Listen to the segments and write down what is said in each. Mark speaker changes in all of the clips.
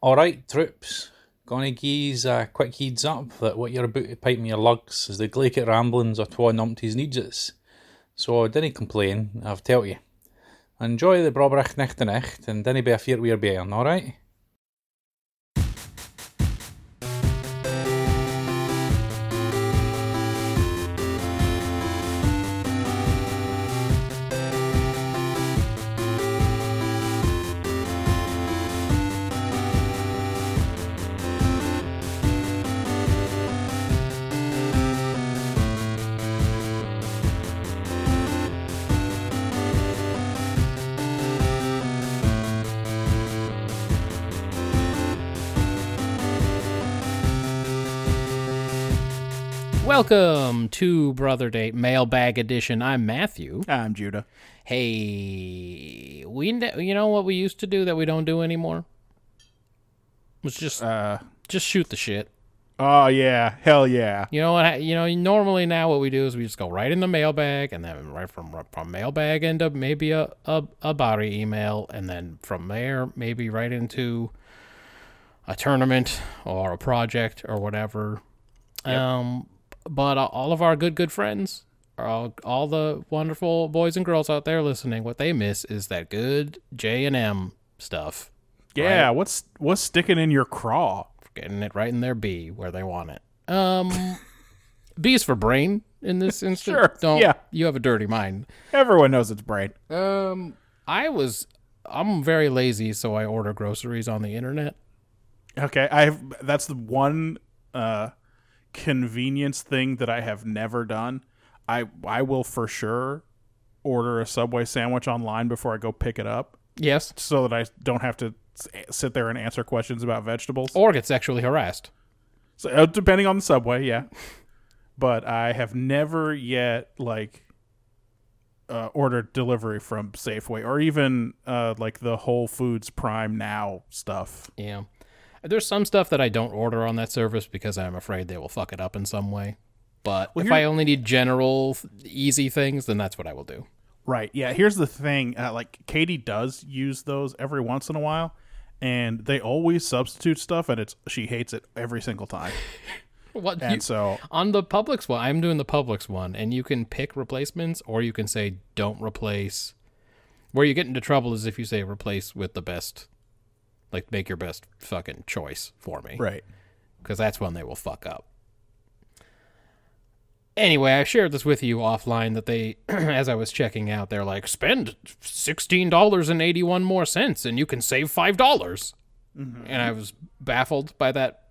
Speaker 1: All right, troops. Gonna gee's a quick heads up that what you're about to pipe me your lugs is the Glacier ramblings of twa numpties needs it's. So dinna complain, I've tell you. Enjoy the Brobrach nicht and echt and dinna be afeard we're bearing, all right?
Speaker 2: Welcome to Brother Date Mailbag Edition. I'm Matthew.
Speaker 3: I'm Judah.
Speaker 2: Hey, we ne- you know what we used to do that we don't do anymore? Was just
Speaker 3: Uh,
Speaker 2: just shoot the shit.
Speaker 3: oh yeah, hell yeah.
Speaker 2: You know what? You know normally now what we do is we just go right in the mailbag and then right from from mailbag into maybe a a, a body email and then from there maybe right into a tournament or a project or whatever. Um, but uh, all of our good good friends, are all all the wonderful boys and girls out there listening, what they miss is that good J and M stuff,
Speaker 3: Yeah, what's what's sticking in your craw?
Speaker 2: getting it right in their B where they want it. Um, B is for brain in this instance.
Speaker 3: Sure,
Speaker 2: Don't
Speaker 3: yeah.
Speaker 2: you have a dirty mind?
Speaker 3: Everyone knows it's brain.
Speaker 2: Um, I was I'm very lazy, so I order groceries on the internet.
Speaker 3: Okay, I have that's the one uh convenience thing that I have never done. I I will for sure order a Subway sandwich online before I go pick it up
Speaker 2: Yes,
Speaker 3: so that I don't have to s- sit there and answer questions about vegetables.
Speaker 2: or get sexually harassed.
Speaker 3: So uh, depending on the subway, yeah. But I have never yet like uh, ordered delivery from Safeway or even uh, like the Whole Foods Prime Now stuff.
Speaker 2: Yeah. There's some stuff that I don't order on that service because I'm afraid they will fuck it up in some way. But if
Speaker 3: here-
Speaker 2: I only need general, th- easy things, then that's what I will do.
Speaker 3: Right. Yeah. Here's the thing. Uh, like Katie does use those every once in a while, and they always substitute stuff, and it's she hates it every single time.
Speaker 2: What
Speaker 3: And
Speaker 2: you-
Speaker 3: so
Speaker 2: on the Publix one, I'm doing the Publix one, and you can pick replacements or you can say don't replace. Where you get into trouble is if you say replace with the best, like make your best fucking choice for me.
Speaker 3: right.
Speaker 2: because that's when they will fuck up. Anyway, I shared this with you offline that they, as I was checking out, they're like, spend sixteen dollars and eighty-one more cents, and you can save five dollars. And I was baffled by that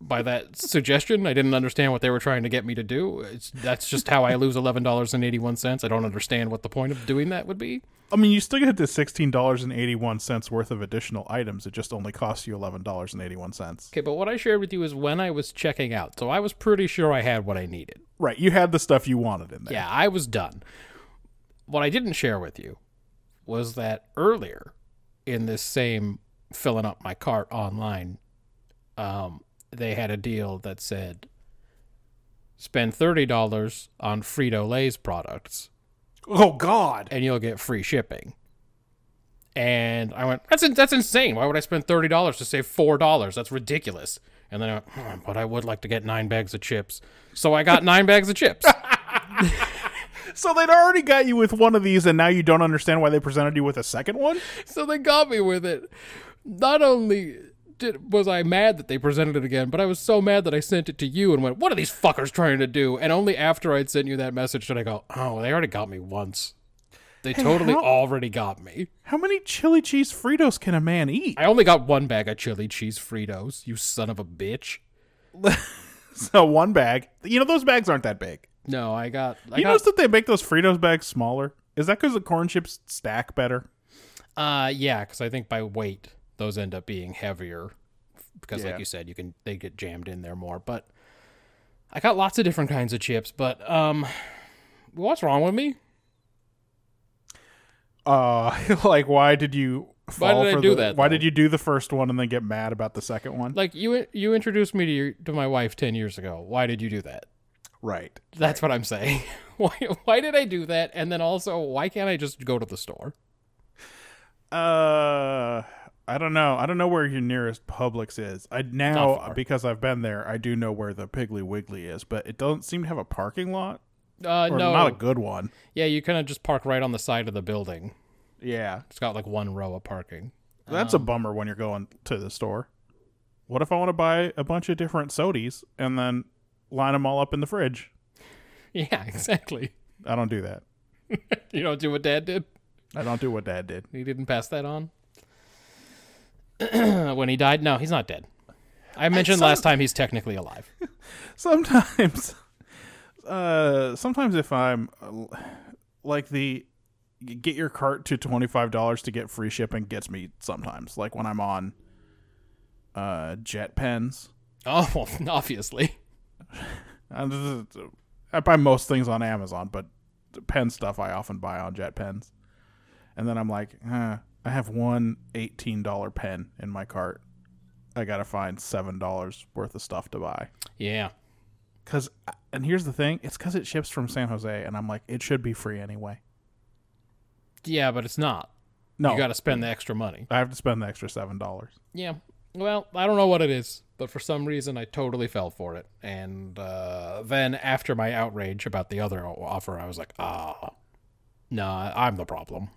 Speaker 2: by that suggestion. I didn't understand what they were trying to get me to do. It's, that's just how I lose eleven dollars and eighty-one cents. I don't understand what the point of doing that would be.
Speaker 3: I mean, you still get the sixteen dollars and eighty one cents worth of additional items. It just only costs you eleven dollars and eighty one cents.
Speaker 2: Okay, but what I shared with you is when I was checking out, so I was pretty sure I had what I needed.
Speaker 3: Right. You had the stuff you wanted in there.
Speaker 2: Yeah, I was done. What I didn't share with you was that earlier in this same filling up my cart online, um, they had a deal that said spend thirty dollars on Frito Lay's products
Speaker 3: Oh God.
Speaker 2: and you'll get free shipping. And I went, that's in, that's insane. Why would I spend thirty dollars to save four dollars? That's ridiculous. And then I went, "Hmm, but I would like to get nine bags of chips. So I got nine bags of chips.
Speaker 3: So they'd already got you with one of these, and now you don't understand why they presented you with a second one.
Speaker 2: so they got me with it. Not only did, was I mad that they presented it again, but I was so mad that I sent it to you and went, "What are these fuckers trying to do?" And only after I'd sent you that message did I go, "Oh, they already got me once. They totally
Speaker 3: how-
Speaker 2: already got me.
Speaker 3: How many chili cheese Fritos can a man eat?
Speaker 2: I only got one bag of chili cheese Fritos. You son of a bitch."
Speaker 3: So one bag. You know those bags aren't that big.
Speaker 2: No, I got. I
Speaker 3: you
Speaker 2: got
Speaker 3: notice that they make those Fritos bags smaller. Is that because the corn chips stack better?
Speaker 2: uh, yeah, because I think by weight those end up being heavier because,
Speaker 3: Yeah.
Speaker 2: like you said, you can they get jammed in there more. But I got lots of different kinds of chips. But um, what's wrong with me?
Speaker 3: Uh, like why did you?
Speaker 2: Why
Speaker 3: fall
Speaker 2: did I
Speaker 3: for
Speaker 2: do
Speaker 3: the-
Speaker 2: that,
Speaker 3: Why
Speaker 2: though?
Speaker 3: did you do the first one and then get mad about the second one?
Speaker 2: Like you you introduced me to your, to my wife ten years ago. Why did you do that?
Speaker 3: right.
Speaker 2: That's what I'm saying. why why did I do that? And then also, why can't I just go to the store?
Speaker 3: Uh, I don't know. I don't know where your nearest Publix is. I
Speaker 2: Not
Speaker 3: now
Speaker 2: far.
Speaker 3: because I've been there, I do know where the Piggly Wiggly is, but it doesn't seem to have a parking lot
Speaker 2: Uh,
Speaker 3: or
Speaker 2: no,
Speaker 3: not a good one.
Speaker 2: yeah, you kind of just park right on the side of the building.
Speaker 3: Yeah,
Speaker 2: It's got like one row of parking.
Speaker 3: that's a bummer when you're going to the store. What if I want to buy a bunch of different sodies and then line them all up in the fridge?
Speaker 2: Yeah, exactly.
Speaker 3: I don't do that.
Speaker 2: You don't do what Dad did.
Speaker 3: I don't do what Dad did.
Speaker 2: He didn't pass that on. when he died, no, he's not dead. I mentioned last time he's technically alive.
Speaker 3: sometimes uh sometimes if i'm uh, like the get your cart to $25 to get free shipping gets me sometimes like when i'm on uh jet pens
Speaker 2: Oh, well, obviously.
Speaker 3: I, I buy most things on amazon but the pen stuff i often buy on jet pens and then i'm like huh, i have one $18 pen in my cart i gotta find $7 worth of stuff to buy
Speaker 2: Yeah.
Speaker 3: Cause, uh, and here's the thing, it's because it ships from San Jose, and I'm like, it should be free anyway.
Speaker 2: Yeah, but it's not.
Speaker 3: No,
Speaker 2: You got to spend the extra money.
Speaker 3: I have to spend the extra seven dollars.
Speaker 2: Yeah. Well, I don't know what it is, but for some reason I totally fell for it. And uh, then after my outrage about the other o- offer, I was like, ah, no, I'm the problem.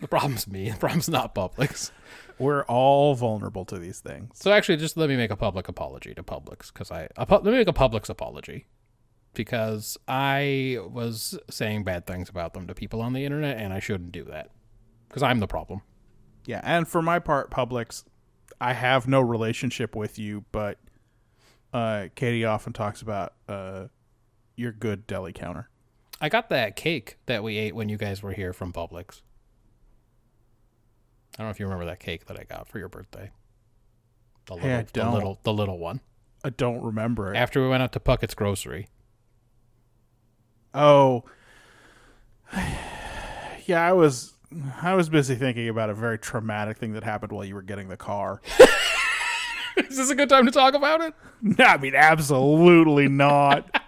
Speaker 2: The problem's me. The problem's not Publix.
Speaker 3: We're all vulnerable to these things.
Speaker 2: So actually, just let me make a public apology to Publix because I a pu- let me make a Publix apology because I was saying bad things about them to people on the internet, and I shouldn't do that because I'm the problem.
Speaker 3: Yeah, and for my part, Publix, I have no relationship with you, but uh, Katie often talks about uh, your good deli counter.
Speaker 2: I got that cake that we ate when you guys were here from Publix. I don't know if you remember that cake that I got for your birthday. The little,
Speaker 3: Hey, I
Speaker 2: The
Speaker 3: don't.
Speaker 2: little, the little one.
Speaker 3: I don't remember it.
Speaker 2: After we went out to Puckett's Grocery.
Speaker 3: Oh, yeah, I was I was busy thinking about a very traumatic thing that happened while you were getting the car.
Speaker 2: Is this a good time to talk about it?
Speaker 3: No, I mean, absolutely not.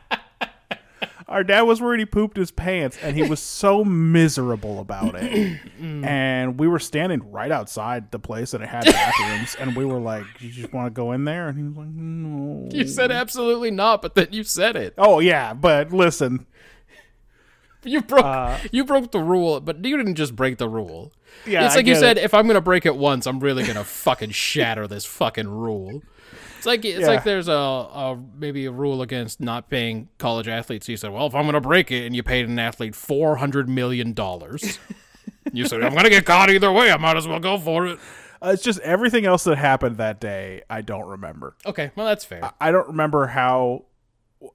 Speaker 3: Our dad was worried he pooped his pants, and he was so miserable about it. and we were standing right outside the place, and it had bathrooms, and we were like, "You just want to go in there?" And he was like, "No."
Speaker 2: You said absolutely not, but then you said it.
Speaker 3: Oh yeah, but listen,
Speaker 2: You broke,
Speaker 3: Uh,
Speaker 2: you broke the rule, but you didn't just break the rule.
Speaker 3: yeah,
Speaker 2: it's
Speaker 3: I
Speaker 2: like you
Speaker 3: get
Speaker 2: said,
Speaker 3: it.
Speaker 2: if I'm gonna break it once, I'm really gonna fucking shatter this fucking rule. It's like it's
Speaker 3: Yeah.
Speaker 2: like there's a, a maybe a rule against not paying college athletes. You said, well, if I'm gonna break it, and you paid an athlete four hundred million dollars, you said, I'm gonna get caught either way. I might as well go for it.
Speaker 3: Uh, it's just everything else that happened that day. I don't remember.
Speaker 2: Okay, well that's fair.
Speaker 3: I don't remember how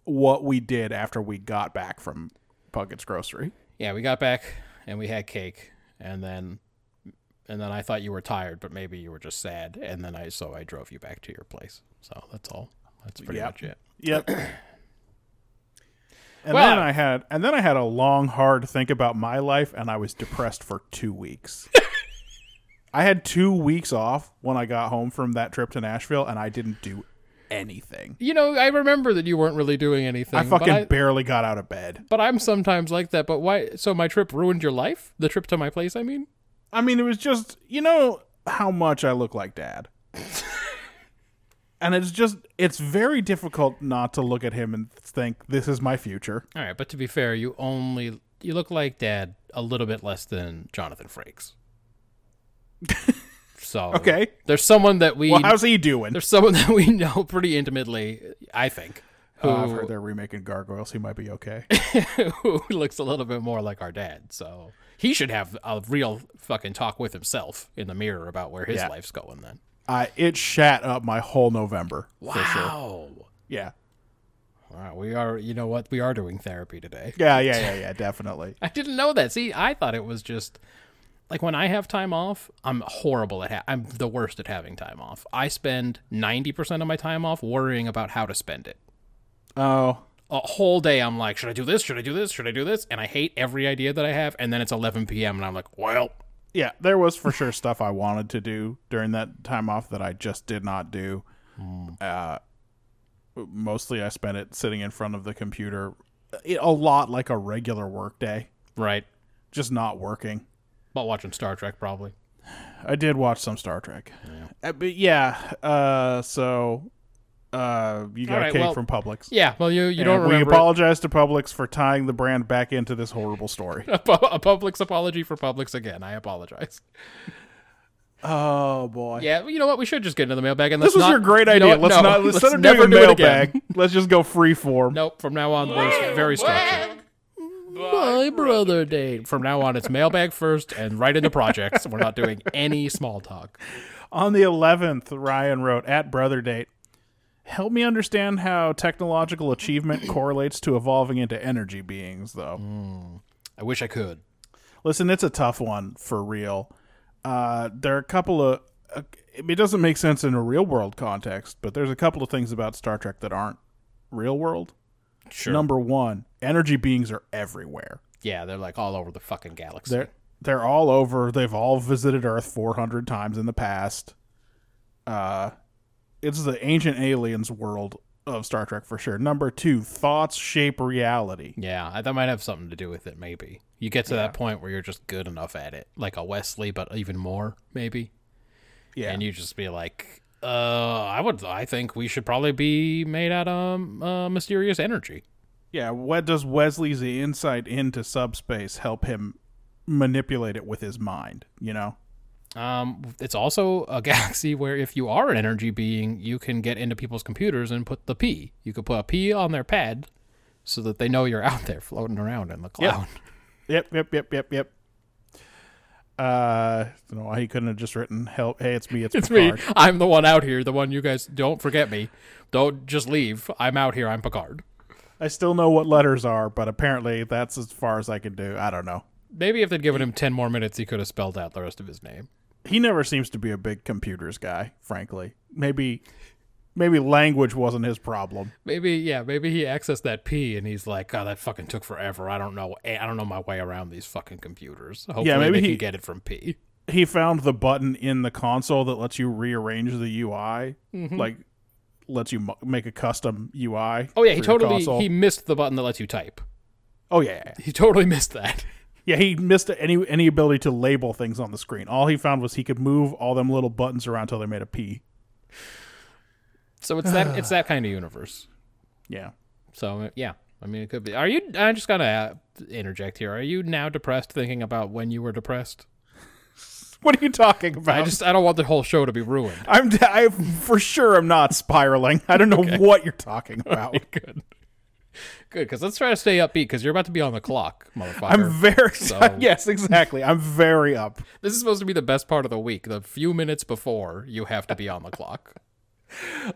Speaker 3: what we did after we got back from Puckett's Grocery.
Speaker 2: yeah, we got back and we had cake, and then and then I thought you were tired, but maybe you were just sad, and then I so I drove you back to your place. So that's all. That's pretty
Speaker 3: Yep.
Speaker 2: much it.
Speaker 3: Yep. And
Speaker 2: Well-
Speaker 3: then I had and then I had a long hard think about my life and I was depressed for 2 weeks. I had 2 weeks off when I got home from that trip to Nashville and I didn't do anything.
Speaker 2: You know, I remember that you weren't really doing anything.
Speaker 3: I fucking
Speaker 2: But, I,
Speaker 3: barely got out of bed.
Speaker 2: but I'm sometimes like that. But why? So my trip ruined your life? The trip to my place, I mean.
Speaker 3: I mean, it was just, you know how much I look like dad. and it's just it's very difficult not to look at him and think this is my future.
Speaker 2: All right, but to be fair, you only you look like Dad a little bit less than Jonathan Frakes. so
Speaker 3: Okay.
Speaker 2: there's someone that we
Speaker 3: Well, how's he doing?
Speaker 2: there's someone that we know pretty intimately, I think, who
Speaker 3: Uh, I've heard they're remaking Gargoyles. He might be okay.
Speaker 2: who looks a little bit more like our dad. So he should have a real fucking talk with himself in the mirror about where his
Speaker 3: Yeah.
Speaker 2: life's going. Then
Speaker 3: I Uh, it shat up my whole November.
Speaker 2: wow.
Speaker 3: Yeah.
Speaker 2: All right, we are. You know what? We are doing therapy today.
Speaker 3: Yeah, yeah, yeah, yeah, definitely.
Speaker 2: I didn't know that. See, I thought it was just like when I have time off, I'm horrible at. Ha- I'm the worst at having time off. I spend ninety percent of my time off worrying about how to spend it.
Speaker 3: Oh.
Speaker 2: A whole day, I'm like, should I do this? Should I do this? Should I do this? And I hate every idea that I have. And then it's 11 p.m. and I'm like, well,
Speaker 3: Yeah, there was for sure stuff I wanted to do during that time off that I just did not do.
Speaker 2: Hmm.
Speaker 3: Uh mostly I spent it sitting in front of the computer it, a lot like a regular work day,
Speaker 2: right.
Speaker 3: just not working.
Speaker 2: But watching Star Trek probably.
Speaker 3: I did watch some Star Trek. Uh, but yeah, uh, so uh, you got
Speaker 2: All
Speaker 3: a
Speaker 2: right,
Speaker 3: cake
Speaker 2: well,
Speaker 3: from Publix.
Speaker 2: Yeah, well, you, you don't
Speaker 3: And we
Speaker 2: remember. it.
Speaker 3: apologize to Publix for tying the brand back into this horrible story.
Speaker 2: A, pu- a Publix apology for Publix again. I apologize.
Speaker 3: oh boy.
Speaker 2: Yeah, you know what? We should just get into the mailbag. And
Speaker 3: This
Speaker 2: let's
Speaker 3: was
Speaker 2: not-
Speaker 3: your great
Speaker 2: you know
Speaker 3: idea.
Speaker 2: what?
Speaker 3: let's
Speaker 2: No,
Speaker 3: not instead of
Speaker 2: never
Speaker 3: doing
Speaker 2: do it again.
Speaker 3: mailbag, let's just go free form.
Speaker 2: Nope. From now on, there's very structured. My brother date. From now on, it's mailbag first and right into projects. We're not doing any small talk.
Speaker 3: On the 11th, Ryan wrote at brother date, "Help me understand how technological achievement correlates to evolving into energy beings though."
Speaker 2: I wish I could.
Speaker 3: Listen, it's a tough one for real. Uh, there are a couple of. Uh, it doesn't make sense in a real world context, but there's a couple of things about Star Trek that aren't real world.
Speaker 2: Sure.
Speaker 3: Number one, energy beings are everywhere.
Speaker 2: yeah, they're like all over the fucking galaxy.
Speaker 3: They're they're all over. They've all visited Earth 400 times in the past. Uh, it's the ancient aliens world of Star Trek for sure. Number two, thoughts shape reality.
Speaker 2: yeah, I- that might have something to do with it. Maybe you get to that point where you're just good enough at it, like a Wesley, but even more, maybe.
Speaker 3: Yeah,
Speaker 2: And you just be like, uh, I would. I think we should probably be made out of uh, mysterious energy.
Speaker 3: Yeah, what does Wesley's insight into subspace help him manipulate it with his mind, you know?
Speaker 2: Um, it's also a galaxy where if you are an energy being, you can get into people's computers and put the P. You could put a P on their pad so that they know you're out there floating around in the cloud.
Speaker 3: Yep, yep, yep, yep, yep. Uh, I don't know why he couldn't have just written help. Hey, it's me. It's,
Speaker 2: It's me.
Speaker 3: Picard."
Speaker 2: I'm the one out here, the one you guys don't forget me. Don't just leave. I'm out here. I'm Picard.
Speaker 3: I still know what letters are, but apparently that's as far as I can do. I don't know.
Speaker 2: Maybe if they'd given him 10 more minutes, he could have spelled out the rest of his name.
Speaker 3: He never seems to be a big computers guy, frankly. Maybe, maybe language wasn't his problem.
Speaker 2: Maybe, yeah, maybe he accessed that P and he's like, God, that fucking took forever. I don't know. eh, I don't know my way around these fucking computers. Hopefully
Speaker 3: maybe
Speaker 2: they
Speaker 3: he-
Speaker 2: can get it from P.
Speaker 3: he found the button in the console that lets you rearrange the UI,
Speaker 2: Mm-hmm.
Speaker 3: like lets you mo- make a custom UI.
Speaker 2: Oh, yeah,
Speaker 3: for
Speaker 2: he
Speaker 3: your
Speaker 2: totally
Speaker 3: console.
Speaker 2: he missed the button that lets you type.
Speaker 3: oh yeah, yeah, yeah.
Speaker 2: He totally missed that.
Speaker 3: yeah. He missed any any ability to label things on the screen. All he found was he could move all them little buttons around till they made a P.
Speaker 2: So it's that it's that kind of universe.
Speaker 3: Yeah.
Speaker 2: So uh, yeah, I mean it could be. Are you? I'm just gonna uh, interject here. Are you now depressed thinking about when you were depressed?
Speaker 3: What are you talking about?
Speaker 2: I just I don't want the whole show to be ruined.
Speaker 3: I'm I for sure I'm not spiraling. I don't know what you're talking
Speaker 2: Oh
Speaker 3: about.
Speaker 2: Good. Good, because let's try to stay upbeat. Because you're about to be on the clock, motherfucker.
Speaker 3: I'm very
Speaker 2: So-
Speaker 3: yes, exactly. I'm very up.
Speaker 2: this is supposed to be the best part of the week. The few minutes before you have to be on the clock.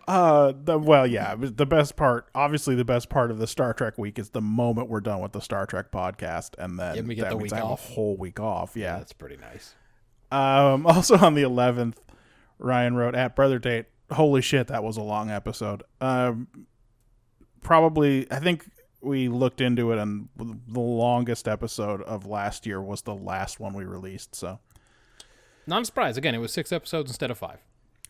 Speaker 3: Uh, the, well, yeah, but the best part, obviously, the best part of the Star Trek week is the moment we're done with the Star Trek podcast, and then
Speaker 2: And we get
Speaker 3: that
Speaker 2: the week
Speaker 3: means I have
Speaker 2: off.
Speaker 3: a whole week off. Yeah.
Speaker 2: That's pretty nice.
Speaker 3: Um. Also on the eleventh, Ryan wrote at brother date. Holy shit, that was a long episode. Um, probably I think we looked into it, and the longest episode of last year was the last one we released. So
Speaker 2: Not surprised. Again, it was six episodes instead of five.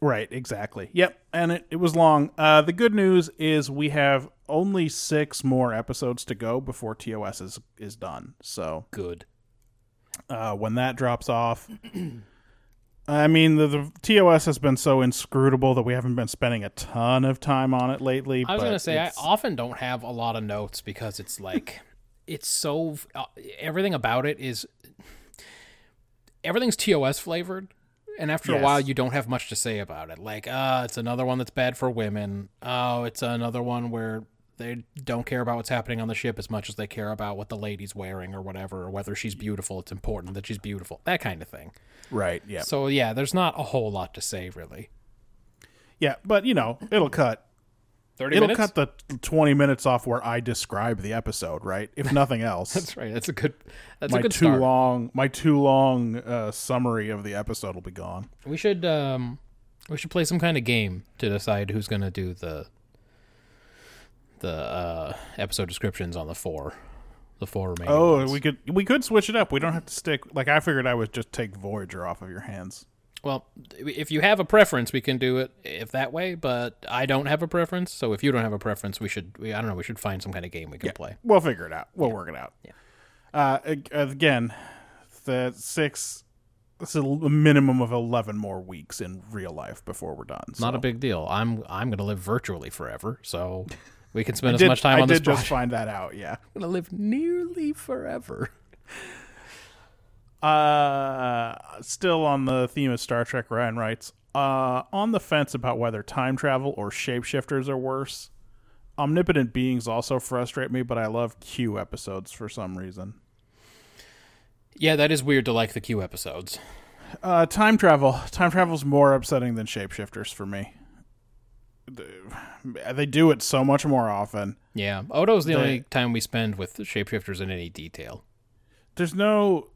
Speaker 3: Right, exactly. Yep, and it, it was long. Uh, the good news is we have only six more episodes to go before TOS is, is done. So
Speaker 2: Good.
Speaker 3: uh, when that drops off, I mean, the, the TOS has been so inscrutable that we haven't been spending a ton of time on it lately.
Speaker 2: I was
Speaker 3: but
Speaker 2: going to say, I
Speaker 3: it's-
Speaker 2: often don't have a lot of notes because it's like, it's so, uh, everything about it is, everything's TOS flavored. And after a
Speaker 3: Yes.
Speaker 2: while, you don't have much to say about it. Like, uh, it's another one that's bad for women. Oh, it's another one where they don't care about what's happening on the ship as much as they care about what the lady's wearing or whatever, or whether she's beautiful. It's important that she's beautiful, that kind of thing.
Speaker 3: right, yeah,
Speaker 2: So, yeah, there's not a whole lot to say, really.
Speaker 3: yeah, but you know, it'll cut.
Speaker 2: 30
Speaker 3: It'll
Speaker 2: minutes?
Speaker 3: cut the twenty minutes off where I describe the episode, right? If nothing else.
Speaker 2: That's right. That's a good, that's
Speaker 3: My
Speaker 2: a good
Speaker 3: too
Speaker 2: start.
Speaker 3: long, my too long uh, summary of the episode will be gone.
Speaker 2: We should um we should play some kind of game to decide who's gonna do the the uh episode descriptions on the four the four remaining.
Speaker 3: Oh,
Speaker 2: ones.
Speaker 3: we could we could switch it up. We don't have to stick. Like I figured, I would just take Voyager off of your hands.
Speaker 2: well if you have a preference we can do it if that way, but I don't have a preference, so if you don't have a preference we should we I don't know, we should find some kind of game we can play.
Speaker 3: We'll figure it out. We'll work it out. Yeah. Uh, ag- again, the uh, six It's a a minimum of eleven more weeks in real life before we're done.
Speaker 2: Not
Speaker 3: so.
Speaker 2: a big deal. I'm I'm gonna live virtually forever, so we can spend as
Speaker 3: Did-
Speaker 2: much time
Speaker 3: I
Speaker 2: on
Speaker 3: did
Speaker 2: this
Speaker 3: just
Speaker 2: project.
Speaker 3: find that out. Yeah.
Speaker 2: I'm gonna live nearly forever.
Speaker 3: Uh, still on the theme of Star Trek, Ryan writes, uh, on the fence about whether time travel or shapeshifters are worse. Omnipotent beings also frustrate me, but I love Q episodes for some reason.
Speaker 2: Yeah, that is weird to like the Q episodes.
Speaker 3: Uh, time travel. Time travel's more upsetting than shapeshifters for me. They- They do it so much more often.
Speaker 2: Yeah, Odo's the
Speaker 3: They-
Speaker 2: only time we spend with the shapeshifters in any detail.
Speaker 3: There's no.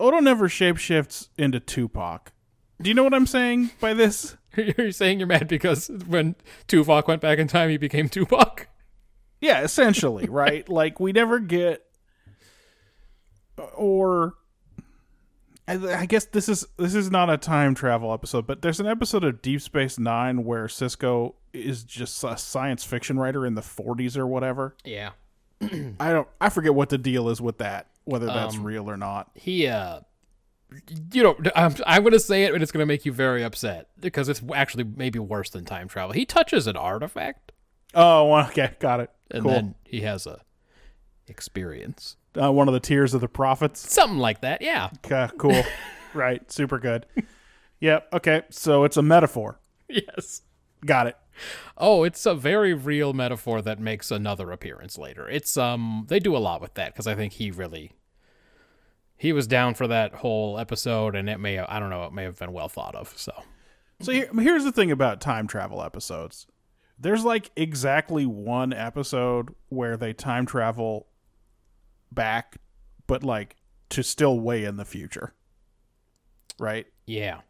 Speaker 3: Odo never shapeshifts into Tupac. Do you know what I'm saying by this?
Speaker 2: You're saying you're mad because when Tuvok went back in time, he became Tuvok.
Speaker 3: Yeah, essentially, right? like we never get or I, I guess this is this is not a time travel episode, but there's an episode of Deep Space 9 where Cisco is just a science fiction writer in the 40s or whatever.
Speaker 2: Yeah,
Speaker 3: I don't I forget what the deal is with that, whether that's
Speaker 2: Um,
Speaker 3: real or not.
Speaker 2: he uh, you know, I'm I'm gonna say it, and it's gonna make you very upset because it's actually maybe worse than time travel. He touches an artifact,
Speaker 3: Oh, well, okay, got it.
Speaker 2: and
Speaker 3: cool.
Speaker 2: then he has a experience,
Speaker 3: uh, one of the tears of the prophets.
Speaker 2: something like that. Yeah,
Speaker 3: Okay, cool. right, super good. Yep, okay. So it's a metaphor.
Speaker 2: yes.
Speaker 3: Got it.
Speaker 2: Oh, it's a very real metaphor that makes another appearance later. It's um they do a lot with that because I think he really he was down for that whole episode and it may I don't know it may have been well thought of. So
Speaker 3: So here, here's the thing about time travel episodes. There's like exactly one episode where they time travel back, but like to still way in the future. Right?
Speaker 2: yeah,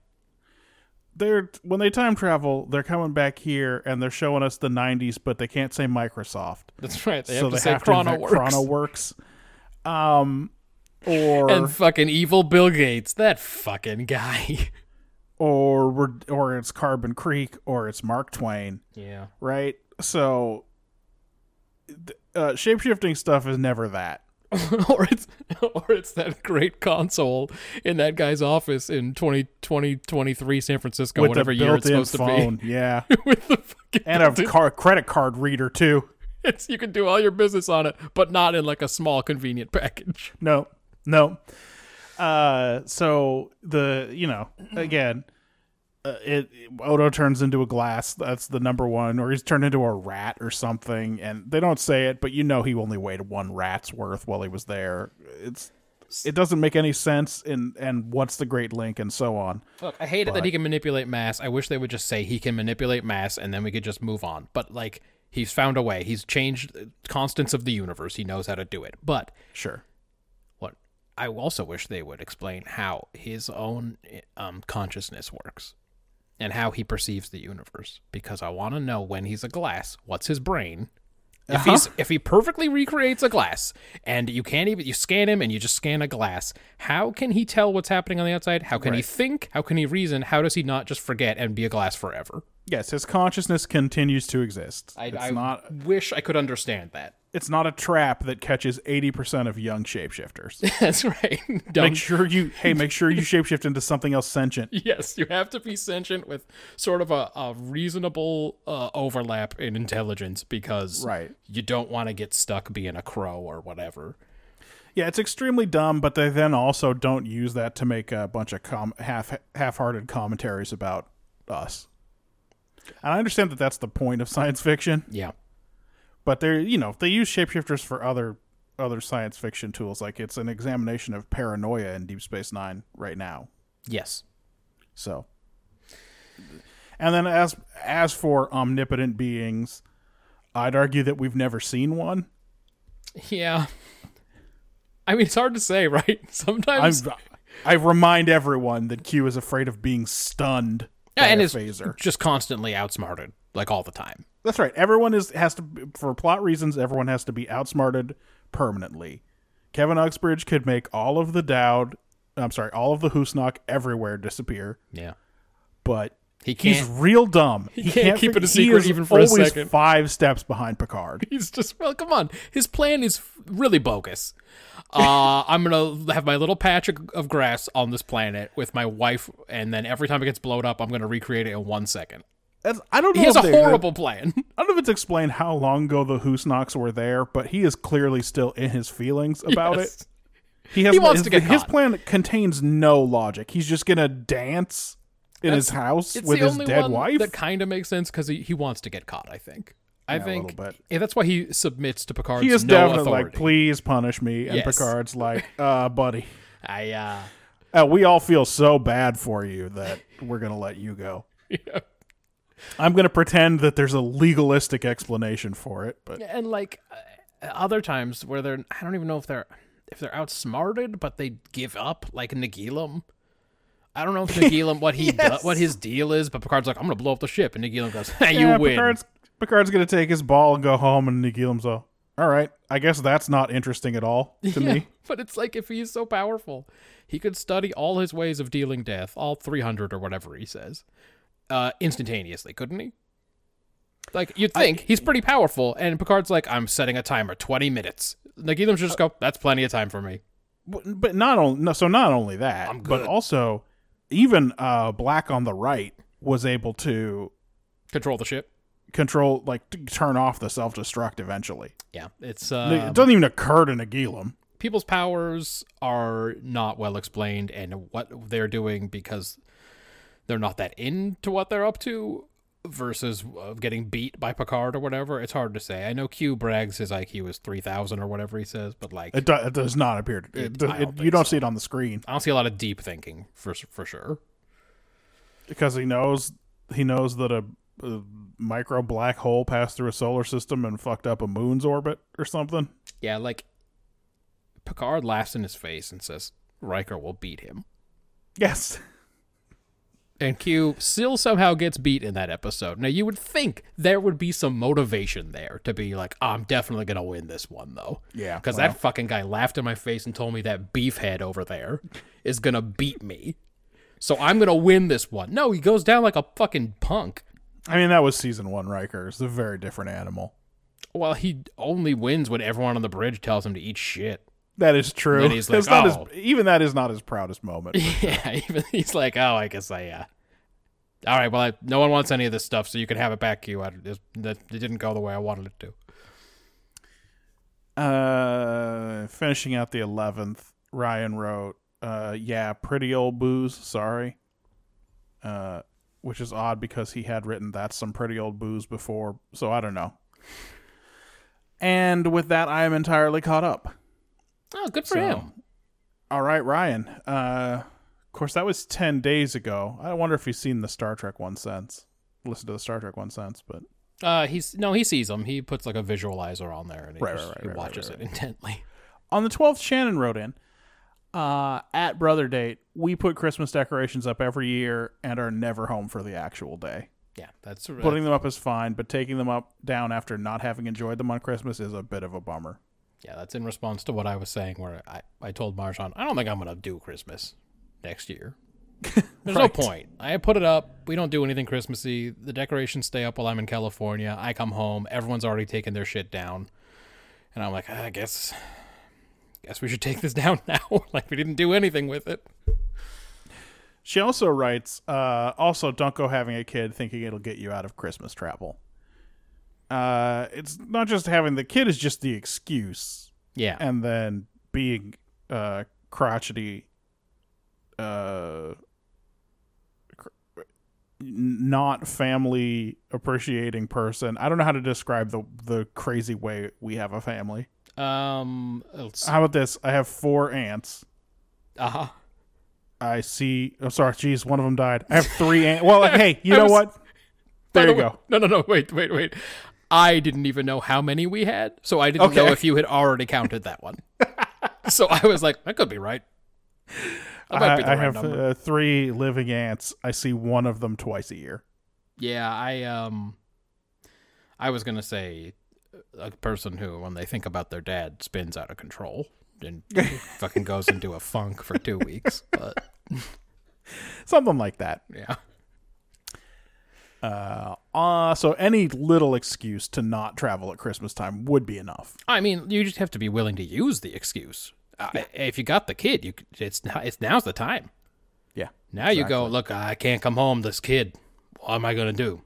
Speaker 3: They're when they time travel, they're coming back here and they're showing us the '90s, but they can't say Microsoft,
Speaker 2: that's right. They
Speaker 3: so
Speaker 2: have to
Speaker 3: they
Speaker 2: say
Speaker 3: have
Speaker 2: Chrono
Speaker 3: to invent
Speaker 2: works
Speaker 3: ChronoWorks. Um, or
Speaker 2: and fucking evil Bill Gates, that fucking guy.
Speaker 3: or we're, or it's Carbon Creek, or it's Mark Twain.
Speaker 2: Yeah,
Speaker 3: right? So, th- uh, shapeshifting stuff is never that.
Speaker 2: or it's or it's that great console in that guy's office in 2020 23 San Francisco, whatever year it's supposed
Speaker 3: phone, yeah,
Speaker 2: to be, with the fucking
Speaker 3: and a
Speaker 2: built-in
Speaker 3: car- credit card reader too.
Speaker 2: It's, you can do all your business on it, but not in like a small convenient package.
Speaker 3: No, no. Uh, so the you know again, uh, it Odo turns into a glass. That's the number one, or he's turned into a rat or something. And they don't say it, but you know he only weighed one rat's worth while he was there. It's it doesn't make any sense. And and what's the Great Link and so on.
Speaker 2: Look, I hate it that he can manipulate mass. I wish they would just say he can manipulate mass and then we could just move on. But like he's found a way. He's changed the constants of the universe. He knows how to do it. But
Speaker 3: Sure.
Speaker 2: what I also wish they would explain how his own um, consciousness works and how he perceives the universe because I want to know when he's a glass, what's his brain? If he's if he perfectly recreates a glass and you can't even you scan him and you just scan a glass, how can he tell what's happening on the outside? How can he think? How can he reason? How does he not just forget and be a glass forever?
Speaker 3: Yes, his consciousness continues to exist.
Speaker 2: I,
Speaker 3: it's
Speaker 2: I
Speaker 3: not
Speaker 2: wish I could understand that.
Speaker 3: it's not a trap that catches 80% of young shapeshifters.
Speaker 2: That's right. Dumb
Speaker 3: make sure you hey, make sure you shapeshift into something else sentient.
Speaker 2: Yes, you have to be sentient with sort of a, a reasonable uh, overlap in intelligence because
Speaker 3: Right.
Speaker 2: you don't want to get stuck being a crow or whatever.
Speaker 3: Yeah, it's extremely dumb, but they then also don't use that to make a bunch of com- half half-hearted commentaries about us. And I understand that that's the point of science fiction,
Speaker 2: Yeah.
Speaker 3: but they're, you know, they use shapeshifters for other other science fiction tools like it's an examination of paranoia in Deep Space 9 right now.
Speaker 2: Yes.
Speaker 3: So, and then as as for omnipotent beings, I'd argue that we've never seen one.
Speaker 2: Yeah. I mean, it's hard to say, right?
Speaker 3: I'm,
Speaker 2: Sometimes.
Speaker 3: I remind everyone that Q is afraid of being stunned
Speaker 2: yeah,
Speaker 3: by
Speaker 2: and
Speaker 3: a
Speaker 2: it's
Speaker 3: phaser.
Speaker 2: just constantly outsmarted, like all the time.
Speaker 3: That's right. Everyone is has to be- for plot reasons. Everyone has to be outsmarted permanently. Kevin Uxbridge could make all of the Dowd, I'm sorry, all of the Hoosnock everywhere disappear,
Speaker 2: Yeah.
Speaker 3: but
Speaker 2: He
Speaker 3: He's
Speaker 2: can't.
Speaker 3: real dumb. He,
Speaker 2: can't keep
Speaker 3: fig-
Speaker 2: it a
Speaker 3: he
Speaker 2: secret
Speaker 3: is
Speaker 2: even for a
Speaker 3: always
Speaker 2: second.
Speaker 3: Five steps behind Picard.
Speaker 2: He's just well, come on. His plan is really bogus. Uh, I'm gonna have my little patch of- of grass on this planet with my wife, and then every time it gets blown up, I'm gonna recreate it in one second.
Speaker 3: That's, I don't know.
Speaker 2: He has
Speaker 3: if
Speaker 2: a
Speaker 3: they-
Speaker 2: horrible plan.
Speaker 3: I don't know if it's explained how long ago the Hoosnocks were there, but he is clearly still in his feelings about
Speaker 2: Yes.
Speaker 3: it. He, has,
Speaker 2: He wants
Speaker 3: his,
Speaker 2: to get
Speaker 3: his
Speaker 2: caught.
Speaker 3: plan contains no logic. He's just gonna dance in his house
Speaker 2: It's
Speaker 3: with
Speaker 2: the
Speaker 3: his
Speaker 2: only
Speaker 3: dead
Speaker 2: one
Speaker 3: wife.
Speaker 2: that kind of makes sense because he, he wants to get caught. I think. I
Speaker 3: Yeah, a
Speaker 2: think
Speaker 3: little bit.
Speaker 2: yeah, that's why he submits to Picard's
Speaker 3: he is
Speaker 2: no
Speaker 3: definitely
Speaker 2: authority.
Speaker 3: like, "Please punish me," and
Speaker 2: Yes.
Speaker 3: Picard's like, "Uh, buddy,
Speaker 2: I uh,
Speaker 3: uh, we all feel so bad for you that we're gonna let you go."
Speaker 2: Yeah.
Speaker 3: I'm gonna pretend that there's a legalistic explanation for it, but
Speaker 2: and like uh, other times where they're I don't even know if they're if they're outsmarted, but they give up like Nagilum. I don't know if Nagilum what he
Speaker 3: Yes.
Speaker 2: do- what his deal is, but Picard's like I'm gonna blow up the ship, and Nagilum goes hey,
Speaker 3: Yeah,
Speaker 2: you win.
Speaker 3: Picard's, Picard's gonna take his ball and go home, and Nagilum's all, all right. I guess that's not interesting at all to
Speaker 2: Yeah,
Speaker 3: me.
Speaker 2: but it's like if he's so powerful, he could study all his ways of dealing death, all 300 or whatever he says, uh, instantaneously, couldn't he? Like you'd think he's pretty powerful, and Picard's like, "I'm setting a timer, 20 minutes." Nagilum should just
Speaker 3: Uh,
Speaker 2: go, "That's plenty of time for me."
Speaker 3: But, but not only no, so not only that,
Speaker 2: I'm
Speaker 3: but
Speaker 2: good.
Speaker 3: also even uh, Black on the right was able to
Speaker 2: Control the ship.
Speaker 3: control, like t- turn off the self destruct eventually.
Speaker 2: Yeah, it's
Speaker 3: It
Speaker 2: uh,
Speaker 3: doesn't even occur to Nagilum.
Speaker 2: people's powers are not well explained, and what they're doing because they're not that into what they're up to versus uh, getting beat by Picard or whatever. It's hard to say. I know Q brags his IQ is three thousand or whatever he says, but like
Speaker 3: It, do, it does not appear. To, it,
Speaker 2: It-
Speaker 3: do-
Speaker 2: I don't
Speaker 3: it- you
Speaker 2: think
Speaker 3: don't
Speaker 2: so.
Speaker 3: see it on the screen
Speaker 2: I don't see a lot of deep thinking for s- for sure.
Speaker 3: because he knows he knows that a, a micro black hole passed through a solar system and fucked up a moon's orbit or something.
Speaker 2: Yeah, like Picard laughs in his face and says Riker will beat him.
Speaker 3: Yes.
Speaker 2: And Q still somehow gets beat in that episode. Now, you would think there would be some motivation there to be like, I'm definitely going to win this one, though.
Speaker 3: Yeah,
Speaker 2: Because
Speaker 3: well.
Speaker 2: that fucking guy laughed in my face and told me that beefhead over there is going to beat me. So I'm going to win this one. No, he goes down like a fucking punk.
Speaker 3: I mean, that was season one Riker. It's a very different animal.
Speaker 2: Well, he only wins when everyone on the bridge tells him to eat shit.
Speaker 3: That is true.
Speaker 2: And he's like,
Speaker 3: It's not his-
Speaker 2: "Oh."
Speaker 3: even that is not his proudest moment.
Speaker 2: Yeah, even he's like, oh, I guess I. Uh, all right, well, I, no one wants any of this stuff, so you can have it back, you. I, it, that it didn't go the way I wanted it to.
Speaker 3: Uh, finishing out the 11th, Ryan wrote, uh, yeah, pretty old booze, sorry. Uh, which is odd because he had written that's some pretty old booze before, so I don't know. And with that, I am entirely caught up.
Speaker 2: Oh, good for
Speaker 3: So-
Speaker 2: him.
Speaker 3: All right, Ryan. Uh, of course, that was 10 days ago. I wonder if he's seen the Star Trek one since. Listen to the Star Trek one since, but
Speaker 2: Uh, he's no, he sees them. He puts like a visualizer on there and he,
Speaker 3: Right,
Speaker 2: just-
Speaker 3: right, right,
Speaker 2: he
Speaker 3: right,
Speaker 2: watches
Speaker 3: right,
Speaker 2: it intently.
Speaker 3: On the 12th, Shannon wrote in uh, At Brother Date, we put Christmas decorations up every year and are never home for the actual day.
Speaker 2: Yeah, that's uh, right.
Speaker 3: Putting them up is fine, but taking them up down after not having enjoyed them on Christmas is a bit of a bummer.
Speaker 2: yeah, that's in response to what I was saying, where I, I told Marjan, I don't think I'm gonna do Christmas next year. There's no
Speaker 3: Right.
Speaker 2: point. I put it up. We don't do anything Christmassy. The decorations stay up while I'm in California. I come home. Everyone's already taken their shit down, and I'm like, I guess, guess we should take this down now. like we didn't do anything with it.
Speaker 3: She also writes, uh, also don't go having a kid thinking it'll get you out of Christmas travel. Uh, it's not just having the kid is just the excuse,
Speaker 2: Yeah,
Speaker 3: and then being uh, crotchety, uh, cr- n- not family appreciating person. I don't know how to describe the the crazy way we have a family.
Speaker 2: um, it's-
Speaker 3: How about this? I have four aunts.
Speaker 2: uh-huh.
Speaker 3: I see. I'm sorry. Geez, one of them died. I have three aunts. Well, like, hey, you
Speaker 2: I
Speaker 3: know
Speaker 2: was-
Speaker 3: what? There
Speaker 2: By
Speaker 3: you
Speaker 2: the way-
Speaker 3: go.
Speaker 2: No, no, no. Wait, wait, wait. I didn't even know how many we had, so I didn't know
Speaker 3: Okay.
Speaker 2: if you had already counted that one. so I was like, that could be right. That might
Speaker 3: I,
Speaker 2: be the
Speaker 3: I
Speaker 2: right
Speaker 3: have
Speaker 2: number.
Speaker 3: uh, three living aunts. I see one of them twice a year.
Speaker 2: Yeah, I um, I was gonna say a person who, when they think about their dad, spins out of control and fucking goes into a funk for two weeks. But
Speaker 3: Something like that.
Speaker 2: yeah,
Speaker 3: Uh, uh, so any little excuse to not travel at Christmas time would be enough.
Speaker 2: I mean, you just have to be willing to use the excuse. Uh, if you got the kid, you c- it's n- it's now's the time.
Speaker 3: Yeah.
Speaker 2: Now you go look. I can't come home. This kid. What am I gonna do?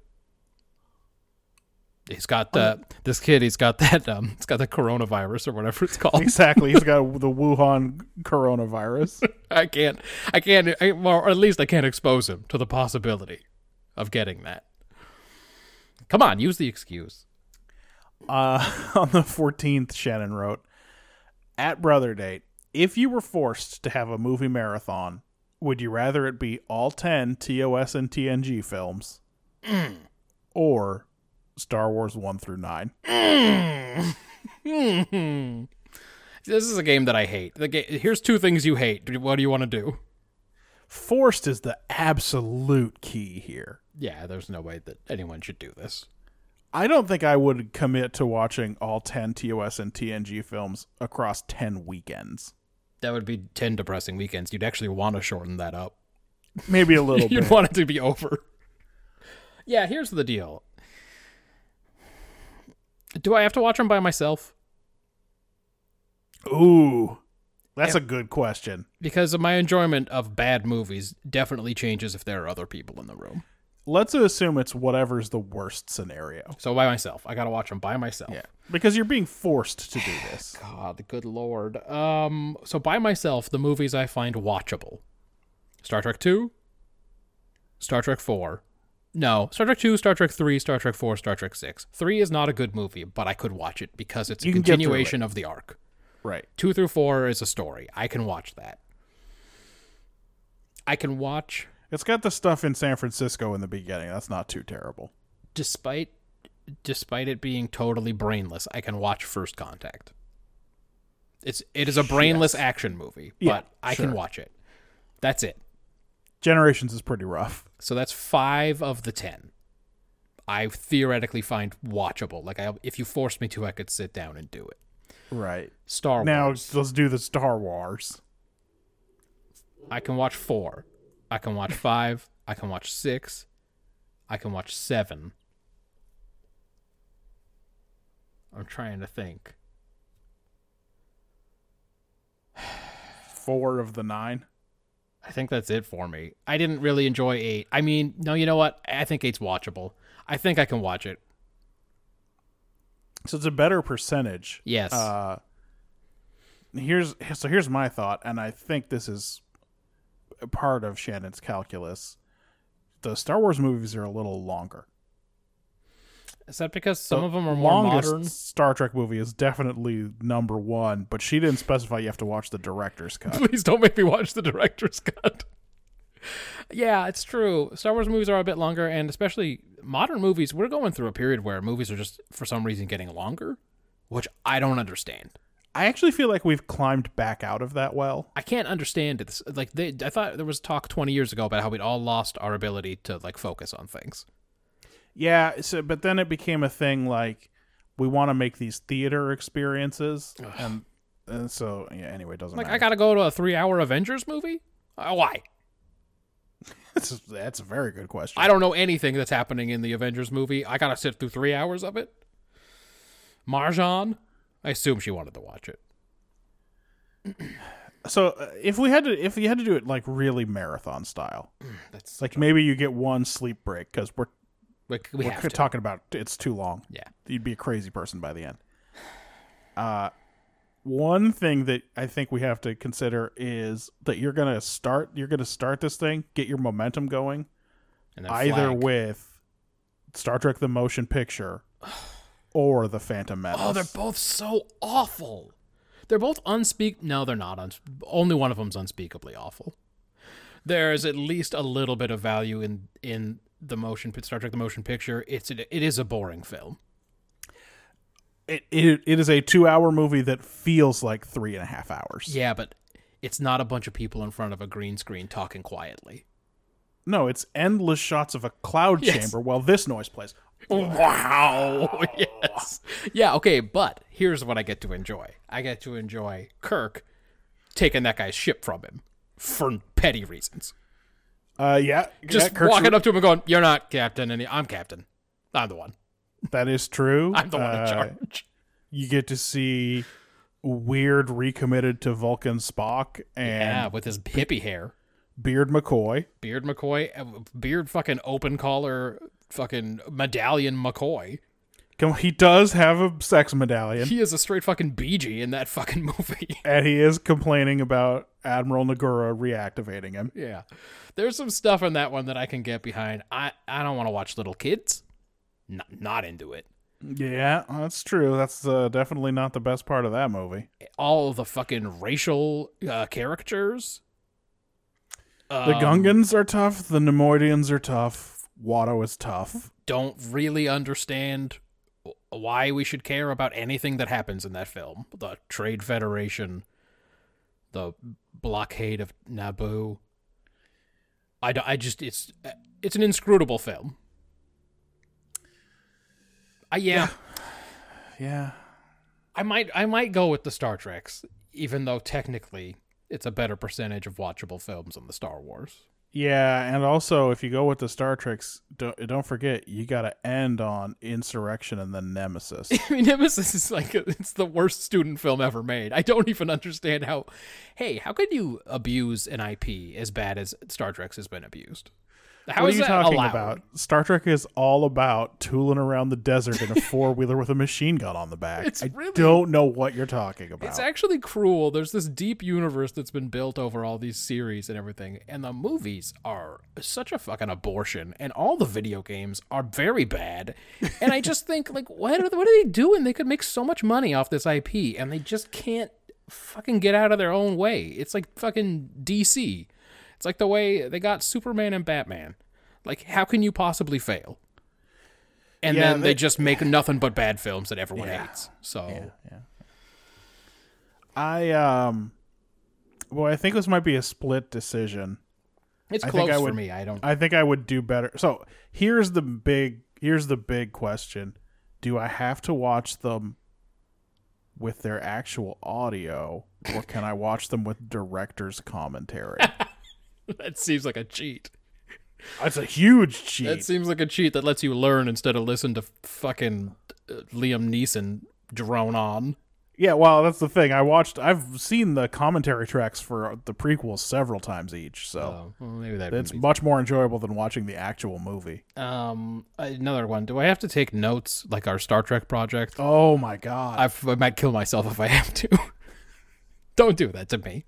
Speaker 2: He's got the this kid. He's got that. Um, he's got the coronavirus or whatever it's called.
Speaker 3: Exactly. He's got the Wuhan coronavirus.
Speaker 2: I can't. I can't. I, well, or at least I can't expose him to the possibility of getting that. Come on, use the excuse.
Speaker 3: Uh, on the 14th, Shannon wrote, At Brother Date, if you were forced to have a movie marathon, would you rather it be all 10 TOS and TNG films or Star Wars 1 through 9?
Speaker 2: Hmm. This is a game that I hate. The ga- here's two things you hate. What do you want to do?
Speaker 3: Forced is the absolute key here.
Speaker 2: Yeah, there's no way that anyone should do this.
Speaker 3: I don't think I would commit to watching all 10 TOS and TNG films across 10 weekends.
Speaker 2: That would be 10 depressing weekends. You'd actually want to shorten that up.
Speaker 3: Maybe a little bit.
Speaker 2: You'd want it to be over. Yeah, here's the deal. Do I have to watch them by myself?
Speaker 3: Ooh. That's a good question.
Speaker 2: Because my enjoyment of bad movies definitely changes if there are other people in the room.
Speaker 3: Let's assume it's whatever's the worst scenario.
Speaker 2: So by myself, I got to watch them by myself.
Speaker 3: Because you're being forced to do this.
Speaker 2: God, good lord. Um, so by myself, the movies I find watchable: Star Trek Two, Star Trek Four. No, Star Trek Two, Star Trek Three, Star Trek Four, Star Trek Six. Three is not a good movie, but I could watch it because it's a
Speaker 3: You can get through it.
Speaker 2: continuation of the arc.
Speaker 3: Right.
Speaker 2: Two through four is a story. I can watch that. I can watch
Speaker 3: It's got the stuff in San Francisco in the beginning. That's not too terrible.
Speaker 2: despite despite it being totally brainless, I can watch First Contact. It's it is a brainless action movie, but
Speaker 3: Yeah,
Speaker 2: I
Speaker 3: sure.
Speaker 2: can watch it. That's it.
Speaker 3: Generations is pretty rough.
Speaker 2: So that's 5 of the 10. I theoretically find watchable. Like I if you forced me to, I could sit down and do it.
Speaker 3: Right.
Speaker 2: Star
Speaker 3: Now
Speaker 2: Wars.
Speaker 3: let's do the Star Wars.
Speaker 2: I can watch 4. I can watch 5. I can watch 6. I can watch 7. I'm trying to think.
Speaker 3: Four of the nine.
Speaker 2: I think that's it for me. I didn't really enjoy eight. I mean, no, you know what? I think eight's watchable. I think I can watch it.
Speaker 3: So it's a better percentage.
Speaker 2: Yes.
Speaker 3: Uh, here's so here's my thought, and I think this is a part of Shannon's calculus. The Star Wars movies are a little longer.
Speaker 2: Is that because some
Speaker 3: The
Speaker 2: of them are more
Speaker 3: longest
Speaker 2: modern?
Speaker 3: Star Trek movie is definitely number one, but she didn't specify you have to watch the director's cut.
Speaker 2: Please don't make me watch the director's cut. yeah, it's true. Star Wars movies are a bit longer, and especially modern movies. We're going through a period where movies are just, for some reason, getting longer, which I don't understand.
Speaker 3: I actually feel like we've climbed back out of that well.
Speaker 2: I can't understand this. Like, they, I thought there was talk 20 years ago about how we'd all lost our ability to, like, focus on things.
Speaker 3: Yeah, so but then it became a thing like we want to make these theater experiences, and, and so yeah. Anyway, it doesn't
Speaker 2: Like,
Speaker 3: matter.
Speaker 2: I gotta go to a three-hour Avengers movie? Uh, why?
Speaker 3: that's, that's a very good question.
Speaker 2: I don't know anything that's happening in the Avengers movie. I gotta sit through three hours of it. Marjan, I assume she wanted to watch it.
Speaker 3: so uh, if we had to, if you had to do it like really marathon style,
Speaker 2: That's
Speaker 3: it's like maybe you get one sleep break because we're
Speaker 2: like we
Speaker 3: we're
Speaker 2: have to.
Speaker 3: talking about it's too long.
Speaker 2: yeah,
Speaker 3: you'd be a crazy person by the end. Uh, one thing that I think we have to consider is that you're gonna start you're gonna start this thing, get your momentum going,
Speaker 2: and then
Speaker 3: either
Speaker 2: flag.
Speaker 3: with Star Trek: The Motion Picture or the Phantom Menace.
Speaker 2: Oh, they're both so awful. They're both unspeak. No, they're not. Uns- only one of them's unspeakably awful. There is at least a little bit of value in in the motion pi- Star Trek: The Motion Picture. It's it, it is a boring film.
Speaker 3: it, it it is a two hour movie that feels like three and a half hours.
Speaker 2: Yeah, but it's not a bunch of people in front of a green screen talking quietly.
Speaker 3: No, it's endless shots of a cloud
Speaker 2: Yes.
Speaker 3: chamber while this noise plays.
Speaker 2: Wow. Yes. Yeah, okay, but here's what I get to enjoy. I get to enjoy Kirk taking that guy's ship from him for petty reasons.
Speaker 3: Uh, yeah,
Speaker 2: Just
Speaker 3: yeah, Kirk's
Speaker 2: walking up to him and going, "You're not captain, and he- I'm captain. I'm the one.
Speaker 3: That is true.
Speaker 2: I'm the one in
Speaker 3: Uh,
Speaker 2: charge."
Speaker 3: You get to see weird recommitted to Vulcan Spock and
Speaker 2: Yeah, with his hippie hair,
Speaker 3: Beard McCoy.
Speaker 2: beard McCoy, uh, beard fucking open collar, fucking medallion McCoy.
Speaker 3: Come- He does have a sex medallion,
Speaker 2: He is a straight fucking BG in that fucking movie.
Speaker 3: and he is complaining about Admiral Nagura reactivating him.
Speaker 2: yeah, there's some stuff in that one that I can get behind. I I don't want to watch little kids. Not not into it.
Speaker 3: Yeah, that's true. That's uh, definitely not the best part of that movie.
Speaker 2: all the fucking racial uh, characters.
Speaker 3: The
Speaker 2: Um,
Speaker 3: Gungans are tough. The Nemoidians are tough. Watto is tough.
Speaker 2: don't really understand w- why we should care about anything that happens in that film. The Trade Federation, the blockade of Naboo. I, d- I just it's it's an inscrutable film. I, yeah,
Speaker 3: Yeah.
Speaker 2: I might I might go with the Star Treks, even though technically it's a better percentage of watchable films than the Star Wars.
Speaker 3: Yeah, and also if you go with the Star Treks, don't, don't forget you got to end on Insurrection and then Nemesis.
Speaker 2: I mean, Nemesis is like it's the worst student film ever made. I don't even understand how. Hey, how could you abuse an IP as bad as Star Trek's has been abused? How
Speaker 3: what
Speaker 2: is
Speaker 3: are you
Speaker 2: that
Speaker 3: talking
Speaker 2: allowed?
Speaker 3: about? Star Trek is all about tooling around the desert in a four wheeler with a machine gun on the back.
Speaker 2: It's
Speaker 3: I
Speaker 2: really-
Speaker 3: don't know what you're talking about.
Speaker 2: It's actually cruel. There's this deep universe that's been built over all these series and everything, and the movies are such a fucking abortion, and all the video games are very bad. And I just think, like, what are, what are they doing? They could make so much money off this IP, and they just can't fucking get out of their own way. It's like fucking DC. It's like the way they got Superman and Batman. Like, how can you possibly fail? And
Speaker 3: Yeah,
Speaker 2: then they,
Speaker 3: they-
Speaker 2: just make nothing but bad films that everyone
Speaker 3: Yeah.
Speaker 2: hates. So
Speaker 3: I um, well, I think this might be a split decision.
Speaker 2: it's
Speaker 3: I
Speaker 2: close
Speaker 3: think I
Speaker 2: for
Speaker 3: would-
Speaker 2: me. I don't.
Speaker 3: I think I would do better. So here's the big here's the big question: Do I have to watch them with their actual audio, or can I watch them with director's commentary?
Speaker 2: That seems like a cheat.
Speaker 3: That's a huge cheat.
Speaker 2: That seems like a cheat that lets you learn instead of listen to fucking uh, Liam Neeson drone on.
Speaker 3: Yeah, well, that's the thing. I watched. I've seen the commentary tracks for the prequels several times each, so
Speaker 2: Oh, well, maybe that.
Speaker 3: it's
Speaker 2: That's
Speaker 3: much more enjoyable than watching the actual movie.
Speaker 2: um another one. Do I have to take notes like our Star Trek project?
Speaker 3: Oh my god!
Speaker 2: I, f- I might kill myself if I have to. Don't do that to me.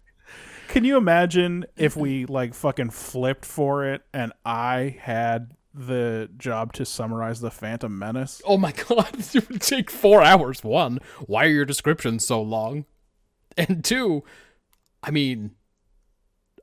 Speaker 3: Can you imagine if we like fucking flipped for it and I had the job to summarize the Phantom Menace?
Speaker 2: Oh my god, it would take four hours. One, why are your descriptions so long? And two, I mean,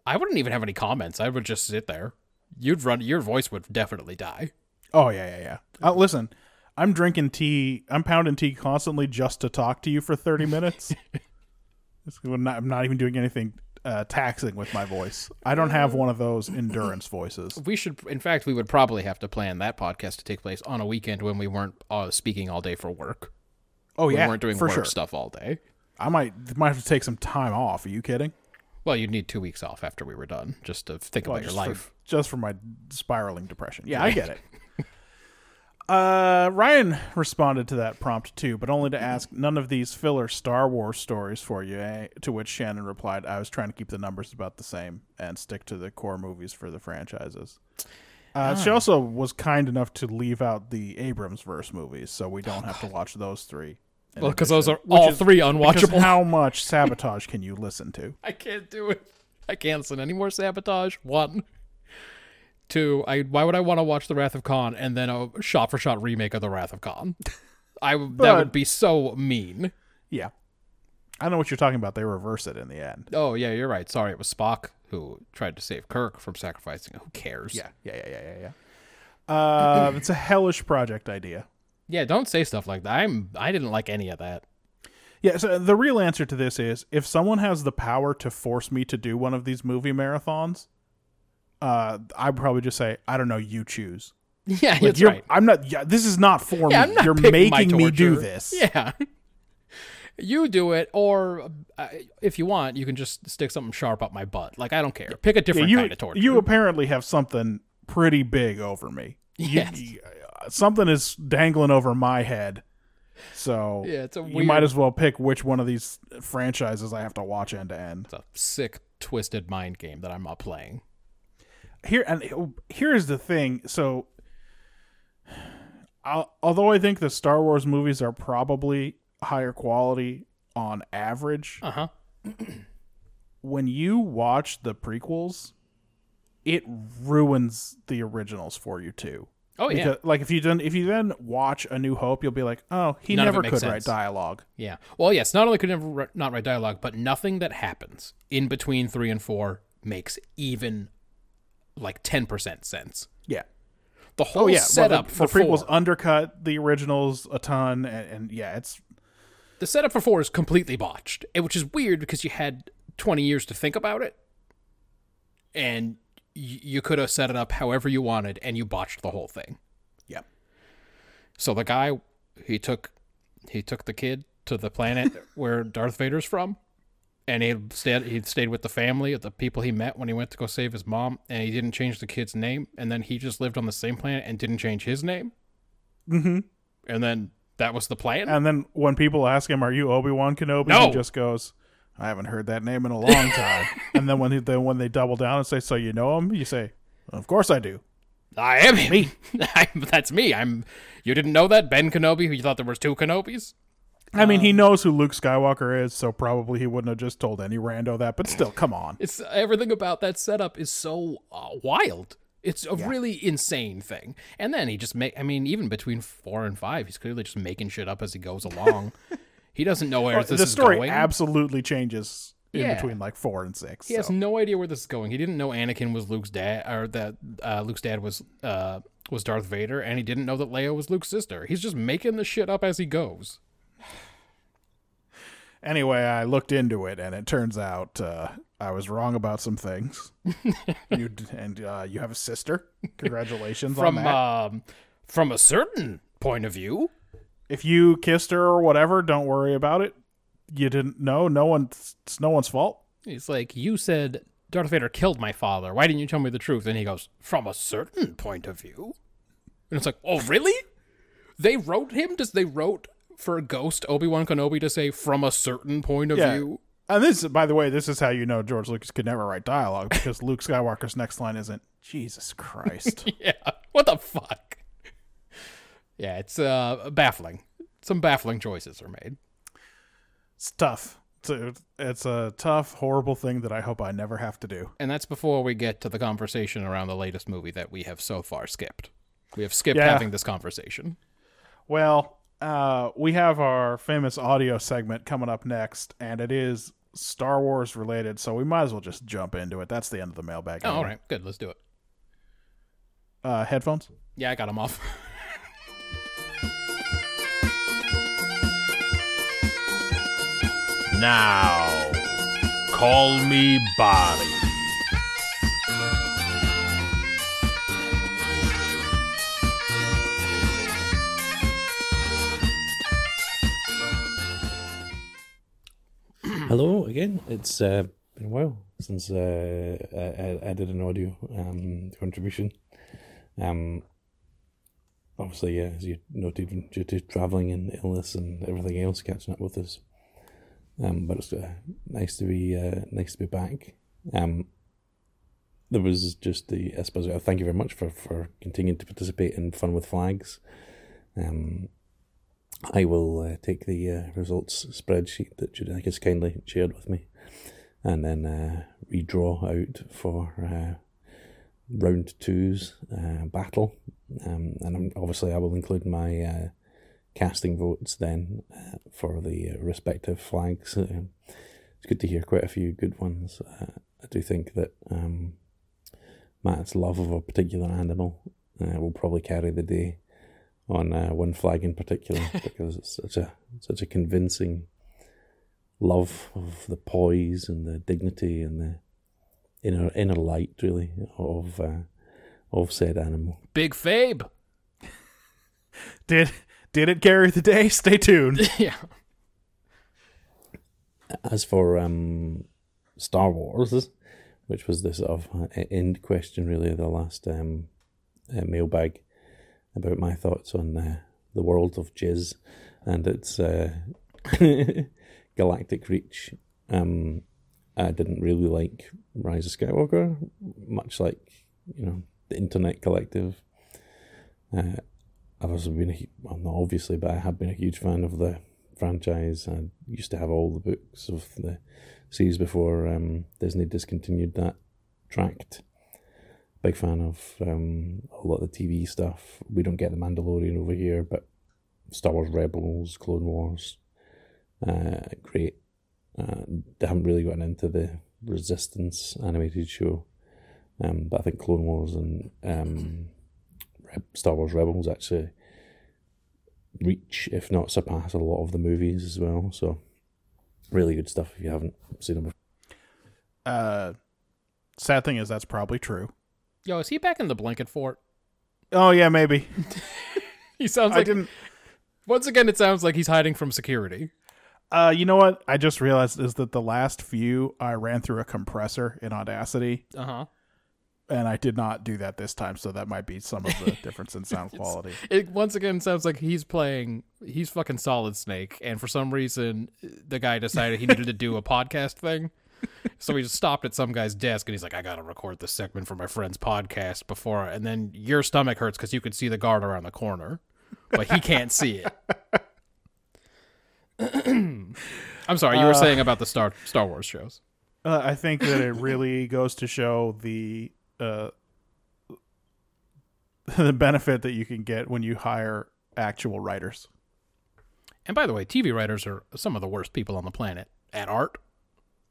Speaker 2: I wouldn't even have any comments. I would just sit there. You'd run. Your voice would definitely die.
Speaker 3: Oh yeah, yeah, yeah. Uh, listen, I'm drinking tea. I'm pounding tea constantly just to talk to you for thirty minutes. It's- I'm not- I'm not even doing anything uh, taxing with my voice. I don't have one of those endurance voices.
Speaker 2: We should, in fact, we would probably have to plan that podcast to take place on a weekend when we weren't uh, speaking all day for work.
Speaker 3: Oh
Speaker 2: We
Speaker 3: yeah,
Speaker 2: weren't doing
Speaker 3: for
Speaker 2: work
Speaker 3: sure.
Speaker 2: stuff all day.
Speaker 3: I might might have to take some time off. Are you kidding?
Speaker 2: Well, you'd need two weeks off after we were done just to think
Speaker 3: Well,
Speaker 2: about your
Speaker 3: just
Speaker 2: life.
Speaker 3: for, just for my spiraling depression. Yeah, I get it. Uh, Ryan responded to that prompt too, but only to ask none of these filler Star Wars stories for you. Eh? To which Shannon replied, "I was trying to keep the numbers about the same and stick to the core movies for the franchises." Uh, She also was kind enough to leave out the Abrams verse movies, so we don't have to watch those three. in
Speaker 2: Well, because
Speaker 3: addition.
Speaker 2: those are
Speaker 3: Which
Speaker 2: all
Speaker 3: is-
Speaker 2: three
Speaker 3: because
Speaker 2: unwatchable.
Speaker 3: How much sabotage can you listen to?
Speaker 2: I can't do it. I can't send any more sabotage. One. Two, I why would I want to watch The Wrath of Khan and then a shot for shot remake of The Wrath of Khan? I that would
Speaker 3: But-
Speaker 2: be so mean.
Speaker 3: Yeah. I know what you're talking about. They reverse it in the end.
Speaker 2: Oh yeah, you're right. Sorry, it was Spock who tried to save Kirk from sacrificing. Who cares?
Speaker 3: Yeah, yeah, yeah, yeah, yeah. Uh, it's a hellish project idea.
Speaker 2: Yeah, don't say stuff like that. I'm I didn't like any of that.
Speaker 3: Yeah, so the real answer to this is if someone has the power to force me to do one of these movie marathons, uh, I'd probably just say, I don't know, you choose.
Speaker 2: Yeah,
Speaker 3: Like,
Speaker 2: that's
Speaker 3: you're,
Speaker 2: right.
Speaker 3: I'm not. Yeah, this is not for
Speaker 2: Yeah,
Speaker 3: me.
Speaker 2: I'm not
Speaker 3: you're
Speaker 2: picking my
Speaker 3: making me do
Speaker 2: torture.
Speaker 3: this.
Speaker 2: Yeah. you do it, or uh, if you want, you can just stick something sharp up my butt. Like I don't care. Pick a
Speaker 3: Yeah,
Speaker 2: different
Speaker 3: you,
Speaker 2: kind of torture.
Speaker 3: you apparently have something pretty big over me. You-
Speaker 2: Yes.
Speaker 3: you- uh, something is dangling over my head. So
Speaker 2: Yeah, it's a
Speaker 3: you
Speaker 2: weird-
Speaker 3: might as well pick which one of these franchises I have to watch end to end.
Speaker 2: it's a sick, twisted mind game that I'm not playing.
Speaker 3: Here and here is the thing. So, I'll, although I think the Star Wars movies are probably higher quality on average,
Speaker 2: Uh huh.
Speaker 3: when you watch the prequels, it ruins the originals for you too.
Speaker 2: Oh yeah,
Speaker 3: Because- like if you then if you then watch A New Hope, you'll be like, oh, he
Speaker 2: None of
Speaker 3: never
Speaker 2: it makes
Speaker 3: could write
Speaker 2: sense.
Speaker 3: dialogue.
Speaker 2: yeah. Well, yes. Not only could never ri- not write dialogue, but nothing that happens in between three and four makes even like ten percent sense.
Speaker 3: Yeah.
Speaker 2: The whole
Speaker 3: Oh, yeah. Well,
Speaker 2: setup
Speaker 3: the,
Speaker 2: for
Speaker 3: the prequels
Speaker 2: four,
Speaker 3: undercut the originals a ton, and, and yeah, it's
Speaker 2: the setup for four is completely botched, and- which is weird because you had twenty years to think about it, and y- you could have set it up however you wanted, and you botched the whole thing.
Speaker 3: yeah.
Speaker 2: So the guy he took he took the kid to the planet where Darth Vader's from, and he stayed he stayed with the family of the people he met when he went to go save his mom, and he didn't change the kid's name, and then he just lived on the same planet and didn't change his name,
Speaker 3: Mm-hmm.
Speaker 2: and then that was the plan.
Speaker 3: And then when people ask him, "Are you Obi Wan Kenobi?"
Speaker 2: No.
Speaker 3: he just goes, "I haven't heard that name in a long time." and then when he, then when they double down and say, "So you know him?" you say, "Of course I do."
Speaker 2: I am him. me. I'm, that's me. I'm. You didn't know that Ben Kenobi? who You thought there was two Kenobis?
Speaker 3: I mean,
Speaker 2: Um,
Speaker 3: he knows who Luke Skywalker is, so probably he wouldn't have just told any rando that. But still, come on.
Speaker 2: It's everything about that setup is so uh, wild. It's a really insane thing. And then he just make. I mean, even between four and five, he's clearly just making shit up as he goes along. he doesn't know where this
Speaker 3: the
Speaker 2: is
Speaker 3: story
Speaker 2: going.
Speaker 3: absolutely changes in
Speaker 2: Yeah.
Speaker 3: between like four and six.
Speaker 2: he has
Speaker 3: so.
Speaker 2: no idea where this is going. He didn't know Anakin was Luke's dad, or that uh, Luke's dad was uh, was Darth Vader, and he didn't know that Leia was Luke's sister. He's just making the shit up as he goes.
Speaker 3: Anyway, I looked into it, and it turns out uh, I was wrong about some things. you d- and uh, you have a sister. Congratulations on
Speaker 2: From
Speaker 3: that.
Speaker 2: um, from a certain point of view,
Speaker 3: if you kissed her or whatever, don't worry about it. You didn't know. No one. It's no one's fault.
Speaker 2: He's like, You said Darth Vader killed my father. Why didn't you tell me the truth? And he goes, From a certain point of view. And it's like, Oh, really? They wrote him? Does they wrote for Ghost Obi Wan Kenobi to say, From a certain point of
Speaker 3: Yeah.
Speaker 2: view?
Speaker 3: And this, by the way, this is how you know George Lucas could never write dialogue because Luke Skywalker's next line isn't "Jesus Christ."
Speaker 2: Yeah. What the fuck? Yeah, it's uh, baffling. Some baffling choices are made.
Speaker 3: it's tough. It's a, it's a tough, horrible thing that I hope I never have to do.
Speaker 2: And that's before we get to the conversation around the latest movie that we have so far skipped. We have skipped
Speaker 3: Yeah.
Speaker 2: having this conversation.
Speaker 3: Well, uh, we have our famous audio segment coming up next, and it is Star Wars related, so we might as well just jump into it. That's the end of the mailbag.
Speaker 2: Oh, all right. Good. Let's do it.
Speaker 3: Uh, headphones.
Speaker 2: Yeah, I got him off.
Speaker 4: Now, call me Bobby.
Speaker 1: Hello again. It's uh, been a while since uh, I, I- I did an audio um, contribution. Um, obviously, yeah, as you noted, due to travelling and illness and everything else catching up with us. Um, but it's uh, nice to be uh, nice to be back. Um, there was just the I suppose uh, thank you very much for for continuing to participate in fun with flags. Um, I will uh, take the uh, results spreadsheet that Judaik has kindly shared with me and then uh, redraw out for uh, round two's uh, battle. Um, and I'm, obviously, I will include my uh, casting votes then uh, for the uh, respective flags. Um, it's good to hear quite a few good ones. Uh, I do think that um, Matt's love of a particular animal uh, will probably carry the day on uh, one flag in particular because it's such a such a convincing love of the poise and the dignity and the inner inner light really of uh, of said animal.
Speaker 2: Big Fabe.
Speaker 3: Did did it carry the day? Stay tuned.
Speaker 2: yeah.
Speaker 5: As for um, Star Wars, which was the sort of uh, end question, really, of the last um, uh, mailbag about my thoughts on uh, the world of Jizz and its uh, galactic reach. Um, I didn't really like Rise of Skywalker, much like you know the Internet Collective. Uh, I've also been a, hu- well, not obviously, but I have been a huge fan of the franchise. I used to have all the books of the series before um, Disney discontinued that tract. Big fan of um, a lot of the TV stuff. We don't get the Mandalorian over here, but Star Wars Rebels, Clone Wars, uh, great. Uh, they haven't really gotten into the Resistance animated show, um, but I think Clone Wars and um, Re- Star Wars Rebels actually reach, if not surpass, a lot of the movies as well. So, really good stuff if you haven't seen them. Before.
Speaker 3: Uh, sad thing is that's probably true.
Speaker 2: Yo, is he back in the blanket fort?
Speaker 3: Oh yeah, maybe.
Speaker 2: He sounds
Speaker 3: I
Speaker 2: like
Speaker 3: didn't.
Speaker 2: once again it sounds like he's hiding from security.
Speaker 3: Uh, you know what? I just realized is that the last few I ran through a compressor in Audacity,
Speaker 2: Uh-huh.
Speaker 3: and I did not do that this time. So that might be some of the difference in sound quality.
Speaker 2: It once again sounds like he's playing he's fucking solid snake and for some reason the guy decided he needed to do a podcast thing. So he just stopped at some guy's desk and he's like, I gotta record this segment for my friend's podcast before I-" and then your stomach hurts because you can see the guard around the corner. But he can't see it. I'm sorry, you were saying about the Star Star Wars shows.
Speaker 3: Uh, I think that it really goes to show the uh, the benefit that you can get when you hire actual writers.
Speaker 2: And by the way, TV writers are some of the worst people on the planet at art.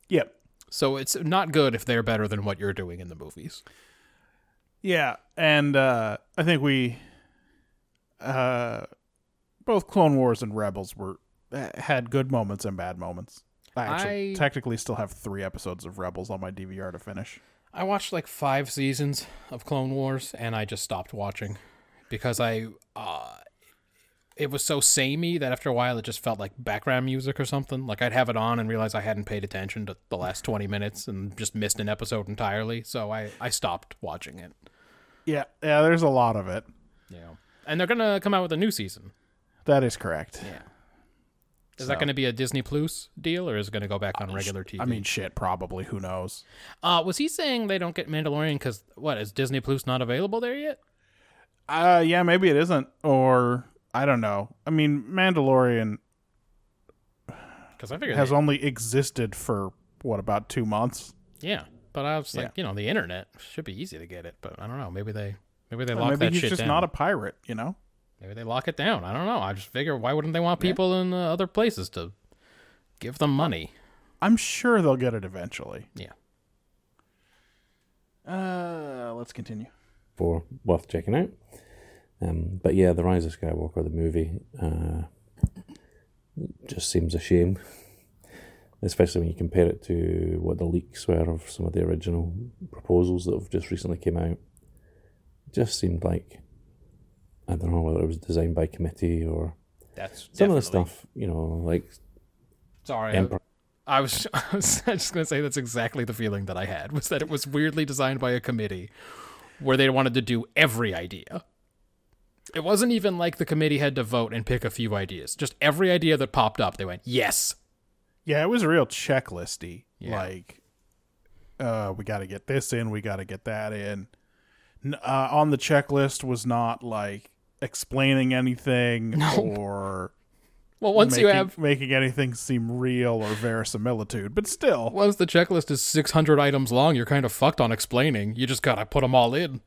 Speaker 3: Yep.
Speaker 2: So it's not good if they're better than what you're doing in the movies.
Speaker 3: Yeah, and uh, I think we uh, both Clone Wars and Rebels were uh, had good moments and bad moments. I actually
Speaker 2: I-
Speaker 3: technically still have three episodes of Rebels on my DVR to finish.
Speaker 2: I watched like five seasons of Clone Wars and I just stopped watching because I uh it was so samey that after a while it just felt like background music or something. Like I'd have it on and realize I hadn't paid attention to the last 20 minutes and just missed an episode entirely. So I I stopped watching it.
Speaker 3: Yeah, yeah, there's a lot of it.
Speaker 2: Yeah. And they're going to come out with a new season.
Speaker 3: That is correct.
Speaker 2: Yeah. Is that going to be a Disney Plus deal or is it going to go back on regular TV?
Speaker 3: Uh, I mean, shit, probably. Who knows?
Speaker 2: uh, was he saying they don't get Mandalorian because what is Disney Plus not available there yet?
Speaker 3: Uh, yeah, maybe it isn't, or I don't know. I mean, Mandalorian
Speaker 2: Because I figured
Speaker 3: has
Speaker 2: they-
Speaker 3: only existed for what about two months?
Speaker 2: yeah, but I was like,
Speaker 3: Yeah.
Speaker 2: you know, the internet should be easy to get it, but I don't know. Maybe they maybe they
Speaker 3: Or
Speaker 2: lock
Speaker 3: maybe
Speaker 2: that
Speaker 3: he's
Speaker 2: shit
Speaker 3: just
Speaker 2: down.
Speaker 3: not a pirate, you know?
Speaker 2: Maybe they lock it down. I don't know. I just figure why wouldn't they want people in uh, other places to give them money?
Speaker 3: I'm sure they'll get it eventually.
Speaker 2: Yeah.
Speaker 3: Uh, let's continue.
Speaker 5: for worth checking out. Um, but yeah, The Rise of Skywalker, the movie, uh, just seems a shame, especially when you compare it to what the leaks were of some of the original proposals that have just recently came out. Just seemed like I don't know whether it was designed by committee or
Speaker 2: That's
Speaker 5: some of the stuff, you know, like
Speaker 2: Sorry, I-
Speaker 5: Emperor.
Speaker 2: I was, I was just going to say that's exactly the feeling that I had was that it was weirdly designed by a committee where they wanted to do every idea. It wasn't even like the committee had to vote and pick a few ideas. Just every idea that popped up, they went, yes.
Speaker 3: Yeah, it was real checklisty.
Speaker 2: Yeah.
Speaker 3: Like, uh, we got to get this in, we got to get that in. N- Uh, on the checklist was not like explaining anything or
Speaker 2: Well, once
Speaker 3: making,
Speaker 2: you have,
Speaker 3: making anything seem real or verisimilitude, but still,
Speaker 2: once the checklist is 600 items long, you're kind of fucked on explaining. You just got to put them all in.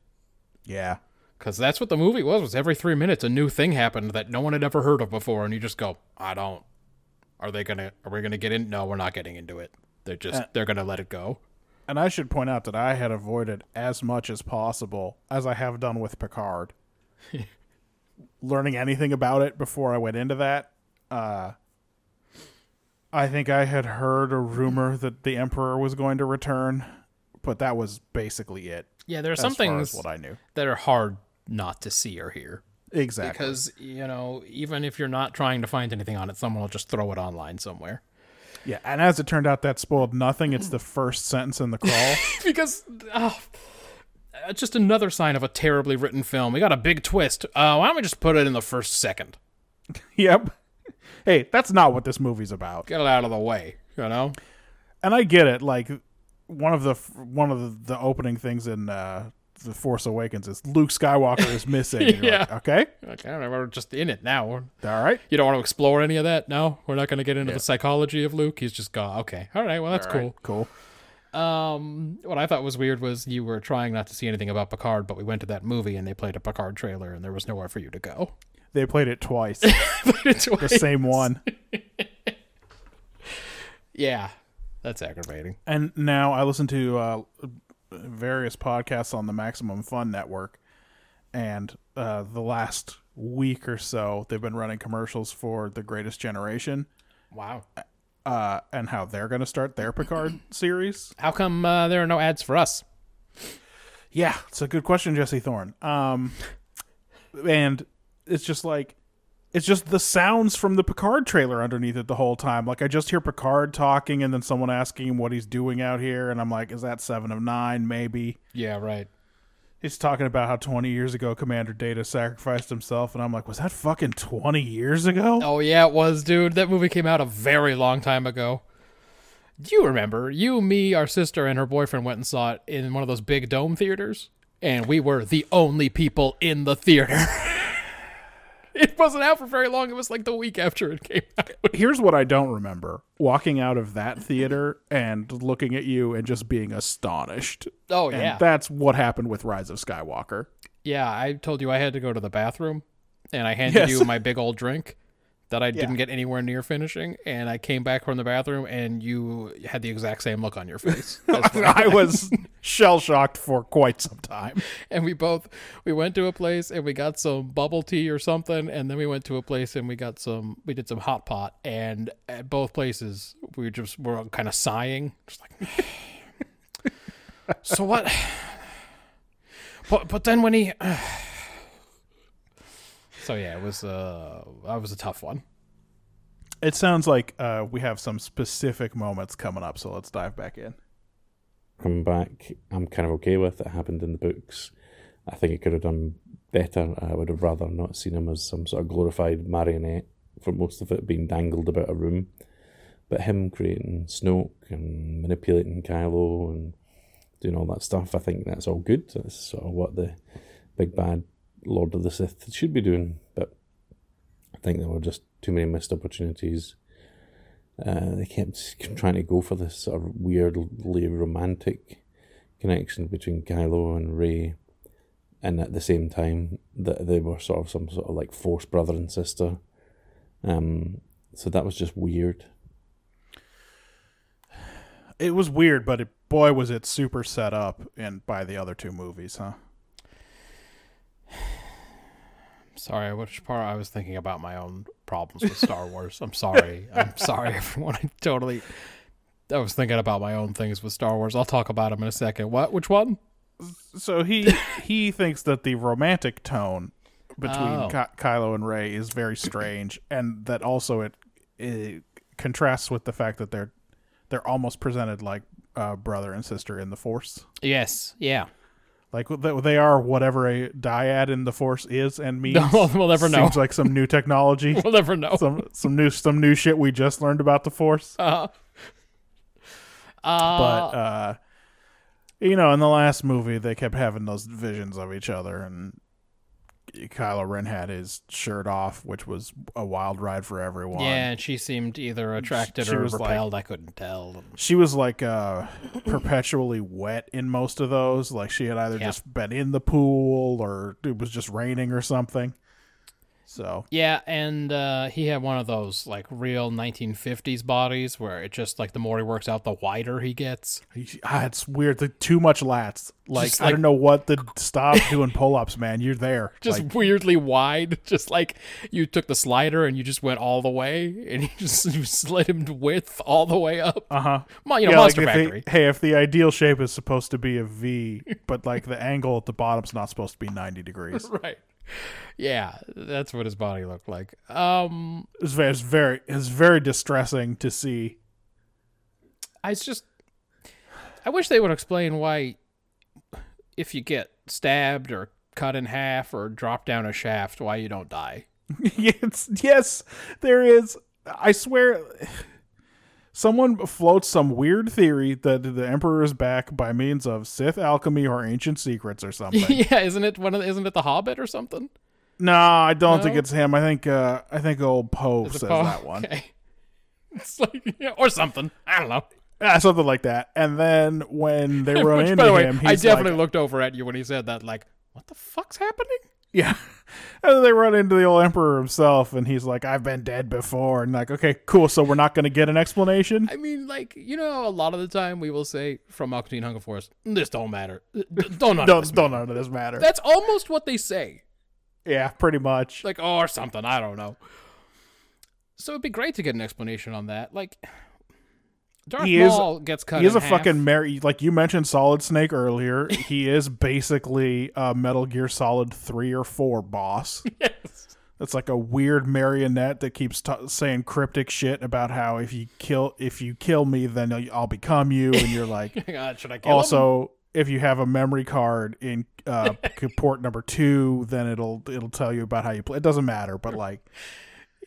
Speaker 3: yeah,
Speaker 2: Because that's what the movie was, was every three minutes a new thing happened that no one had ever heard of before. And you just go, I don't, are they going to, are we going to get in? No, we're not getting into it. They're just, they're going to let it go.
Speaker 3: And I should point out that I had avoided as much as possible as I have done with Picard. Learning anything about it before I went into that, uh, I think I had heard a rumor that the Emperor was going to return, but that was basically it.
Speaker 2: Yeah, there are
Speaker 3: As
Speaker 2: some
Speaker 3: far
Speaker 2: things
Speaker 3: as what I knew.
Speaker 2: that are hard not to see or hear
Speaker 3: Exactly.
Speaker 2: because you know even if you're not trying to find anything on it, someone will just throw it online somewhere.
Speaker 3: Yeah, and as it turned out, that spoiled nothing. It's the first sentence in the crawl.
Speaker 2: because oh, uh, just another sign of a terribly written film. We got a big twist. Uh, why don't we just put it in the first second?
Speaker 3: yep. Hey, that's not what this movie's about.
Speaker 2: Get it out of the way. You know,
Speaker 3: And I get it. Like one of the one of the, the opening things in uh, the Force Awakens is Luke Skywalker is missing. And you're like,
Speaker 2: Yeah.
Speaker 3: okay.
Speaker 2: okay, all right, we're just in it now. We're-
Speaker 3: All right.
Speaker 2: You don't want to explore any of that. No, we're not going to get into the psychology of Luke. He's just gone. Okay, all right, well that's cool.
Speaker 3: Cool.
Speaker 2: Um, what I thought was weird was you were trying not to see anything about Picard, but we went to that movie and they played a Picard trailer, and there was nowhere for you to go.
Speaker 3: They played it twice.
Speaker 2: It's
Speaker 3: the
Speaker 2: weird.
Speaker 3: same one.
Speaker 2: yeah, that's aggravating.
Speaker 3: And now I listen to uh, various podcasts on the Maximum Fun Network, and uh, the last week or so they've been running commercials for The Greatest Generation
Speaker 2: Wow.
Speaker 3: uh, and how they're going to start their Picard series.
Speaker 2: How come uh, there are no ads for us?
Speaker 3: Yeah, it's a good question, Jesse Thorne. Um, and it's just like it's just the sounds from the Picard trailer underneath it the whole time. Like I just hear Picard talking, and then someone asking him what he's doing out here, and I'm like, is that Seven of Nine? Maybe.
Speaker 2: Yeah, right.
Speaker 3: He's talking about how 20 years ago Commander Data sacrificed himself, and I'm like, was that fucking 20 years ago?
Speaker 2: Oh yeah, it was, dude. That movie came out a very long time ago. Do you remember? You, me, our sister, and her boyfriend went and saw it in one of those big dome theaters, and we were the only people in the theater. it wasn't out for very long. It was like the week after it came out.
Speaker 3: Here's what I don't remember walking out of that theater and looking at you and just being astonished.
Speaker 2: Oh
Speaker 3: And
Speaker 2: yeah,
Speaker 3: that's what happened with Rise of Skywalker.
Speaker 2: yeah. I told you I had to go to the bathroom, and I handed
Speaker 3: Yes.
Speaker 2: you my big old drink that I didn't get anywhere near finishing, and I came back from the bathroom, and you had the exact same look on your face. That's what
Speaker 3: I was shell shocked for quite some time.
Speaker 2: and we both we went to a place and we got some bubble tea or something and then we went to a place and we got some we did some hot pot and at both places we just were kind of sighing just like so what but but then when he so yeah it was uh that was a tough one
Speaker 3: It sounds like uh, we have some specific moments coming up, so let's dive back in.
Speaker 5: I'm back. I'm kind of okay with it. Happened in the books. I think it could have done better. I would have rather not seen him as some sort of glorified marionette for most of it being dangled about a room. But him creating Snoke and manipulating Kylo and doing all that stuff, I think that's all good. That's sort of what the big bad Lord of the Sith should be doing. But I think there were just too many missed opportunities. Uh, they kept trying to go for this sort of weirdly romantic connection between Kylo and Ray, and at the same time that they were sort of some sort of like forced brother and sister. Um, so that was just weird.
Speaker 3: It was weird, but it, boy, was it super set up and by the other two movies, huh?
Speaker 2: sorry which part i was thinking about my own problems with star wars i'm sorry i'm sorry everyone i totally i was thinking about my own things with star wars i'll talk about them in a second what which one
Speaker 3: So he he thinks that the romantic tone between
Speaker 2: Oh.
Speaker 3: Ky- Kylo and Ray is very strange, and that also it, it contrasts with the fact that they're they're almost presented like uh, brother and sister in the Force.
Speaker 2: yes yeah
Speaker 3: Like th- they are whatever a dyad in the Force is and means.
Speaker 2: we'll never know.
Speaker 3: Seems like some new technology,
Speaker 2: we'll never know
Speaker 3: some some new some new shit we just learned about the Force.
Speaker 2: uh,
Speaker 3: but uh, you know, in the last movie, they kept having those visions of each other, and Kylo Ren had his shirt off, which was a wild ride for everyone.
Speaker 2: yeah and she seemed either attracted
Speaker 3: she
Speaker 2: or
Speaker 3: was like-
Speaker 2: repelled i couldn't tell
Speaker 3: She was like uh, perpetually wet in most of those. Like she had either
Speaker 2: Yeah.
Speaker 3: just been in the pool or it was just raining or something. So
Speaker 2: yeah and uh, he had one of those like real 1950s bodies where it just like the more he works out the wider he gets
Speaker 3: ah, it's weird. The too much lats. Like,
Speaker 2: Just
Speaker 3: I
Speaker 2: like-
Speaker 3: don't know what the stop doing pull ups, man. You're there.
Speaker 2: just
Speaker 3: Like,
Speaker 2: weirdly wide, just like you took the slider and you just went all the way, and you just you slid him to width all the way up. Uh huh. you know,
Speaker 3: yeah, like,
Speaker 2: Monster
Speaker 3: if they-
Speaker 2: Factory.
Speaker 3: hey, if the ideal shape is supposed to be a V, but like the angle at the bottom's not supposed to be ninety degrees.
Speaker 2: Right. Yeah, that's what his body looked like. Um,
Speaker 3: It's very, it's very, it's very distressing to see.
Speaker 2: I was just I wish they would explain why if you get stabbed or cut in half or drop down a shaft, why you don't die.
Speaker 3: yes, yes, there is. I swear, someone floats some weird theory that the Emperor is back by means of Sith alchemy or ancient secrets or something.
Speaker 2: yeah, isn't it one of the, isn't it the Hobbit or something?
Speaker 3: no, I don't
Speaker 2: No?
Speaker 3: think it's him. I think uh, I think old Poe
Speaker 2: Is it
Speaker 3: says
Speaker 2: Paul?
Speaker 3: that one.
Speaker 2: Okay. It's like yeah, or something. I don't know.
Speaker 3: Ah, something like that. And then when they run
Speaker 2: Which,
Speaker 3: into
Speaker 2: by the way,
Speaker 3: him, he's
Speaker 2: I definitely
Speaker 3: like,
Speaker 2: looked over at you when he said that. Like, what the fuck's happening?
Speaker 3: yeah. And then they run into the old Emperor himself, and he's like, "I've been dead before." And like, okay, cool. So we're not going to get an explanation.
Speaker 2: I mean, like you know, a lot of the time we will say from Octane Hunger Force, this don't matter. D- Don't none of
Speaker 3: don't
Speaker 2: this
Speaker 3: don't none of this matter.
Speaker 2: That's almost what they say.
Speaker 3: yeah, pretty much.
Speaker 2: Like, oh, or something. I don't know. So it'd be great to get an explanation on that. Like, Darth
Speaker 3: He is-
Speaker 2: Maul gets cut.
Speaker 3: he is
Speaker 2: in
Speaker 3: a
Speaker 2: half.
Speaker 3: fucking mer- like you mentioned solid snake earlier he is basically uh metal gear solid 3 or 4 boss
Speaker 2: Yes.
Speaker 3: that's like a weird marionette that keeps t- saying cryptic shit about how if you kill if you kill me then I'll- i'll become you and you're like
Speaker 2: God, should I kill him?
Speaker 3: also if you have a memory card in uh port number 2 then it'll it'll tell you about how you play it doesn't matter but like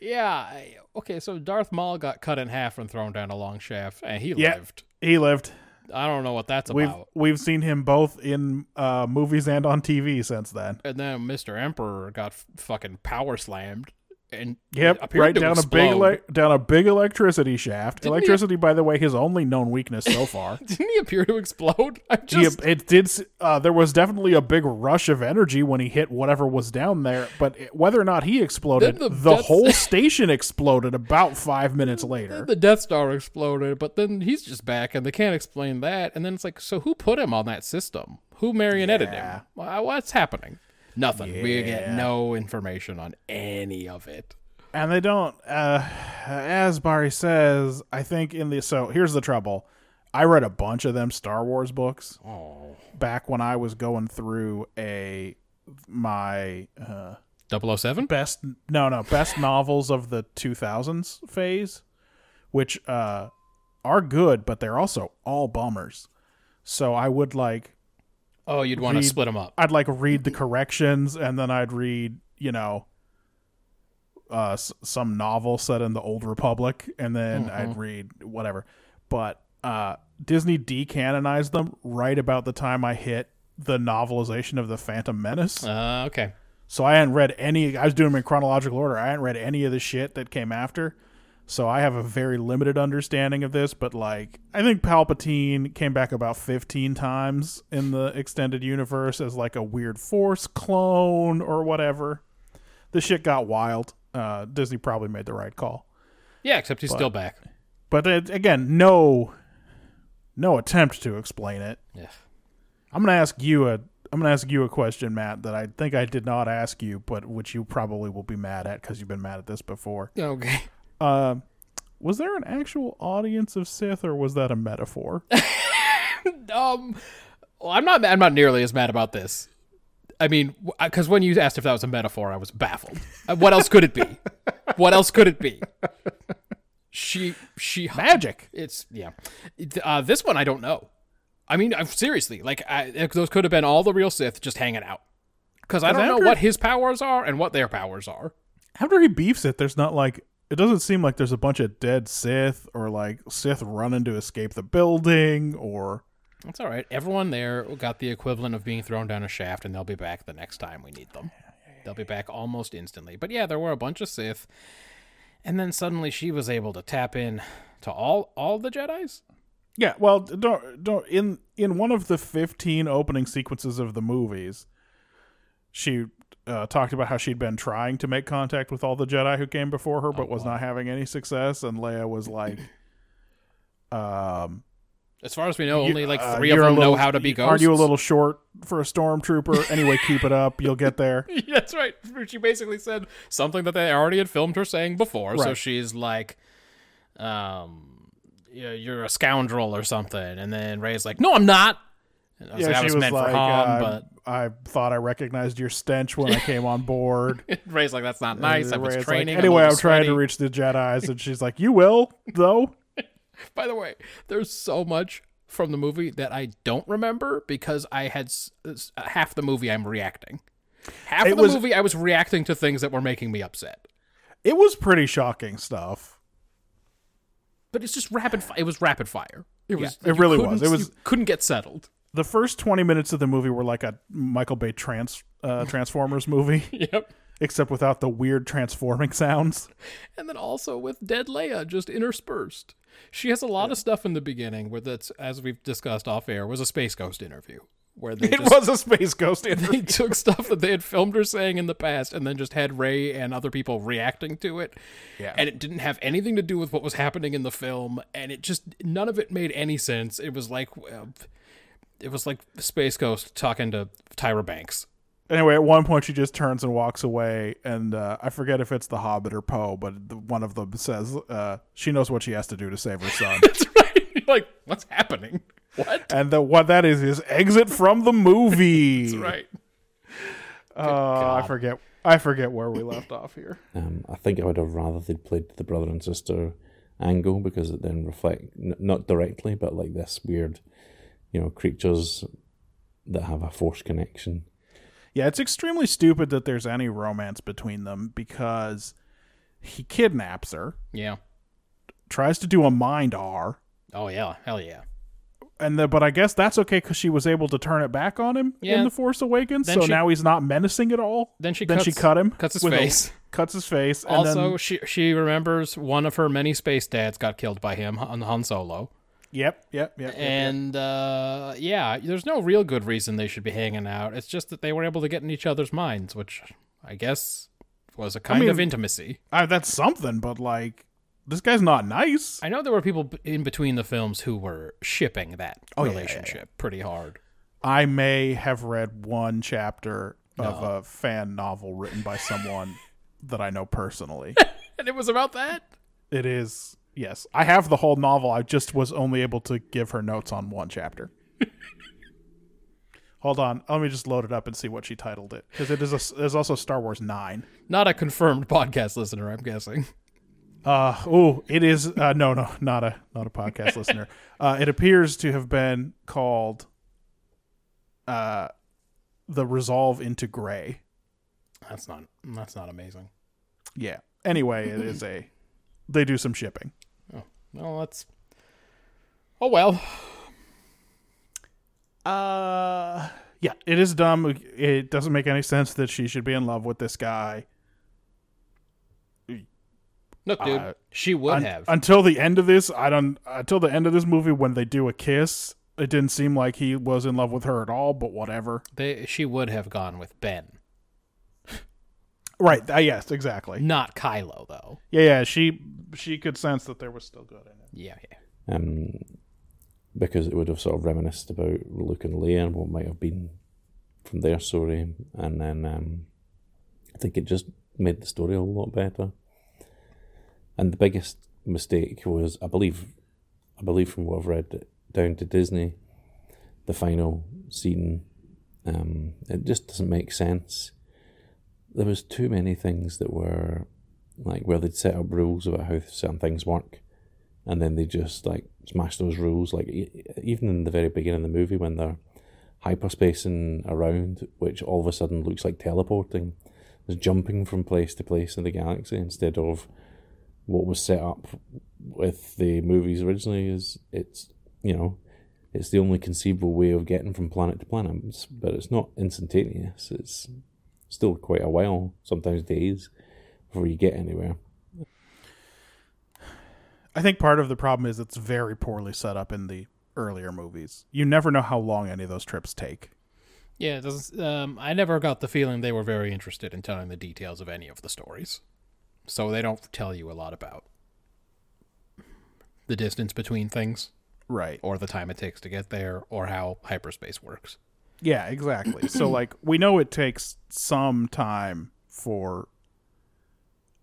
Speaker 2: Yeah. I- Okay, so Darth Maul got cut in half and thrown down a long shaft, and he
Speaker 3: Yeah.
Speaker 2: lived.
Speaker 3: he lived
Speaker 2: I don't know what that's
Speaker 3: we've
Speaker 2: about.
Speaker 3: we've seen him both in uh movies and on tv since then
Speaker 2: And then Mr. Emperor got f- fucking power slammed. And
Speaker 3: Yep,
Speaker 2: appeared
Speaker 3: right
Speaker 2: to
Speaker 3: down a big
Speaker 2: explode.
Speaker 3: ele- down a big electricity shaft.
Speaker 2: Didn't he-
Speaker 3: electricity, by the way, his only known weakness so far.
Speaker 2: Didn't he appear to explode? I
Speaker 3: He-
Speaker 2: just
Speaker 3: it did. s- Uh, there was definitely a big rush of energy when he hit whatever was down there. But it- whether or not he exploded,
Speaker 2: Then
Speaker 3: the,
Speaker 2: the- that's-
Speaker 3: whole station exploded about five minutes later.
Speaker 2: the Death Star exploded, but then he's just back, and they can't explain that. And then it's like, so who put him on that system? Who marionetted
Speaker 3: Yeah.
Speaker 2: him? Why- What's happening? Nothing. We get
Speaker 3: Yeah.
Speaker 2: no information on any of it.
Speaker 3: and they don't. Uh, as Barry says, I think in the so here's the trouble. I read a bunch of them Star Wars books back when I was going through a my. Uh,
Speaker 2: 007?
Speaker 3: best no no best novels of the 2000s phase which uh are good but they're also all bummers so i would like
Speaker 2: Oh, you'd want to
Speaker 3: Read-
Speaker 2: split him up.
Speaker 3: i'd like read the corrections and then i'd read you know uh s- some novel set in the old republic and then i'd read whatever but uh disney decanonized them right about the time i hit the novelization of the phantom menace
Speaker 2: Uh, okay.
Speaker 3: so I hadn't read any. I was doing them in chronological order. I hadn't read any of the shit that came after. So I have a very limited understanding of this. But like, I think Palpatine came back about fifteen times in the extended universe as like a weird Force clone or whatever. The shit got wild. Uh, Disney probably made the right call.
Speaker 2: Yeah, except he's still back.
Speaker 3: But it, again, no, no attempt to explain it.
Speaker 2: Yeah.
Speaker 3: I'm gonna ask you a I'm gonna ask you a question, Matt, that I think I did not ask you, but which you probably will be mad at because you've been mad at this before.
Speaker 2: Okay.
Speaker 3: Uh, was there an actual audience of Sith, or was that a metaphor?
Speaker 2: Um, well, I'm not. I'm not nearly as mad about this. I mean, because when you asked if that was a metaphor, I was baffled. Uh, What else could it be? What else could it be? She, she, magic. It's yeah. It- Uh, this one I don't know. I mean, i seriously, like I, those could have been all the real Sith just hanging out. Because I don't know
Speaker 3: after-
Speaker 2: what his powers are and what their powers are.
Speaker 3: After he beefs it, there's not like it doesn't seem like there's a bunch of dead Sith or like Sith running to escape the building or
Speaker 2: That's all right. Everyone there got the equivalent of being thrown down a shaft, and they'll be back the next time we need them. They'll be back almost instantly. But yeah, there were a bunch of Sith, and then suddenly she was able to tap in to all all the Jedi's.
Speaker 3: Yeah, well, don't don't in in one of the 15 opening sequences of the movies, she uh, talked about how she'd been trying to make contact with all the Jedi who came before her, but was not having any success. And Leia was like, "Um,
Speaker 2: As far as we know, only
Speaker 3: you-
Speaker 2: like
Speaker 3: uh,
Speaker 2: three of
Speaker 3: you're a
Speaker 2: them know
Speaker 3: little-
Speaker 2: how to be ghosts.
Speaker 3: Aren't you a little short for a stormtrooper? Anyway, keep it up. You'll get there."
Speaker 2: That's right. She basically said something that they already had filmed her saying before. So
Speaker 3: Right.
Speaker 2: she's like, um, "Yeah, you're a scoundrel or something. And then Ray's like, no, I'm not. And I was, like, I was, meant for harm,
Speaker 3: uh,
Speaker 2: but
Speaker 3: I thought I recognized your stench when I came on board."
Speaker 2: Ray's like, that's not nice. I
Speaker 3: And
Speaker 2: was
Speaker 3: Rey's like,
Speaker 2: training.
Speaker 3: anyway,
Speaker 2: I'm,
Speaker 3: I'm trying to reach the Jedi's, and she's like, "You will though."
Speaker 2: By the way, there's so much from the movie that I don't remember because I had s- s- half the movie I'm reacting. Half
Speaker 3: It
Speaker 2: of the
Speaker 3: was-
Speaker 2: movie I was reacting to things that were making me upset.
Speaker 3: It was pretty shocking stuff.
Speaker 2: But it's just rapid. Fi- it was rapid fire. It was.
Speaker 3: it
Speaker 2: you
Speaker 3: really was.
Speaker 2: couldn't-
Speaker 3: It was-
Speaker 2: you couldn't get settled.
Speaker 3: The first 20 minutes of the movie were like a Michael Bay trans uh, Transformers movie,
Speaker 2: Yep.
Speaker 3: except without the weird transforming sounds.
Speaker 2: and then also with dead Leia just interspersed. She has a lot of stuff in the beginning where that's as we've discussed off air was a space ghost interview where they
Speaker 3: It
Speaker 2: just,
Speaker 3: was a space ghost.
Speaker 2: they took stuff that they had filmed her saying in the past and then just had Ray and other people reacting to it. Yeah. And it didn't have anything to do with what was happening in the film and it just none of it made any sense. It was like uh, it was like Space Ghost talking to Tyra Banks.
Speaker 3: anyway, at one point she just turns and walks away, and uh, I forget if it's the Hobbit or Poe, but the, one of them says uh, she knows what she has to do to save her son.
Speaker 2: That's right. You're like what's happening? What?
Speaker 3: and the, what that is is exit from the movie.
Speaker 2: That's right.
Speaker 3: Oh, I forget. I forget where we left off here.
Speaker 5: Um, I think I would have rather they'd played the brother and sister angle because it then reflect n- not directly, but like this weird, you know, creatures that have a force connection.
Speaker 3: Yeah, it's extremely stupid that there's any romance between them because he kidnaps her,
Speaker 2: Yeah.
Speaker 3: tries to do a mind R,
Speaker 2: Oh yeah, hell yeah.
Speaker 3: and the, but I guess that's okay because she was able to turn it back on him
Speaker 2: Yeah.
Speaker 3: in the Force Awakens.
Speaker 2: Then
Speaker 3: So
Speaker 2: she-
Speaker 3: now he's not menacing at all.
Speaker 2: Then she
Speaker 3: then
Speaker 2: cuts,
Speaker 3: she cut him,
Speaker 2: cuts his
Speaker 3: with a-
Speaker 2: face.
Speaker 3: cuts his face. And
Speaker 2: also,
Speaker 3: then,
Speaker 2: she she remembers one of her many space dads got killed by him on Han Solo,
Speaker 3: yep, yep, yep. yep,
Speaker 2: and uh, yeah, there's no real good reason they should be hanging out. It's just that they were able to get in each other's minds, which I guess was a kind
Speaker 3: mean-
Speaker 2: of intimacy.
Speaker 3: yep. I, Uh, that's something, but like this guy's not nice.
Speaker 2: I know there were people b- in between the films who were shipping that
Speaker 3: Oh, yeah, yeah, yeah.
Speaker 2: relationship pretty hard.
Speaker 3: I may have read one chapter of a fan novel written by someone that I know personally.
Speaker 2: And it was about that.
Speaker 3: It is yes. I have the whole novel. I just was only able to give her notes on one chapter. Hold on, let me just load it up and see what she titled it because it is a, there's also Star Wars Nine.
Speaker 2: Not a confirmed podcast listener, I'm guessing.
Speaker 3: Uh, oh, it is uh, no, no, not a not a podcast listener. Uh, it appears to have been called uh, the Resolve into Gray.
Speaker 2: That's not that's not amazing.
Speaker 3: Yeah. Anyway, it is a they do some shipping.
Speaker 2: Well, that's oh well.
Speaker 3: Uh, yeah, it is dumb. It doesn't make any sense that she should be in love with this guy
Speaker 2: Look, dude,
Speaker 3: Uh,
Speaker 2: she would
Speaker 3: Un-
Speaker 2: have.
Speaker 3: until the end of this. I don't until the end of this movie when they do a kiss. It didn't seem like he was in love with her at all, but whatever.
Speaker 2: they, she would have gone with Ben,
Speaker 3: Right? Uh, yes, exactly.
Speaker 2: not Kylo, though.
Speaker 3: Yeah, yeah. She she could sense that there was still good in it.
Speaker 2: Yeah, yeah.
Speaker 5: Um, because it would have sort of reminisced about Luke and Leia and what might have been from their story, and then um, I think it just made the story a lot better. And the biggest mistake was, I believe, I believe from what I've read down to Disney, the final scene, um, it just doesn't make sense. There was too many things that were like where they'd set up rules about how certain things work, and then they just like smash those rules. Like e- even in the very beginning of the movie when they're hyperspacing around, which all of a sudden looks like teleporting, is jumping from place to place in the galaxy instead of what was set up with the movies originally. Is it's you know. It's the only conceivable way of getting from planet to planet, It's- but it's not instantaneous. It's still quite a while, sometimes days, before you get anywhere.
Speaker 3: I think part of the problem is it's very poorly set up in the earlier movies. You never know how long any of those trips take.
Speaker 2: Yeah, it doesn't, um, I never got the feeling they were very interested in telling the details of any of the stories, so they don't tell you a lot about the distance between things,
Speaker 3: Right.
Speaker 2: or the time it takes to get there, or how hyperspace works.
Speaker 3: Yeah, exactly. so like we know it takes some time for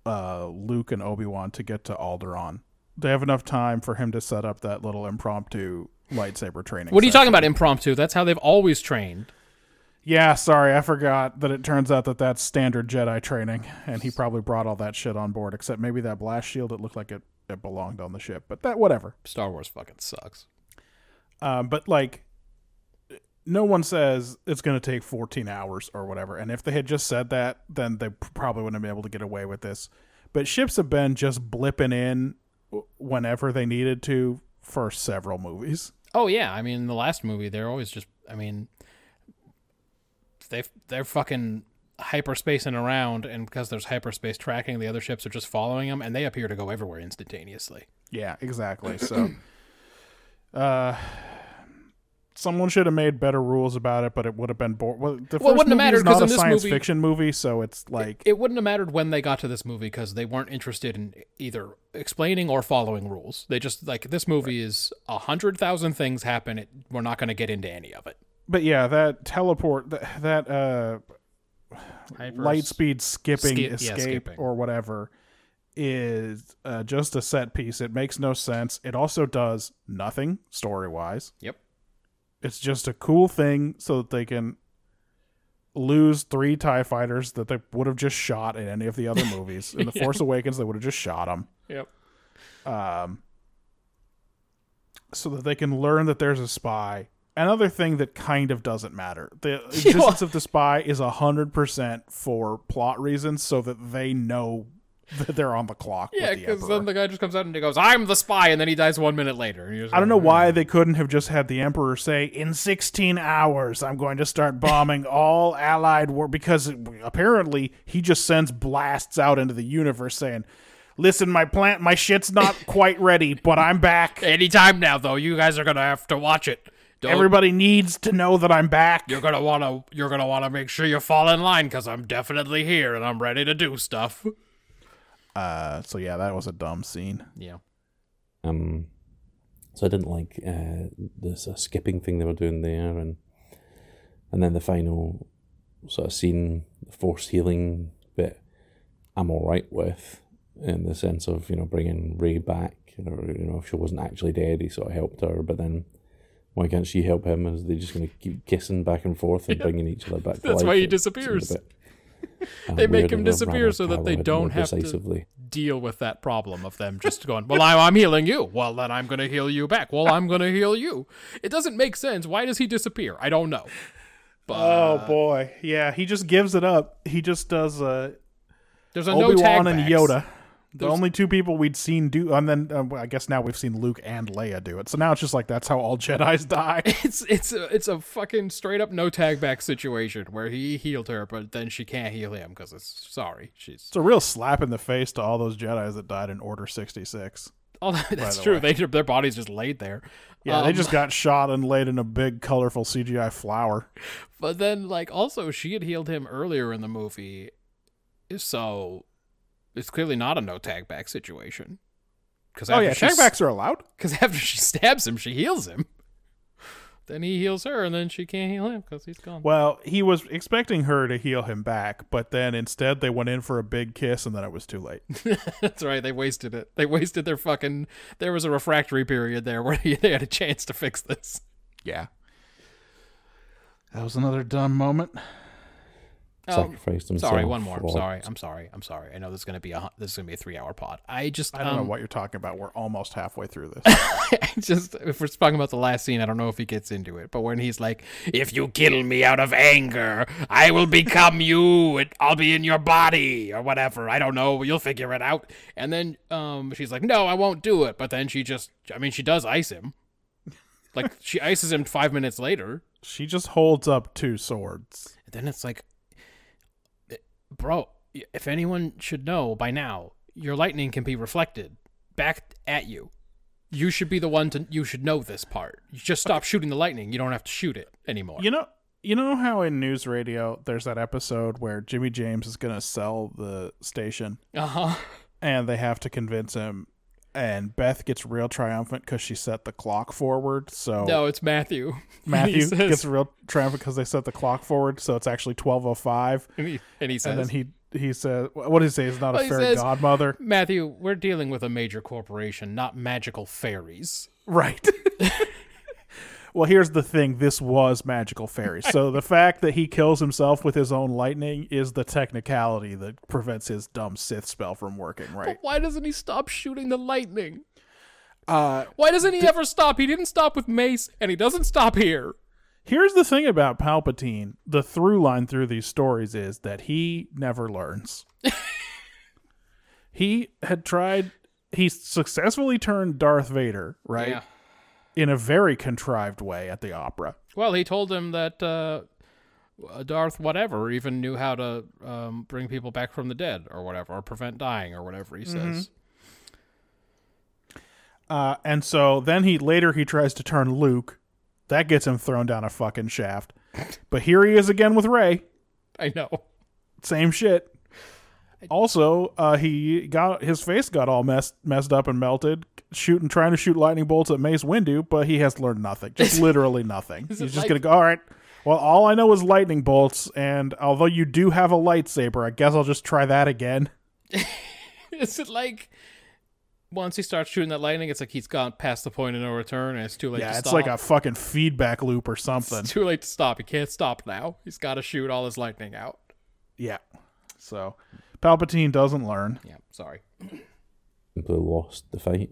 Speaker 3: uh Luke and Obi-Wan to get to Alderaan. They have enough time for him to set up that little impromptu lightsaber training.
Speaker 2: What are you
Speaker 3: session.
Speaker 2: talking about? Impromptu? That's how they've always trained.
Speaker 3: Yeah, sorry, I forgot that it turns out that that's standard Jedi training and he probably brought all that shit on board except maybe that blast shield it looked like it that belonged on the ship, but that whatever.
Speaker 2: Star Wars fucking sucks.
Speaker 3: Um, but like, no one says it's going to take 14 hours or whatever. And if they had just said that, then they p- probably wouldn't have been able to get away with this. But ships have been just blipping in w- whenever they needed to for several movies.
Speaker 2: Oh yeah, I mean the last movie they're always just I mean they they're fucking hyperspacing around and because there's hyperspace tracking the other ships are just following them and they appear to go everywhere instantaneously.
Speaker 3: Yeah, exactly. So, uh, someone should have made better rules about it, but it would have been boring. Well, the
Speaker 2: Well, it wouldn't have
Speaker 3: first movie is
Speaker 2: mattered 'cause
Speaker 3: not a
Speaker 2: in this
Speaker 3: science
Speaker 2: movie-
Speaker 3: fiction movie, so it's like
Speaker 2: It wouldn't have mattered when they got to this movie because they weren't interested in either explaining or following rules. They just like this movie is a hundred thousand things happen. It, we're not going to get into any of it.
Speaker 3: but yeah, that teleport, that, that uh, light speed skipping
Speaker 2: Skip- yeah,
Speaker 3: escape
Speaker 2: skipping.
Speaker 3: or whatever is uh, just a set piece. It makes no sense. It also does nothing story wise.
Speaker 2: Yep.
Speaker 3: It's just a cool thing so that they can lose three TIE fighters that they would have just shot in any of the other movies. In The Force Awakens, they would have just shot them.
Speaker 2: Yep.
Speaker 3: Um, so that they can learn that there's a spy. Another thing that kind of doesn't matter. The existence of the spy is 100% for plot reasons so that they know that they're on the clock.
Speaker 2: Yeah,
Speaker 3: because
Speaker 2: because then the guy just comes out and he goes, "I'm the spy," and then he dies one minute later. And you're just
Speaker 3: I don't know
Speaker 2: like,
Speaker 3: why they couldn't have just had the Emperor say, "In 16 hours, I'm going to start bombing all Allied war," because apparently he just sends blasts out into the universe saying, "Listen, my plant, my shit's not quite ready, but I'm back.
Speaker 2: Anytime now, though, you guys are gonna have to watch it. Don't,
Speaker 3: Everybody needs to know that I'm back."
Speaker 2: you're gonna wanna, you're gonna wanna make sure you fall in line because I'm definitely here and I'm ready to do stuff.
Speaker 3: Uh, so yeah, that was a dumb scene.
Speaker 2: Yeah.
Speaker 5: Um, so I didn't like uh, this uh, skipping thing they were doing there, and and then the final sort of scene, the force healing bit, I'm all right with, in the sense of you know bringing Ray back, or you know if she wasn't actually dead, he sort of helped her, but then. Why can't she help him? Is they just going to keep kissing back and forth and bringing each other back? to
Speaker 2: That's
Speaker 5: life?
Speaker 2: why he
Speaker 5: It seemed a
Speaker 2: disappears.
Speaker 5: bit, uh,
Speaker 2: They make
Speaker 5: weird
Speaker 2: him
Speaker 5: and rather
Speaker 2: disappear so that they
Speaker 5: callow-headed,
Speaker 2: don't
Speaker 5: more
Speaker 2: have to-
Speaker 5: decisively.
Speaker 2: Deal with that problem of them just going, well, I'm, I'm healing you. Well, then I'm gonna heal you back. Well, I'm gonna heal you. It doesn't make sense. Why does he disappear? I don't know. But
Speaker 3: oh boy, yeah, he just gives it up. He just does uh,
Speaker 2: there's a no
Speaker 3: Obi
Speaker 2: tag
Speaker 3: Wan and
Speaker 2: backs.
Speaker 3: Yoda. The only two people we'd seen do, and then um, I guess now we've seen Luke and Leia do it. So now it's just like that's how all Jedi's die.
Speaker 2: It's it's a, it's a fucking straight up no tag back situation where he healed her, but then she can't heal him because it's sorry, she's
Speaker 3: It's a real slap in the face to all those Jedi's that died in Order sixty six.
Speaker 2: Oh, that's
Speaker 3: the
Speaker 2: true.
Speaker 3: way.
Speaker 2: They their bodies just laid there.
Speaker 3: Yeah, they
Speaker 2: Um,
Speaker 3: just got shot and laid in a big colorful CGI flower.
Speaker 2: But then, like, also she had healed him earlier in the movie, so it's clearly not a no tag back situation. Because
Speaker 3: Oh yeah, checkbacks are allowed.
Speaker 2: Because after she stabs him, she heals him. Then he heals her, and then she can't heal him because he's gone.
Speaker 3: Well, he was expecting her to heal him back, but then instead they went in for a big kiss, and then it was too late.
Speaker 2: That's right. They wasted it. They wasted their fucking. There was a refractory period there where they had a chance to fix this.
Speaker 3: Yeah. That was another dumb moment.
Speaker 2: Um,
Speaker 5: Sacrificed himself.
Speaker 2: sorry, one more. I'm
Speaker 5: or-
Speaker 2: sorry. I'm sorry. I'm sorry. I know this is gonna be a hu- this is gonna be a three hour pod. I just
Speaker 3: I don't know
Speaker 2: um,
Speaker 3: what you're talking about. We're almost halfway through this.
Speaker 2: I just if we're talking about the last scene, I don't know if he gets into it, but when he's like, "If you kill me out of anger, I will become you, and I'll be in your body or whatever." I don't know. You'll figure it out. And then um, she's like, "No, I won't do it." But then she just, I mean, she does ice him. Like she ices him five minutes later.
Speaker 3: she just holds up two swords.
Speaker 2: And then it's like, eh, bro, if anyone should know by now, your lightning can be reflected back at you. You should be the one to. You should know this part. You just stop shooting the lightning. You don't have to shoot it anymore.
Speaker 3: You know, you know how in news radio there's that episode where Jimmy James is going to sell the station,
Speaker 2: Uh huh.
Speaker 3: and they have to convince him. And Beth gets real triumphant because she set the clock forward. So
Speaker 2: No, it's Matthew.
Speaker 3: Oh. Matthew
Speaker 2: he says,
Speaker 3: gets real triumphant because they set the clock forward. So it's actually twelve oh five.
Speaker 2: and he, and he says,
Speaker 3: And then he he says, "What did he say? He's not
Speaker 2: Oh,
Speaker 3: a
Speaker 2: he
Speaker 3: fair
Speaker 2: says-
Speaker 3: godmother,
Speaker 2: Matthew, we're dealing with a major corporation, not magical fairies.
Speaker 3: right?" Well, here's the thing: this was magical fairy, so the fact that he kills himself with his own lightning is the technicality that prevents his dumb Sith spell from working. Right?
Speaker 2: Why doesn't he stop shooting the lightning?
Speaker 3: Uh,
Speaker 2: Why doesn't he ever stop? He didn't stop with Mace, and he doesn't stop here.
Speaker 3: Here's the thing about Palpatine. The through line through these stories is that he never learns. he had tried he successfully turned Darth Vader, right? In a very contrived way at the opera.
Speaker 2: Well, he told him that uh, Darth whatever even knew how to um, bring people back from the dead or whatever, or prevent dying or whatever he says.
Speaker 3: Uh, and so then he later he tries to turn Luke. That gets him thrown down a fucking shaft. But here he is again with Ray. Mm-hmm.
Speaker 2: I know.
Speaker 3: Same shit. Also, uh, he got his face got all messed messed up and melted, shooting trying to shoot lightning bolts at Mace Windu, but he has learned nothing. Just literally nothing. He's
Speaker 2: it
Speaker 3: just
Speaker 2: like-
Speaker 3: gonna go, all right. Well, all I know is lightning bolts, and although you do have a lightsaber, I guess I'll just try that again.
Speaker 2: Is it like once he starts shooting that lightning, it's like he's gone past the point of no return, and it's too late.
Speaker 3: yeah,
Speaker 2: to
Speaker 3: it's
Speaker 2: stop.
Speaker 3: like a fucking feedback loop or something.
Speaker 2: It's too late to stop. He can't stop now. He's got to shoot all his lightning out.
Speaker 3: yeah. So Palpatine doesn't learn.
Speaker 2: Yeah, sorry.
Speaker 5: simply lost the fight.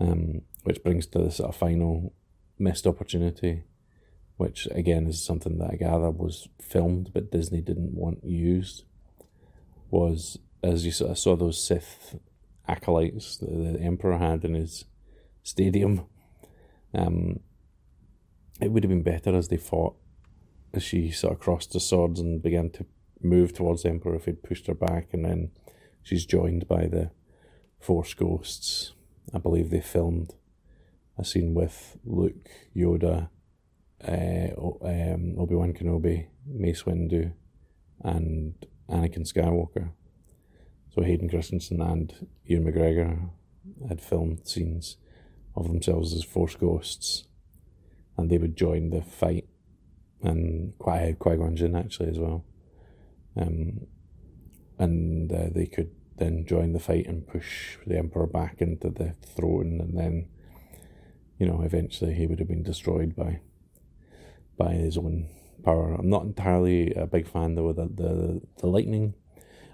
Speaker 5: Um, which brings to the sort of final missed opportunity, which again is something that I gather was filmed but Disney didn't want used. Was as you sort of saw those Sith acolytes that the Emperor had in his stadium. Um, it would have been better as they fought, as she sort of crossed the swords and began to move towards the Emperor if he'd pushed her back, and then she's joined by the Force Ghosts. I believe they filmed a scene with Luke, Yoda, uh, O- um, Obi Wan Kenobi, Mace Windu, and Anakin Skywalker. So Hayden Christensen and Ian McGregor had filmed scenes of themselves as Force Ghosts, and they would join the fight. And Qui Qui Gon Jinn actually as well. Um, and uh, they could then join the fight and push the emperor back into the throne, and then, you know, eventually he would have been destroyed by, by his own power. I'm not entirely a big fan though of the the, the lightning.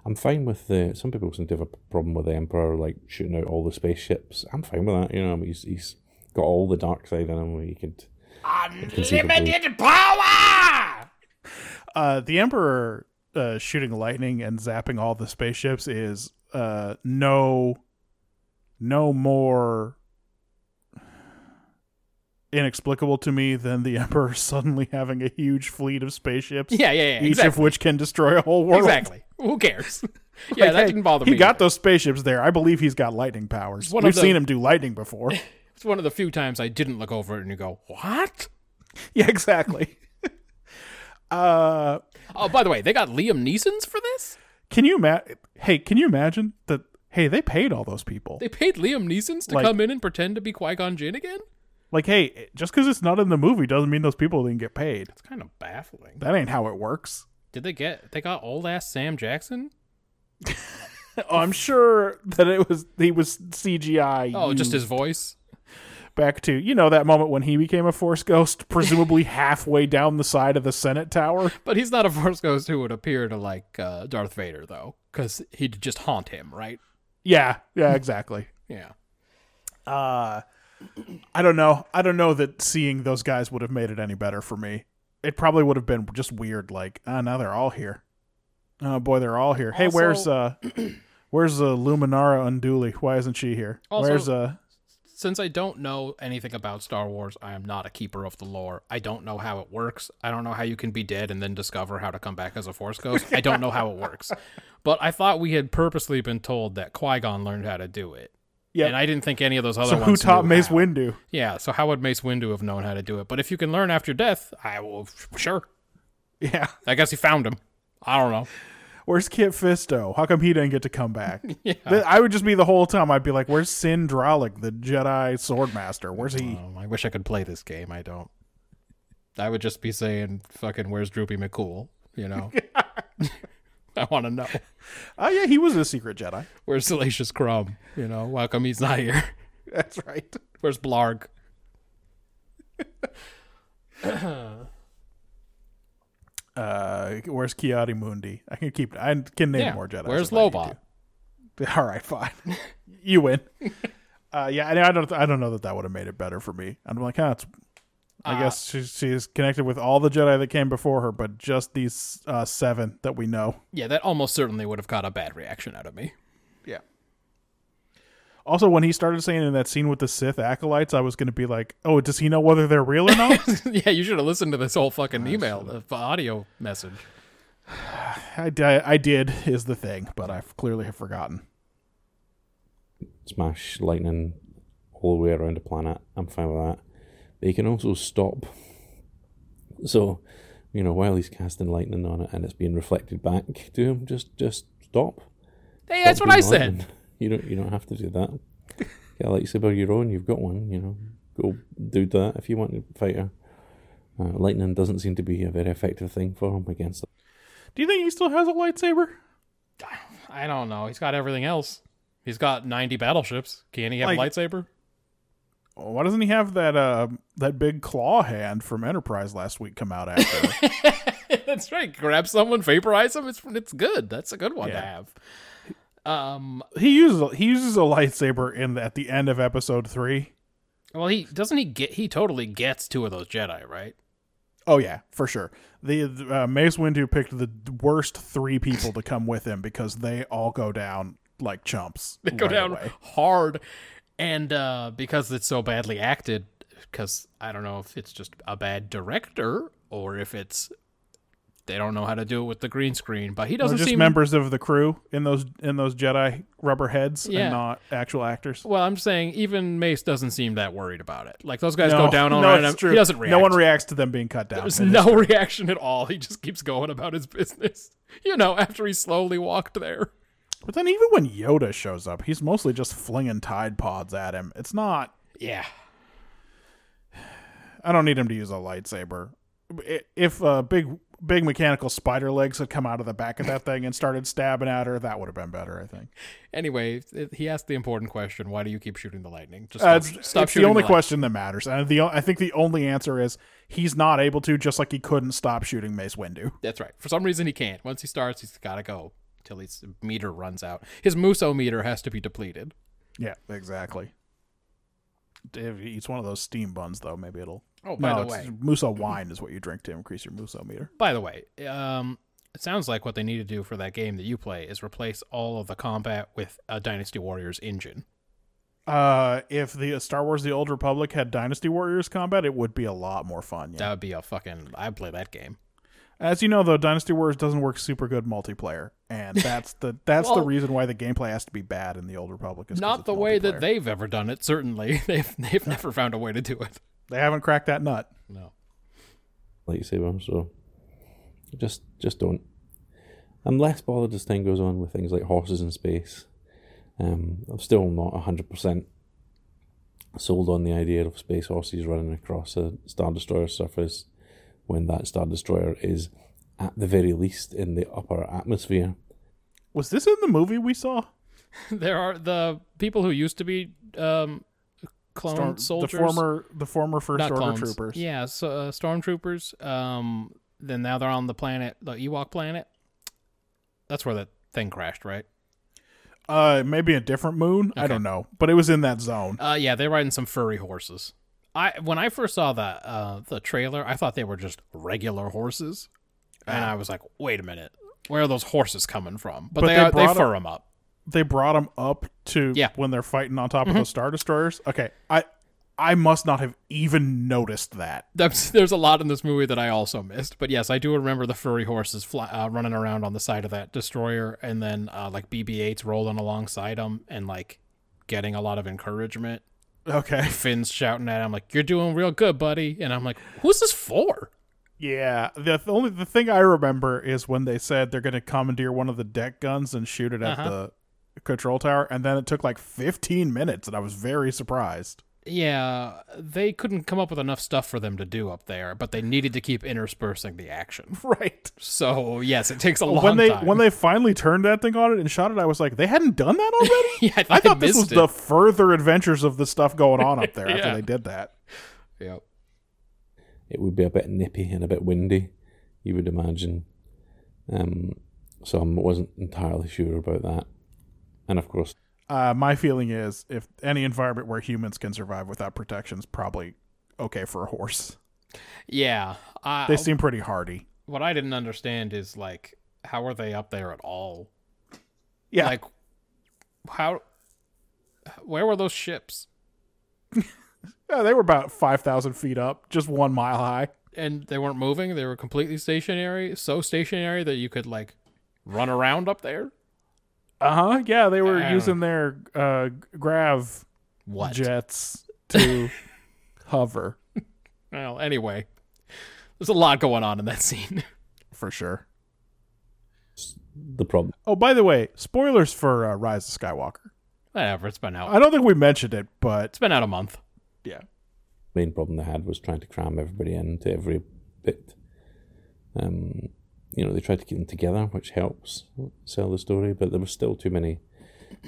Speaker 5: I'm fine with the. Some people seem to have a problem with the emperor like shooting out all the spaceships. I'm fine with that. You know, he's he's got all the dark side in him where he could. Unlimited.
Speaker 3: Uh, the Emperor uh, shooting lightning and zapping all the spaceships is uh, no, no more inexplicable to me than the Emperor suddenly having a huge fleet of spaceships,
Speaker 2: Yeah, yeah, yeah.
Speaker 3: each of
Speaker 2: Exactly.
Speaker 3: which can destroy a whole world.
Speaker 2: exactly. Who cares? yeah,
Speaker 3: Like,
Speaker 2: that
Speaker 3: hey,
Speaker 2: didn't bother
Speaker 3: he
Speaker 2: me.
Speaker 3: got
Speaker 2: either.
Speaker 3: those spaceships there. I believe he's got lightning powers.
Speaker 2: one of
Speaker 3: We've
Speaker 2: the-
Speaker 3: seen him do lightning before.
Speaker 2: It's one of the few times I didn't look over it and you go, what?
Speaker 3: yeah, exactly. uh,
Speaker 2: Oh, by the way, they got Liam Neeson's for this?
Speaker 3: can you ma- Hey, can you imagine that? Hey, they paid all those people.
Speaker 2: They paid Liam Neeson's to
Speaker 3: Like-
Speaker 2: come in and pretend to be Qui Gon Jinn again?
Speaker 3: Like, hey, just because it's not in the movie doesn't mean those people didn't get paid.
Speaker 2: It's kind of baffling.
Speaker 3: That ain't how it works.
Speaker 2: Did they get, they got old ass Sam Jackson?
Speaker 3: Oh, I'm sure that it was he was CGI.
Speaker 2: Oh, just
Speaker 3: used
Speaker 2: his voice?
Speaker 3: back to you know that moment when he became a Force ghost, presumably halfway down the side of the Senate Tower.
Speaker 2: But he's not a Force Ghost who would appear to like uh, Darth Vader, though, because he'd just haunt him, right?
Speaker 3: Yeah, yeah, exactly.
Speaker 2: Yeah.
Speaker 3: Uh, I don't know. I don't know that seeing those guys would have made it any better for me. It probably would have been just weird. Like, ah, now they're all here. Oh boy, they're all here. hey,
Speaker 2: Also-
Speaker 3: where's uh, where's uh, Luminara Unduly? Why isn't she here?
Speaker 2: Also-
Speaker 3: where's uh,
Speaker 2: since I don't know anything about Star Wars, I am not a keeper of the lore. I don't know how it works. I don't know how you can be dead and then discover how to come back as a Force ghost. I don't know how it works. But I thought we had purposely been told that Qui Gon learned how to do it.
Speaker 3: Yep.
Speaker 2: And I didn't think any of those other
Speaker 3: So
Speaker 2: ones.
Speaker 3: who taught
Speaker 2: knew
Speaker 3: Mace
Speaker 2: how.
Speaker 3: Windu?
Speaker 2: Yeah. So how would Mace Windu have known how to do it? But if you can learn after death, I will. Sure.
Speaker 3: Yeah.
Speaker 2: I guess he found him. I don't know.
Speaker 3: Where's Kit Fisto? How come he didn't get to come back?
Speaker 2: Yeah.
Speaker 3: Th- I would just be the whole time. I'd be like, "Where's Sindralic, the Jedi Swordmaster? Where's he?"
Speaker 2: Um, I wish I could play this game. I don't. I would just be saying, "Fucking, where's Droopy McCool?" You know. I want to know
Speaker 3: Oh yeah, he was a secret Jedi.
Speaker 2: where's Salacious Crumb. You know, how come he's not here?
Speaker 3: That's right.
Speaker 2: Where's Blarg?
Speaker 3: Uh, where's Kiadi Mundi? I can keep. I can name
Speaker 2: yeah.
Speaker 3: more Jedi.
Speaker 2: Where's Lobot?
Speaker 3: All right, fine. you win. Uh, yeah, I I don't. I don't know that that would have made it better for me. I'm like, huh, it's, I
Speaker 2: Uh,
Speaker 3: guess she, she's connected with all the Jedi that came before her, but just these uh, seven that we know.
Speaker 2: Yeah, that almost certainly would have got a bad reaction out of me.
Speaker 3: Yeah. Also, when he started saying in that scene with the Sith acolytes, I was going to be like, "Oh, does he know whether they're real or not?"
Speaker 2: yeah, you should have listened to this whole fucking email, uh, audio message.
Speaker 3: I, di- I did is the thing, but I clearly have forgotten.
Speaker 5: smash lightning all the way around the planet. I'm fine with that. But he can also stop. So, you know, while he's casting lightning on it and it's being reflected back to him, just just stop.
Speaker 2: Hey, that's
Speaker 5: Stop
Speaker 2: what I
Speaker 5: being lightning.
Speaker 2: said.
Speaker 5: You don't you don't have to do that. Get a lightsaber your own. You've got one. You know, go do that if you want to fight her. Uh, lightning doesn't seem to be a very effective thing for him against her.
Speaker 3: Do you think he still has a lightsaber?
Speaker 2: I don't know. He's got everything else. He's got 90 battleships. Can he have a
Speaker 3: Like-
Speaker 2: lightsaber?
Speaker 3: Why doesn't he have that uh, that big claw hand from Enterprise last week come out after?
Speaker 2: that's right. Grab someone, vaporize them. It's it's good. That's a good one to
Speaker 3: Yeah.
Speaker 2: have. Um.
Speaker 3: he uses a, he uses a lightsaber in the, at the end of episode three.
Speaker 2: Well, he doesn't he get he totally gets two of those Jedi right.
Speaker 3: Oh yeah, for sure. The uh, Mace Windu picked the worst three people to come with him because they all go down like chumps.
Speaker 2: They go
Speaker 3: right
Speaker 2: down
Speaker 3: away.
Speaker 2: hard, and uh, because it's so badly acted, because I don't know if it's just a bad director or if it's they don't know how to do it with the green screen. But he
Speaker 3: They're
Speaker 2: doesn't
Speaker 3: just
Speaker 2: seem
Speaker 3: members of the crew in those in those Jedi rubber heads
Speaker 2: Yeah.
Speaker 3: and not actual actors.
Speaker 2: Well, I'm saying even Mace doesn't seem that worried about it. Like those guys
Speaker 3: No,
Speaker 2: go down on
Speaker 3: no,
Speaker 2: right,
Speaker 3: it's
Speaker 2: and
Speaker 3: true.
Speaker 2: he doesn't react.
Speaker 3: No one reacts to them being cut down.
Speaker 2: There's
Speaker 3: It is
Speaker 2: no
Speaker 3: true.
Speaker 2: reaction at all. He just keeps going about his business. You know, after he slowly walked there.
Speaker 3: But then even when Yoda shows up, he's mostly just flinging Tide Pods at him. It's not.
Speaker 2: Yeah.
Speaker 3: I don't need him to use a lightsaber. I- If a big big mechanical spider legs had come out of the back of that thing and started stabbing at her, that would have been better. I think.
Speaker 2: Anyway, th- he asked the important question: Why do you keep shooting the lightning? Just
Speaker 3: Uh,
Speaker 2: stop,
Speaker 3: it's
Speaker 2: stop
Speaker 3: it's the
Speaker 2: shooting
Speaker 3: only
Speaker 2: lightning.
Speaker 3: question that matters, and the o- I think the only answer is he's not able to, just like he couldn't stop shooting Mace Windu.
Speaker 2: That's right. For some reason, he can't. Once he starts, he's got to go till his meter runs out. His muso meter has to be depleted.
Speaker 3: Yeah, exactly. If he eats one of those steam buns, though, maybe it'll.
Speaker 2: Oh, by
Speaker 3: no,
Speaker 2: the
Speaker 3: it's
Speaker 2: way,
Speaker 3: Muso wine is what you drink to increase your Muso meter.
Speaker 2: by the way, um, it sounds like what they need to do for that game that you play is replace all of the combat with a Dynasty Warriors engine.
Speaker 3: Uh, if the Star Wars: The Old Republic had Dynasty Warriors combat, it would be a lot more fun. Yeah.
Speaker 2: That would be a fucking. I'd play that game.
Speaker 3: As you know, though, Dynasty Warriors doesn't work super good multiplayer, and that's the that's the
Speaker 2: Well-
Speaker 3: reason why the gameplay has to be bad in the Old Republic. Is 'cause
Speaker 2: Not
Speaker 3: it's
Speaker 2: the way that
Speaker 3: multiplayer.
Speaker 2: they've ever done it. Certainly, they've they've never found a way to do it.
Speaker 3: they haven't cracked that nut.
Speaker 2: No.
Speaker 5: lightsaber, so just just don't. I'm less bothered as time goes on with things like horses in space. Um, I'm still not hundred percent sold on the idea of space horses running across a star destroyer surface when that star destroyer is at the very least in the upper atmosphere.
Speaker 3: Was this in the movie we saw?
Speaker 2: there are the people who used to be um, clone
Speaker 3: Storm-
Speaker 2: soldiers,
Speaker 3: The former the former first
Speaker 2: not
Speaker 3: order
Speaker 2: clones.
Speaker 3: troopers.
Speaker 2: Yeah, so, uh, stormtroopers. Um, then now they're on the planet, the Ewok planet. That's where that thing crashed, right?
Speaker 3: Uh, maybe a different moon. I
Speaker 2: Okay.
Speaker 3: don't know, but it was in that zone.
Speaker 2: Uh, yeah, they're riding some furry horses. I when I first saw the uh, the trailer, I thought they were just regular horses, and I was like, wait a minute, where are those horses coming from? Ah. But,
Speaker 3: But
Speaker 2: they
Speaker 3: they
Speaker 2: are, they
Speaker 3: brought
Speaker 2: fur them up.
Speaker 3: They brought them up to
Speaker 2: Yeah. Mm-hmm.
Speaker 3: when they're fighting on top of those star destroyers. Okay, I I must not have even noticed that.
Speaker 2: That's, there's a lot in this movie that I also missed, but yes, I do remember the furry horses fly, uh, running around on the side of that destroyer, and then uh, like BB-8s rolling alongside them and like getting a lot of encouragement.
Speaker 3: Okay,
Speaker 2: Finn's shouting at him like, "You're doing real good, buddy," and I'm like, "Who's this for?"
Speaker 3: yeah. The, the only the thing I remember is when they said they're going to commandeer one of the deck guns and shoot it at
Speaker 2: Uh-huh.
Speaker 3: the control tower, and then it took like 15 minutes, and I was very surprised.
Speaker 2: Yeah, they couldn't come up with enough stuff for them to do up there, but they needed to keep interspersing the action.
Speaker 3: Right.
Speaker 2: So yes, it takes a long
Speaker 3: when they
Speaker 2: time.
Speaker 3: when they finally turned that thing on it and shot it, I was like, they hadn't done that already.
Speaker 2: yeah, I,
Speaker 3: I thought this was
Speaker 2: missed it.
Speaker 3: the further adventures of the stuff going on up there
Speaker 2: Yeah.
Speaker 3: after they did that.
Speaker 2: Yep.
Speaker 5: it would be a bit nippy and a bit windy, you would imagine. Um, so I wasn't entirely sure about that. And of course,
Speaker 3: Uh, my feeling is if any environment where humans can survive without protection is probably okay for a horse.
Speaker 2: Yeah. I,
Speaker 3: They seem pretty hardy.
Speaker 2: what I didn't understand is like how are they up there at all?
Speaker 3: Yeah.
Speaker 2: Like how where were those ships?
Speaker 3: yeah, they were about 5,000 feet up, just one mile high.
Speaker 2: And they weren't moving, they were completely stationary, so stationary that you could like run around up there?
Speaker 3: Uh huh. Yeah, they were
Speaker 2: Yeah.
Speaker 3: using their uh, grav
Speaker 2: What?
Speaker 3: jets to hover
Speaker 2: Well, anyway. There's a lot going on in that scene.
Speaker 3: for sure.
Speaker 5: the problem
Speaker 3: Oh, by the way, spoilers for uh, Rise of Skywalker.
Speaker 2: Whatever, it's been out.
Speaker 3: I don't think we mentioned it, but
Speaker 2: It's been out a month.
Speaker 3: yeah.
Speaker 5: main problem they had was trying to cram everybody into every bit. Um, you know, they tried to keep them together, which helps sell the story, but there were still too many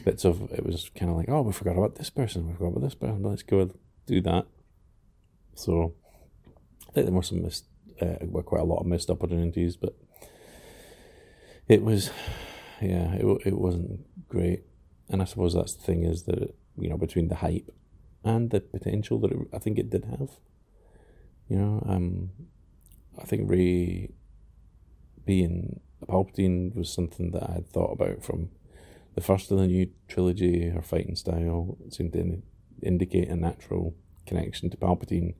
Speaker 5: bits of it was kind of like, oh, we forgot about this person, we forgot about this person, let's go do that. So I think there were some missed, uh, were quite a lot of missed opportunities, but it was, yeah, it, wa- it wasn't great. And I suppose that's the thing is that, you know, between the hype and the potential that it, I think it did have. You know, um, I think Ray being a Palpatine was something that I had thought about from the first of the new trilogy. Her fighting style seemed to in- indicate a natural connection to Palpatine.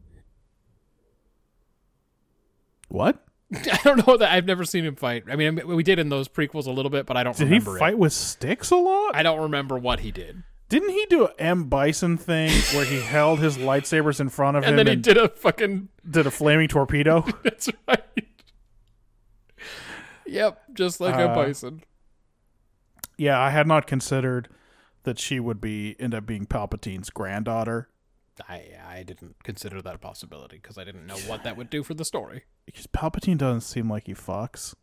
Speaker 3: What?
Speaker 2: I don't know that I've never seen him fight. I mean, we did in those prequels a little bit, but I don't
Speaker 3: Did he
Speaker 2: remember it.
Speaker 3: fight with sticks a lot?
Speaker 2: I don't remember what he did.
Speaker 3: Didn't he do a M Bison thing where he held his lightsabers in front of him
Speaker 2: And then he
Speaker 3: and
Speaker 2: did a fucking.
Speaker 3: did a flaming torpedo?
Speaker 2: That's right. Yep, just like a
Speaker 3: Uh,
Speaker 2: bison.
Speaker 3: yeah, I had not considered that she would be end up being Palpatine's granddaughter.
Speaker 2: I I didn't consider that a possibility because I didn't know what that would do for the story.
Speaker 3: Because Palpatine doesn't seem like he fucks.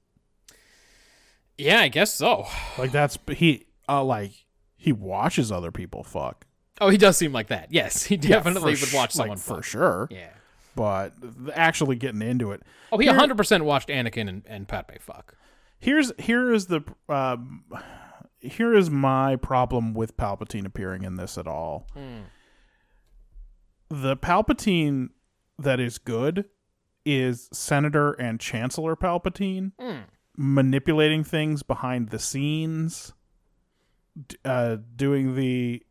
Speaker 2: Yeah, I guess so.
Speaker 3: Like that's he uh like he watches other people fuck.
Speaker 2: Oh, he does seem like that. Yes, he
Speaker 3: Yeah,
Speaker 2: definitely
Speaker 3: for
Speaker 2: would
Speaker 3: sh-
Speaker 2: watch
Speaker 3: like,
Speaker 2: someone
Speaker 3: for
Speaker 2: fuck.
Speaker 3: sure.
Speaker 2: Yeah.
Speaker 3: But th- actually getting into it,
Speaker 2: Oh, he 100% watched Anakin and, and Padme fuck.
Speaker 3: here's here is the um, here is my problem with Palpatine appearing in this at all. The Palpatine that is good is Senator and Chancellor Palpatine manipulating things behind the scenes, d- uh, doing the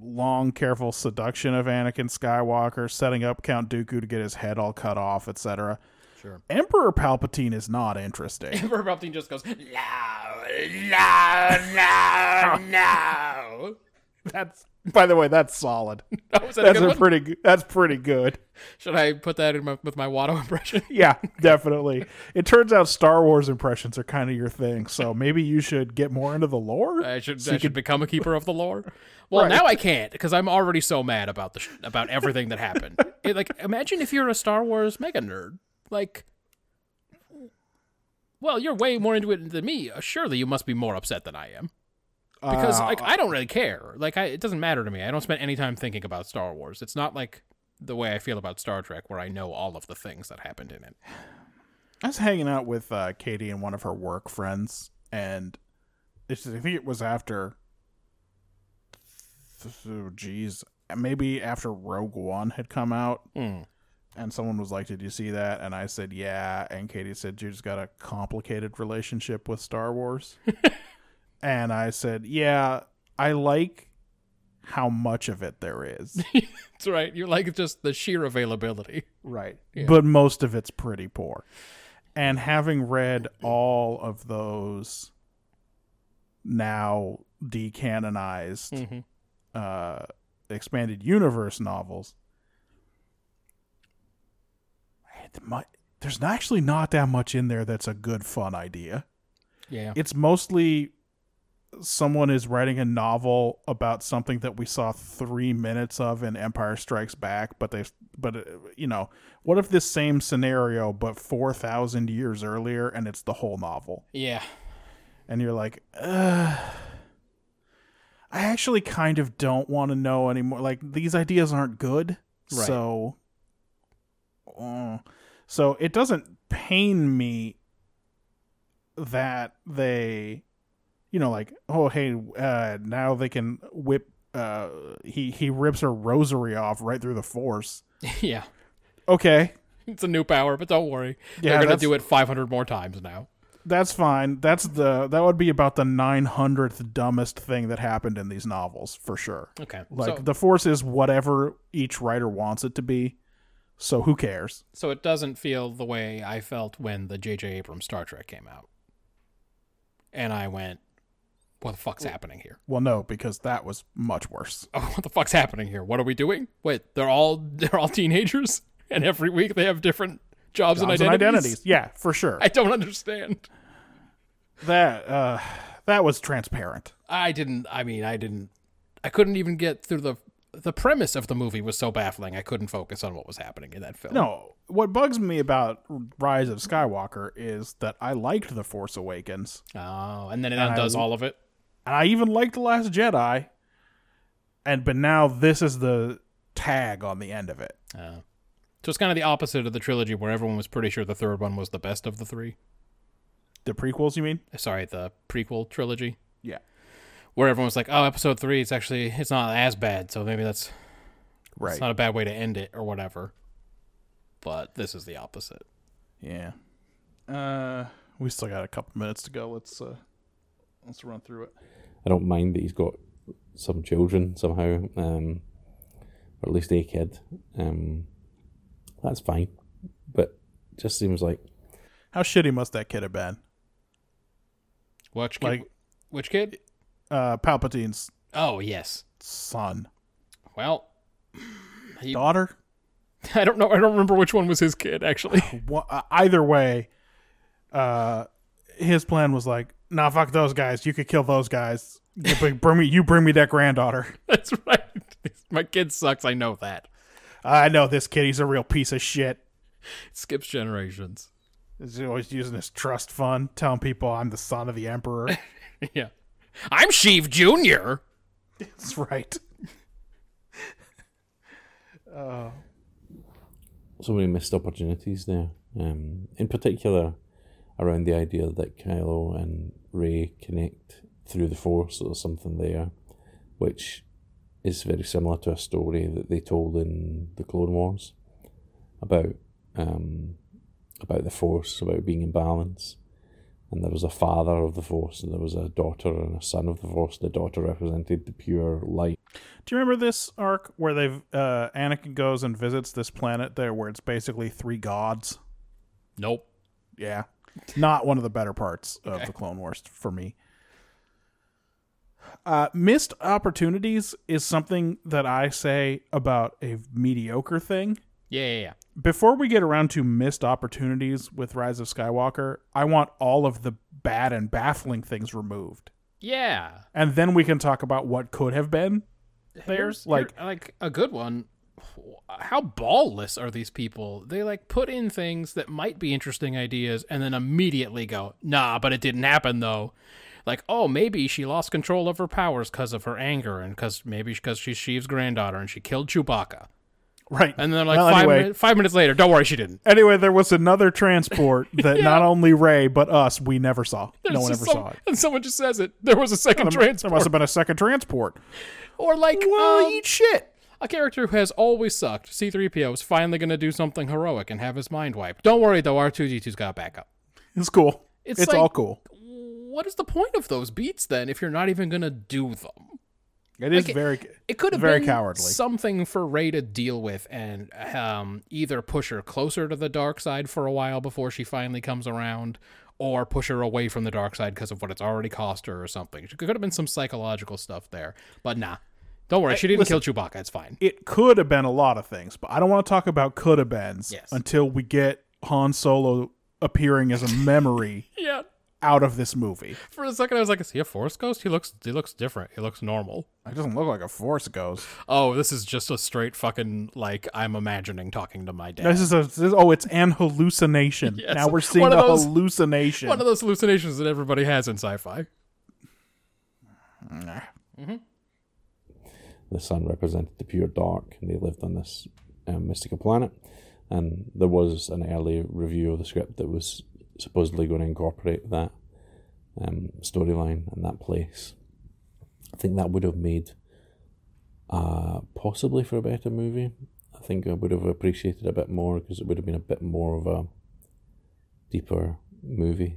Speaker 3: long, careful seduction of Anakin Skywalker, setting up Count Dooku to get his head all cut off, etc.
Speaker 2: Sure.
Speaker 3: Emperor Palpatine is not interesting.
Speaker 2: Emperor Palpatine just goes, no, no, no, no.
Speaker 3: That's by the way, that's solid.
Speaker 2: Oh, is that
Speaker 3: That's
Speaker 2: a good
Speaker 3: a,
Speaker 2: one?
Speaker 3: pretty good that's pretty good.
Speaker 2: Should I put that in my, with my Watto impression?
Speaker 3: Yeah, definitely. it turns out Star Wars impressions are kind of your thing, so maybe you should get more into the lore.
Speaker 2: I should,
Speaker 3: So
Speaker 2: I
Speaker 3: you
Speaker 2: should become a keeper of the lore. Well, now I can't because I'm already so mad about the sh- about everything that happened. It, like, imagine if you're a Star Wars mega nerd. Like, well, you're way more into it than me. Uh, Surely you must be more upset than I am because,
Speaker 3: Uh,
Speaker 2: like, I don't really care. Like, I, it doesn't matter to me. I don't spend any time thinking about Star Wars. It's not like the way I feel about Star Trek, where I know all of the things that happened in it.
Speaker 3: I was hanging out with uh, Katie and one of her work friends, and it's, I think it was after. oh, Geez, maybe after Rogue One had come out,
Speaker 2: Hmm.
Speaker 3: and someone was like, "Did you see that?" And I said, "Yeah." And Katie said, "You just got a complicated relationship with Star Wars." and I said, "Yeah, I like how much of it there is,
Speaker 2: That's right. You're like just the sheer availability.
Speaker 3: right? But most of it's pretty poor." And having read all of those now decanonized
Speaker 2: Mm-hmm.
Speaker 3: uh, expanded universe novels, it mu- there's not- actually not that much in there that's a good fun idea.
Speaker 2: Yeah.
Speaker 3: It's mostly someone is writing a novel about something that we saw three minutes of in Empire Strikes Back, but they, but uh, you know, what if this same scenario but four thousand years earlier, and it's the whole novel?
Speaker 2: Yeah.
Speaker 3: and you're like, Ugh, I actually kind of don't want to know anymore. Like these ideas aren't good,
Speaker 2: Right.
Speaker 3: so oh. So it doesn't pain me that they, you know, like, oh, hey, uh, now they can whip. Uh, he he rips her rosary off right through the force.
Speaker 2: yeah.
Speaker 3: Okay,
Speaker 2: It's a new power, but don't worry.
Speaker 3: Yeah,
Speaker 2: They're going
Speaker 3: that's-
Speaker 2: to do it 500 more times now.
Speaker 3: that's fine. That's the that would be about the nine hundredth dumbest thing that happened in these novels for sure.
Speaker 2: Okay.
Speaker 3: Like
Speaker 2: so,
Speaker 3: the force is whatever each writer wants it to be. So who cares?
Speaker 2: so it doesn't feel the way I felt when the J.J. Abrams Star Trek came out. And I went, what the fuck's happening here?
Speaker 3: Well, no, because that was much worse.
Speaker 2: Oh, what the fuck's happening here? What are we doing? Wait, they're all they're all teenagers and every week they have different jobs, and,
Speaker 3: Jobs
Speaker 2: identities?
Speaker 3: Yeah, for sure.
Speaker 2: I don't understand.
Speaker 3: that uh, that was transparent.
Speaker 2: I didn't I mean, I didn't I couldn't even get through the the premise of the movie was so baffling. I couldn't focus on what was happening in that film.
Speaker 3: No, what bugs me about Rise of Skywalker is that I liked The Force Awakens,
Speaker 2: Oh, and then it undoes all of it.
Speaker 3: and I even liked The Last Jedi, and but now this is the tag on the end of it.
Speaker 2: So it's kind of the opposite of the trilogy where everyone was pretty sure the third one was the best of the three. Eh,
Speaker 3: The prequels, you mean?
Speaker 2: Sorry, the prequel trilogy.
Speaker 3: Yeah.
Speaker 2: Where everyone was like, Oh, episode three, it's actually it's not as bad, so maybe that's
Speaker 3: Right.
Speaker 2: it's not a bad way to end it or whatever. But this is the opposite.
Speaker 3: yeah. Uh, we still got a couple minutes to go. Let's uh, let's run through it.
Speaker 5: I don't mind that he's got some children somehow, um, or at least a kid. Um, that's fine, but just seems like
Speaker 3: How shitty must that kid have been?
Speaker 2: Which kid?
Speaker 3: Like-
Speaker 2: which kid?
Speaker 3: Uh, Palpatine's
Speaker 2: Oh yes.
Speaker 3: son,
Speaker 2: Well, he-
Speaker 3: daughter.
Speaker 2: I don't know. I don't remember which one was his kid actually.
Speaker 3: Wha- uh, either way, uh, his plan was like, "Nah, fuck those guys. You could kill those guys. You bring- bring me, you bring me that granddaughter.
Speaker 2: That's right. My kid sucks. I know that.
Speaker 3: I know this kid. He's a real piece of shit.
Speaker 2: It skips generations.
Speaker 3: He's always using his trust fund, telling people I'm the son of the emperor.
Speaker 2: yeah. I'm Sheev Junior.
Speaker 3: That's right.
Speaker 5: so many missed opportunities there. Um, in particular, around the idea that Kylo and Ray connect through the Force or something there, which is very similar to a story that they told in the Clone Wars about um, about the Force, about being in balance. And there was a father of the Force, and there was a daughter and a son of the Force. The daughter represented the pure light.
Speaker 3: Do you remember this arc where they've uh, Anakin goes and visits this planet there, where it's basically three gods?
Speaker 2: Nope.
Speaker 3: Yeah, not one of the better parts of the Clone Wars for me. Uh, missed opportunities is something that I say about a mediocre thing.
Speaker 2: Yeah, yeah, yeah.
Speaker 3: Before we get around to missed opportunities with Rise of Skywalker, I want all of the bad and baffling things removed.
Speaker 2: Yeah.
Speaker 3: And then we can talk about what could have been. There's like
Speaker 2: Here- like a good one. How ballless are these people? They like put in things that might be interesting ideas and then immediately go, "Nah, but it didn't happen though." Like, "Oh, maybe she lost control of her powers cuz of her anger and cuz maybe cuz she's Sheev's granddaughter and she killed Chewbacca."
Speaker 3: right.
Speaker 2: And then like
Speaker 3: Well,
Speaker 2: 5
Speaker 3: anyway,
Speaker 2: minute- 5 minutes later, "Don't worry, she didn't."
Speaker 3: Anyway, there was another transport that not only Ray but us we never saw. no
Speaker 2: It's
Speaker 3: one ever
Speaker 2: just some-
Speaker 3: saw it.
Speaker 2: And someone just says it. There was a second
Speaker 3: There
Speaker 2: transport.
Speaker 3: must have been a second transport.
Speaker 2: or like
Speaker 3: Well,
Speaker 2: um,
Speaker 3: eat shit.
Speaker 2: A character who has always sucked, C3PO, is finally going to do something heroic and have his mind wiped. Don't worry, though, R2D2's got backup.
Speaker 3: It's cool. It's,
Speaker 2: It's like-
Speaker 3: all cool.
Speaker 2: What is the point of those beats then if you're not even going to do them?
Speaker 3: It is
Speaker 2: like it-
Speaker 3: very.
Speaker 2: It could have
Speaker 3: Very
Speaker 2: been
Speaker 3: cowardly.
Speaker 2: something for Ray to deal with and um, either push her closer to the dark side for a while before she finally comes around or push her away from the dark side because of what it's already cost her or something. It could have been some psychological stuff there, but nah. Don't worry, she didn't kill Chewbacca. It's fine.
Speaker 3: It could have been a lot of things, but I don't want to talk about could have beens
Speaker 2: Yes.
Speaker 3: until we get Han Solo appearing as a memory
Speaker 2: Yeah,
Speaker 3: out of this movie.
Speaker 2: For a second, I was like, "Is he a forest ghost? He looks, he looks different. He looks normal."
Speaker 3: It doesn't look like a Force ghost.
Speaker 2: Oh, this is just a straight fucking like I'm imagining talking to my dad.
Speaker 3: This is a. This is, oh, it's an hallucination.
Speaker 2: Yes.
Speaker 3: Now we're seeing
Speaker 2: One of
Speaker 3: a
Speaker 2: those-
Speaker 3: hallucination.
Speaker 2: One of those hallucinations that everybody has in sci-fi.
Speaker 5: the sun represented the pure dark, and they lived on this um, mystical planet. And there was an early review of the script that was supposedly going to incorporate that um, storyline and that place. I think that would have made uh, possibly for a better movie. I think I would have appreciated a bit more because it would have been a bit more of a deeper movie.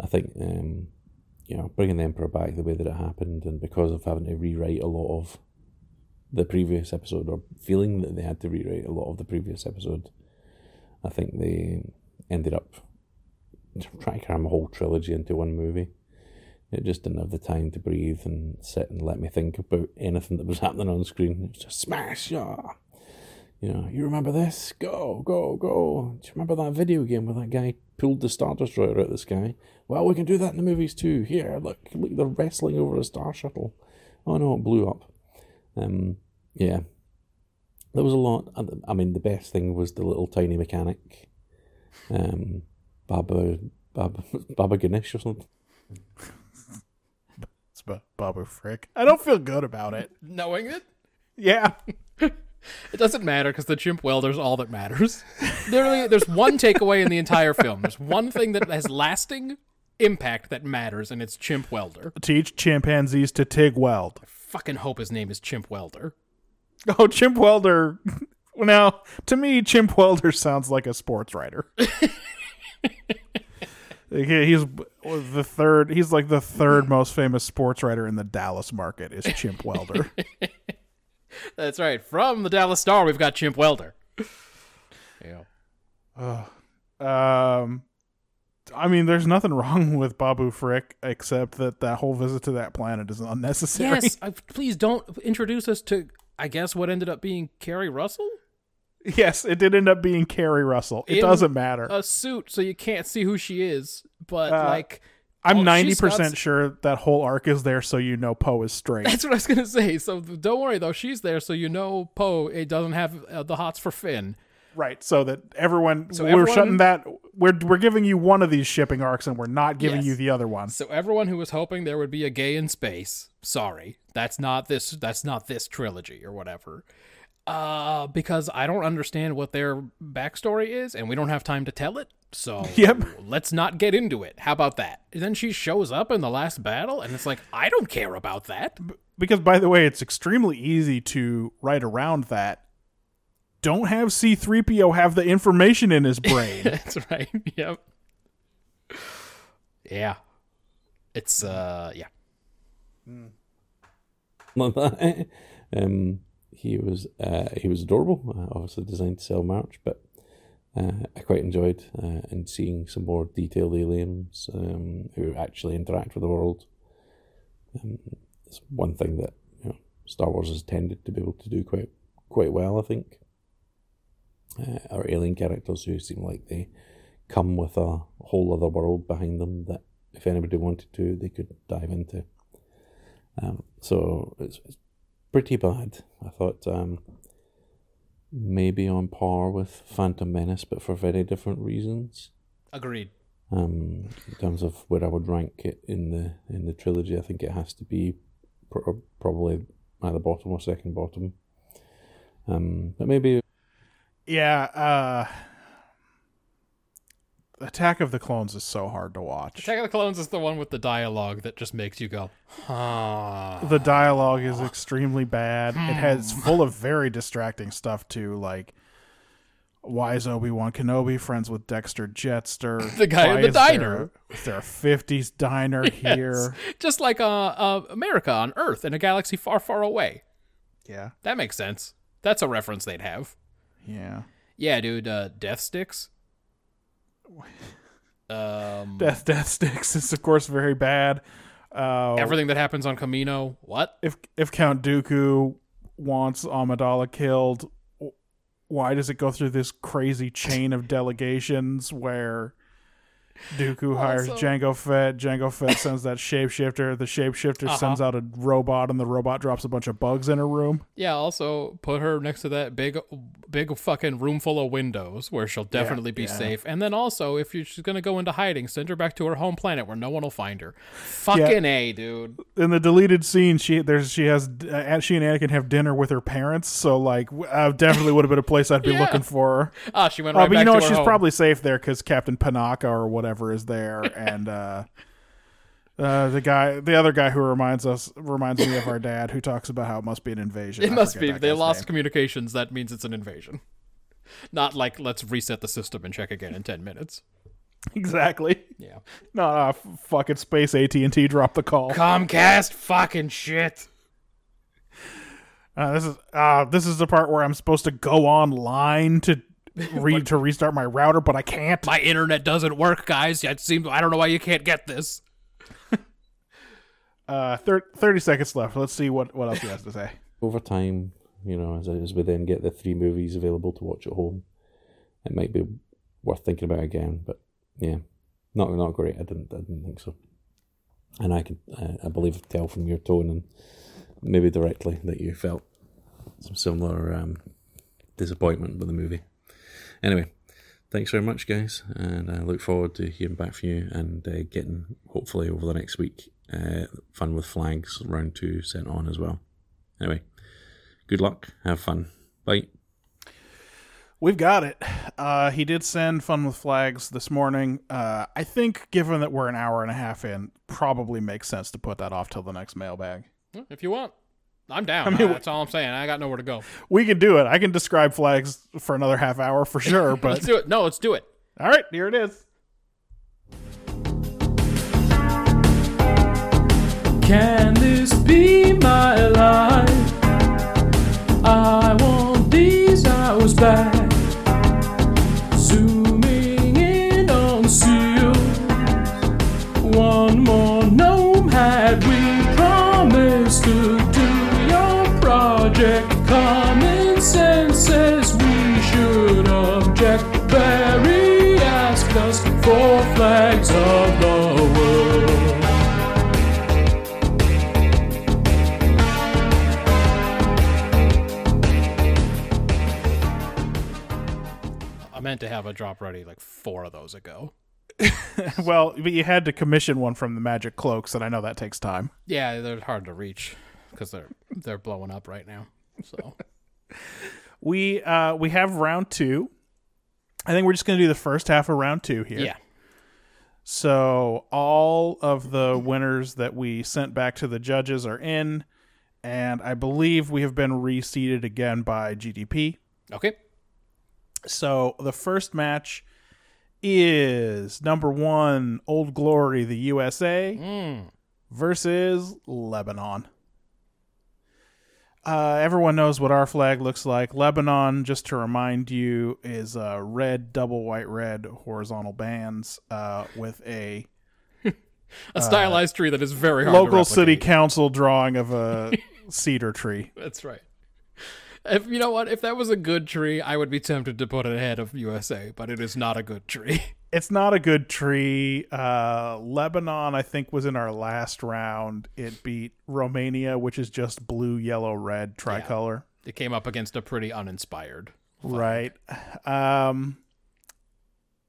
Speaker 5: I think um, you know bringing the Emperor back the way that it happened, and because of having to rewrite a lot of the previous episode, or feeling that they had to rewrite a lot of the previous episode, I think they ended up trying to cram a whole trilogy into one movie. It just didn't have the time to breathe and sit and let me think about anything that was happening on screen. It was just smash, yeah. You know, you remember this? Go, go, go. Do you remember that video game where that guy pulled the Star Destroyer out of the sky? Well, we can do that in the movies too. Here, look, look they're wrestling over a star shuttle. Oh no, it blew up. Um, yeah. There was a lot. I- I mean, the best thing was the little tiny mechanic. Um, Baba, Baba, Baba Ganesh or something.
Speaker 3: It's about Babu Frick. I don't feel good about it.
Speaker 2: Knowing it,
Speaker 3: Yeah.
Speaker 2: it doesn't matter because the chimp welder's all that matters. Literally, there's one takeaway in the entire film. There's one thing that has lasting impact that matters, and it's chimp welder.
Speaker 3: Teach chimpanzees to TIG weld.
Speaker 2: Fucking hope his name is chimp welder.
Speaker 3: Oh, chimp welder. Now, to me, chimp welder sounds like a sports writer. Okay, he's the third. He's like the third most famous sports writer in the Dallas market is Chimp Welder.
Speaker 2: That's right. From the Dallas Star, we've got chimp welder. Yeah.
Speaker 3: Ugh. um, I mean, there's nothing wrong with Babu Frick except that that whole visit to that planet is unnecessary.
Speaker 2: Yes, I, please don't introduce us to, I guess, what ended up being Carrie Russell?
Speaker 3: Yes, it did end up being Carrie Russell. It
Speaker 2: In
Speaker 3: doesn't matter.
Speaker 2: A suit, so you can't see who she is, but
Speaker 3: Uh,
Speaker 2: like.
Speaker 3: I'm
Speaker 2: oh,
Speaker 3: ninety
Speaker 2: she's
Speaker 3: percent
Speaker 2: got-
Speaker 3: sure that whole arc is there, so you know Poe is straight.
Speaker 2: That's what I was gonna say. So don't worry though, she's there, so you know Poe it doesn't have uh, the hots for Finn.
Speaker 3: right, so that everyone
Speaker 2: So
Speaker 3: we're
Speaker 2: everyone-
Speaker 3: shutting that. We're we're giving you one of these shipping arcs, and we're not giving
Speaker 2: Yes.
Speaker 3: you the other one.
Speaker 2: So everyone who was hoping there would be a gay in space, sorry, that's not this. That's not this trilogy or whatever. Uh, because I don't understand what their backstory is, and we don't have time to tell it. So
Speaker 3: Yep.
Speaker 2: let's not get into it. How about that? And then she shows up in the last battle, and it's like I don't care about that.
Speaker 3: Because by the way, it's extremely easy to write around that. Don't have C3PO have the information in his brain.
Speaker 2: That's right. Yep. Yeah. It's uh yeah.
Speaker 5: like that. Um, he was uh, he was adorable. Uh, obviously designed to sell merch, but uh, I quite enjoyed uh, and seeing some more detailed aliens um, who actually interact with the world. Um, it's one thing that you know Star Wars has tended to be able to do quite quite well, I think. Uh, our alien characters who seem like they come with a whole other world behind them that if anybody wanted to, they could dive into. Um, so it's, it's pretty bad. I thought um, maybe on par with Phantom Menace, but for very different reasons.
Speaker 2: Agreed.
Speaker 5: Um, in terms of where I would rank it in the in the trilogy, I think it has to be pro- probably either bottom or second bottom. Um, but maybe
Speaker 3: Yeah, uh Attack of the Clones is so hard to watch.
Speaker 2: Attack of the Clones is the one with the dialogue that just makes you go, huh.
Speaker 3: The dialogue is extremely bad. It
Speaker 2: Hmm.
Speaker 3: has full of very distracting stuff too, like why is Obi Wan Kenobi friends with Dexter Jetster?
Speaker 2: The guy
Speaker 3: Why
Speaker 2: in the
Speaker 3: is there-
Speaker 2: diner.
Speaker 3: Is there a fifties diner here?
Speaker 2: Just like uh, uh America on Earth in a galaxy far, far away.
Speaker 3: Yeah,
Speaker 2: That makes sense. That's a reference they'd have.
Speaker 3: yeah.
Speaker 2: Yeah, dude, uh Death Sticks. Um
Speaker 3: Death Death Sticks is of course very bad. Uh,
Speaker 2: everything that happens on Camino. What?
Speaker 3: if if Count Dooku wants Amidala killed, w- why does it go through this crazy chain of delegations where Dooku hires
Speaker 2: Also-
Speaker 3: Django Fett. Django Fett sends that shapeshifter. The shapeshifter
Speaker 2: Uh-huh.
Speaker 3: sends out a robot, and the robot drops a bunch of bugs in her room.
Speaker 2: Yeah, also put her next to that big, big fucking room full of windows where she'll definitely be safe. And then also, if you she's gonna go into hiding, send her back to her home planet where no one will find her. Fucking a, dude.
Speaker 3: In the deleted scene, she there's she has uh, she and Anakin have dinner with her parents. So like, w- uh, definitely would have been a place I'd be
Speaker 2: Yeah.
Speaker 3: looking for. her.
Speaker 2: Ah, she went
Speaker 3: Oh,
Speaker 2: right
Speaker 3: but
Speaker 2: back
Speaker 3: you know
Speaker 2: to
Speaker 3: what?
Speaker 2: her
Speaker 3: She's
Speaker 2: home.
Speaker 3: probably safe there because Captain Panaka or whatever is there, and uh, uh, the guy, the other guy who reminds us reminds me of our dad, who talks about how it must be an invasion.
Speaker 2: It
Speaker 3: I
Speaker 2: must
Speaker 3: forget
Speaker 2: be.
Speaker 3: that
Speaker 2: If they
Speaker 3: guy's
Speaker 2: lost
Speaker 3: name.
Speaker 2: communications. That means it's an invasion. Not like let's reset the system and check again in ten minutes.
Speaker 3: exactly.
Speaker 2: Yeah.
Speaker 3: No, no, f- fucking space AT and T dropped the call.
Speaker 2: Comcast, fucking shit.
Speaker 3: Uh, this is uh, this is the part where I'm supposed to go online to read to restart my router, but I can't.
Speaker 2: My internet doesn't work, guys. It seems I don't know why you can't get this.
Speaker 3: Uh, thir- thirty seconds left. Let's see what what else he has to say.
Speaker 5: over time, you know, as, as we then get the three movies available to watch at home, it might be worth thinking about again. But yeah, not not great. I didn't I didn't think so. And I could I, I believe tell from your tone and maybe directly that you felt some similar um, disappointment with the movie. Anyway, thanks very much, guys, and I look forward to hearing back from you and uh, getting hopefully over the next week uh, fun with flags round two sent on as well. Anyway, good luck. Have fun. Bye.
Speaker 3: We've got it. Uh, he did send Fun with Flags this morning. Uh, I think, given that we're an hour and a half in, probably makes sense to put that off till the next mailbag.
Speaker 2: If you want, I'm down.
Speaker 3: mean,
Speaker 2: that's all I'm saying. I got nowhere to go.
Speaker 3: We can do it. I can describe flags for another half hour for sure.
Speaker 2: Let's
Speaker 3: But
Speaker 2: do it. No, let's do it.
Speaker 3: all right, here it is.
Speaker 6: Can this be my life? I want these hours back. Zooming in on seal. One more gnome had we promised to do your project. Common sense says we should object. Barry asked us for flags of the world.
Speaker 2: I meant to have a drop ready like four of those ago.
Speaker 3: Well, but you had to commission one from the Magic Cloaks, and I know that takes time.
Speaker 2: Yeah, they're hard to reach because they're they're blowing up right now. So
Speaker 3: We uh, we have round two. I think we're just going to do the first half of round two here.
Speaker 2: yeah,
Speaker 3: So all of the winners that we sent back to the judges are in, and I believe we have been reseeded again by GDP.
Speaker 2: okay.
Speaker 3: So the first match is number one, Old Glory, the USA
Speaker 2: Mm.
Speaker 3: versus Lebanon. Uh, everyone knows what our flag looks like. Lebanon, just to remind you, is uh, red, double white, red, horizontal bands uh, with a
Speaker 2: A stylized tree that is very hard.
Speaker 3: Uh, local
Speaker 2: to
Speaker 3: city
Speaker 2: replicate.
Speaker 3: council drawing of a cedar tree.
Speaker 2: That's right. If you know what, if that was a good tree, I would be tempted to put it ahead of USA, but it is not a good tree.
Speaker 3: It's not a good tree. Uh, Lebanon, I think, was in our last round. It beat Romania, which is just blue, yellow, red tricolor.
Speaker 2: It came up against a pretty uninspired.
Speaker 3: Right. Um,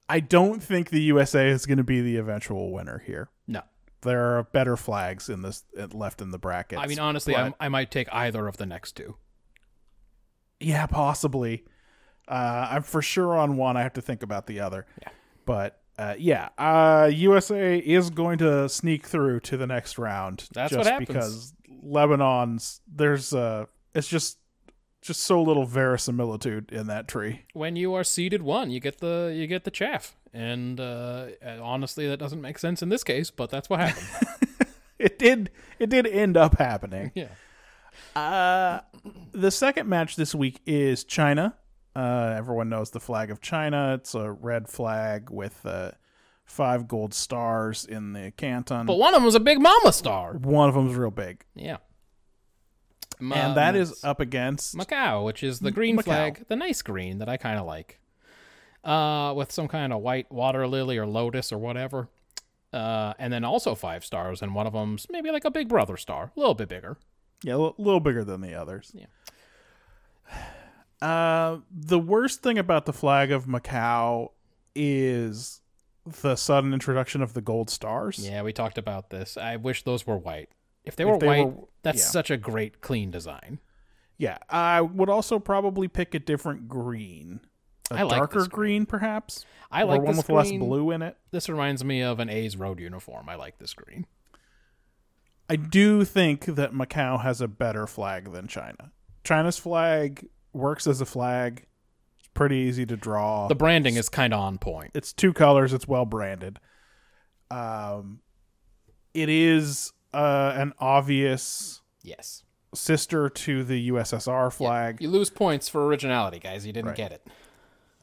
Speaker 3: I don't think the USA is going to be the eventual winner here.
Speaker 2: No,
Speaker 3: There are better flags in this left in the brackets.
Speaker 2: I mean honestly,
Speaker 3: but-
Speaker 2: I'm, I might take either of the next two.
Speaker 3: Yeah, possibly. Uh, I'm for sure on one. I have to think about the other. Yeah. But uh, yeah, uh, USA is going to sneak through to the next round.
Speaker 2: That's
Speaker 3: just
Speaker 2: what happens.
Speaker 3: Because Lebanon's there's uh, it's just just so little verisimilitude in that tree.
Speaker 2: when you are seeded one, you get the you get the chaff, and uh, honestly, that doesn't make sense in this case, but that's what happened.
Speaker 3: It did it did end up happening.
Speaker 2: yeah,
Speaker 3: Uh, the second match this week is China. Uh, everyone knows the flag of China. It's a red flag with uh, five gold stars in the canton.
Speaker 2: but one of them was a big mama star.
Speaker 3: One of them's real big,
Speaker 2: Yeah, Um,
Speaker 3: and that is up against
Speaker 2: Macau, which is the green
Speaker 3: Macau.
Speaker 2: flag, the nice green that I kind of like. uh, with some kind of white water lily or lotus or whatever. Uh, and then also five stars, and one of them's maybe like a Big Brother star, a little bit bigger.
Speaker 3: Yeah, a li- little bigger than the others.
Speaker 2: Yeah.
Speaker 3: Uh, the worst thing about the flag of Macau is the sudden introduction of the gold stars.
Speaker 2: Yeah, we talked about this. I wish those were white. If they
Speaker 3: If
Speaker 2: were
Speaker 3: they
Speaker 2: white,
Speaker 3: were-
Speaker 2: that's
Speaker 3: yeah.
Speaker 2: such a great clean design.
Speaker 3: Yeah, I would also probably pick a different green, a
Speaker 2: I like
Speaker 3: darker
Speaker 2: this
Speaker 3: green, perhaps.
Speaker 2: I
Speaker 3: or
Speaker 2: like
Speaker 3: one
Speaker 2: this
Speaker 3: with
Speaker 2: green.
Speaker 3: less blue in it.
Speaker 2: This reminds me of an A's road uniform. I like this green.
Speaker 3: I do think that Macau has a better flag than China. China's flag works as a flag. It's pretty easy to draw.
Speaker 2: The branding is kind of on point.
Speaker 3: it's two colors. It's well branded. Um, it is uh, an obvious
Speaker 2: Yes.
Speaker 3: sister to the USSR flag.
Speaker 2: You lose points for originality, guys. You didn't
Speaker 3: Right.
Speaker 2: get it.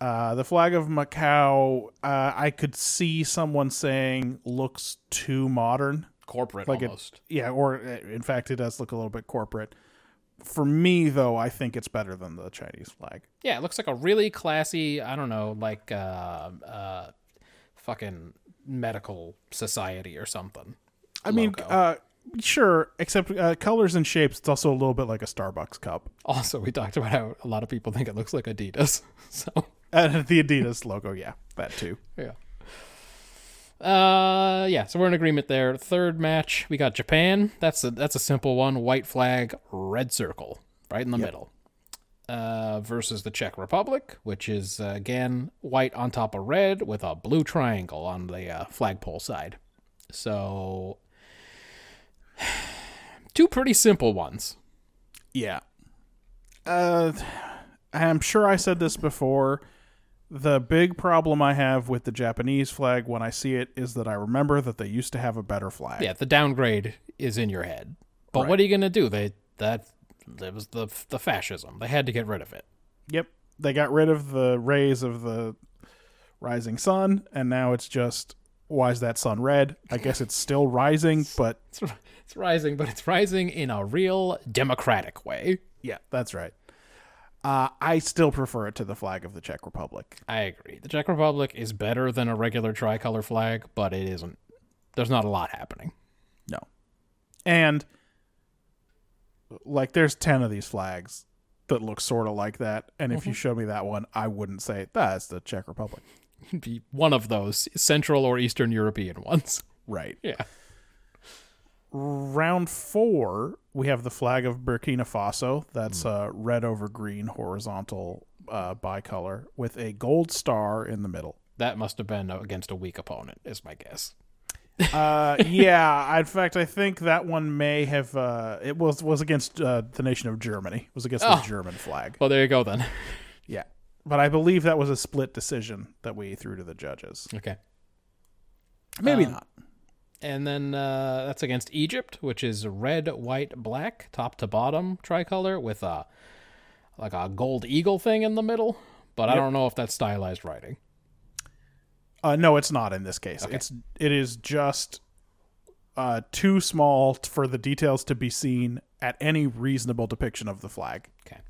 Speaker 3: Uh, the flag of Macau, uh, I could see someone saying looks too modern.
Speaker 2: Corporate
Speaker 3: Like it-
Speaker 2: almost.
Speaker 3: Yeah, or uh, in fact, it does look a little bit corporate. For me, though, I think it's better than the Chinese flag.
Speaker 2: Yeah, it looks like a really classy, I don't know, like uh uh fucking medical society or something.
Speaker 3: I mean,
Speaker 2: Logo.
Speaker 3: uh, sure, except uh, colors and shapes, it's also a little bit like a Starbucks cup.
Speaker 2: Also, we talked about how a lot of people think it looks like Adidas. So,
Speaker 3: Uh, the Adidas logo, yeah, that too.
Speaker 2: yeah. Uh yeah, so we're in agreement there. Third match, we got Japan. That's a that's a simple one. White flag, red circle, right in the middle. Uh versus the Czech Republic, which is uh, again white on top of red with a blue triangle on the uh, flagpole side. So two pretty simple ones.
Speaker 3: Yeah. Uh, I'm sure I said this before. The big problem I have with the Japanese flag when I see it is that I remember that they used to have a better flag.
Speaker 2: Yeah, the downgrade is in your head. But what are you going to do? They that that was the the fascism. They had to get rid of it.
Speaker 3: Yep. They got rid of the rays of the rising sun, and now it's just why is that sun red? I guess it's still rising, but
Speaker 2: It's, ri- it's rising, but it's rising in a real democratic way.
Speaker 3: yeah, that's right. Uh, I still prefer it to the flag of the Czech Republic.
Speaker 2: I agree. The Czech Republic is better than a regular tricolor flag, but it isn't. There's not a lot happening.
Speaker 3: No. And like there's 10 of these flags that look sort of like that and
Speaker 2: Mm-hmm.
Speaker 3: if you showed me that one I wouldn't say that's the Czech Republic.
Speaker 2: It'd be one of those Central or Eastern European ones.
Speaker 3: Right.
Speaker 2: Yeah.
Speaker 3: Round 4 we have the flag of Burkina
Speaker 2: Mm.
Speaker 3: Faso that's uh, red over green horizontal uh, bicolor with a gold star in the middle.
Speaker 2: That must have been against a weak opponent, is my guess.
Speaker 3: Uh, yeah, in fact I think that one may have uh, it was was against uh, the nation of Germany. It was against the
Speaker 2: Oh.
Speaker 3: German flag.
Speaker 2: Well, there you go then.
Speaker 3: Yeah. But I believe that was a split decision that we threw to the judges.
Speaker 2: Okay.
Speaker 3: Maybe
Speaker 2: Um,
Speaker 3: not.
Speaker 2: And then uh, that's against Egypt, which is red, white, black, top to bottom tricolor with a like a gold eagle thing in the middle. But I don't know if that's stylized writing.
Speaker 3: Uh, no, it's not in this case. It's it is just uh, too small t- for the details to be seen at any reasonable depiction of the flag.
Speaker 2: Okay.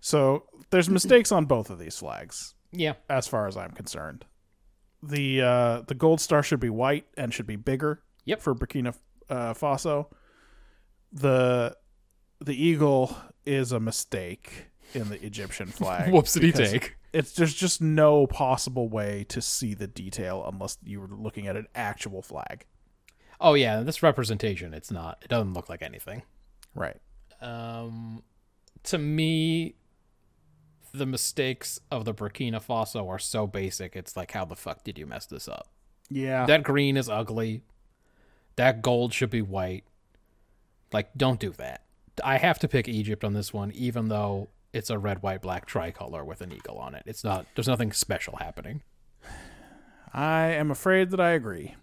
Speaker 3: So there's mistakes on both of these flags,
Speaker 2: Yeah.
Speaker 3: as far as I'm concerned. The uh, the gold star should be white and should be bigger.
Speaker 2: Yep.
Speaker 3: For Burkina uh, Faso, the the eagle is a mistake in the Egyptian flag.
Speaker 2: Whoopsie
Speaker 3: because-
Speaker 2: take.
Speaker 3: it's there's just no possible way to see the detail unless you were looking at an actual flag.
Speaker 2: Oh yeah, this representation, it's not. It doesn't look like anything.
Speaker 3: Right.
Speaker 2: Um, to me, the mistakes of the Burkina Faso are so basic. It's like, how the fuck did you mess this up?
Speaker 3: Yeah.
Speaker 2: That green is ugly. That gold should be white. Like, don't do that. I have to pick Egypt on this one, even though it's a red, white, black tricolor with an eagle on it. It's not. There's nothing special happening.
Speaker 3: I am afraid that I agree.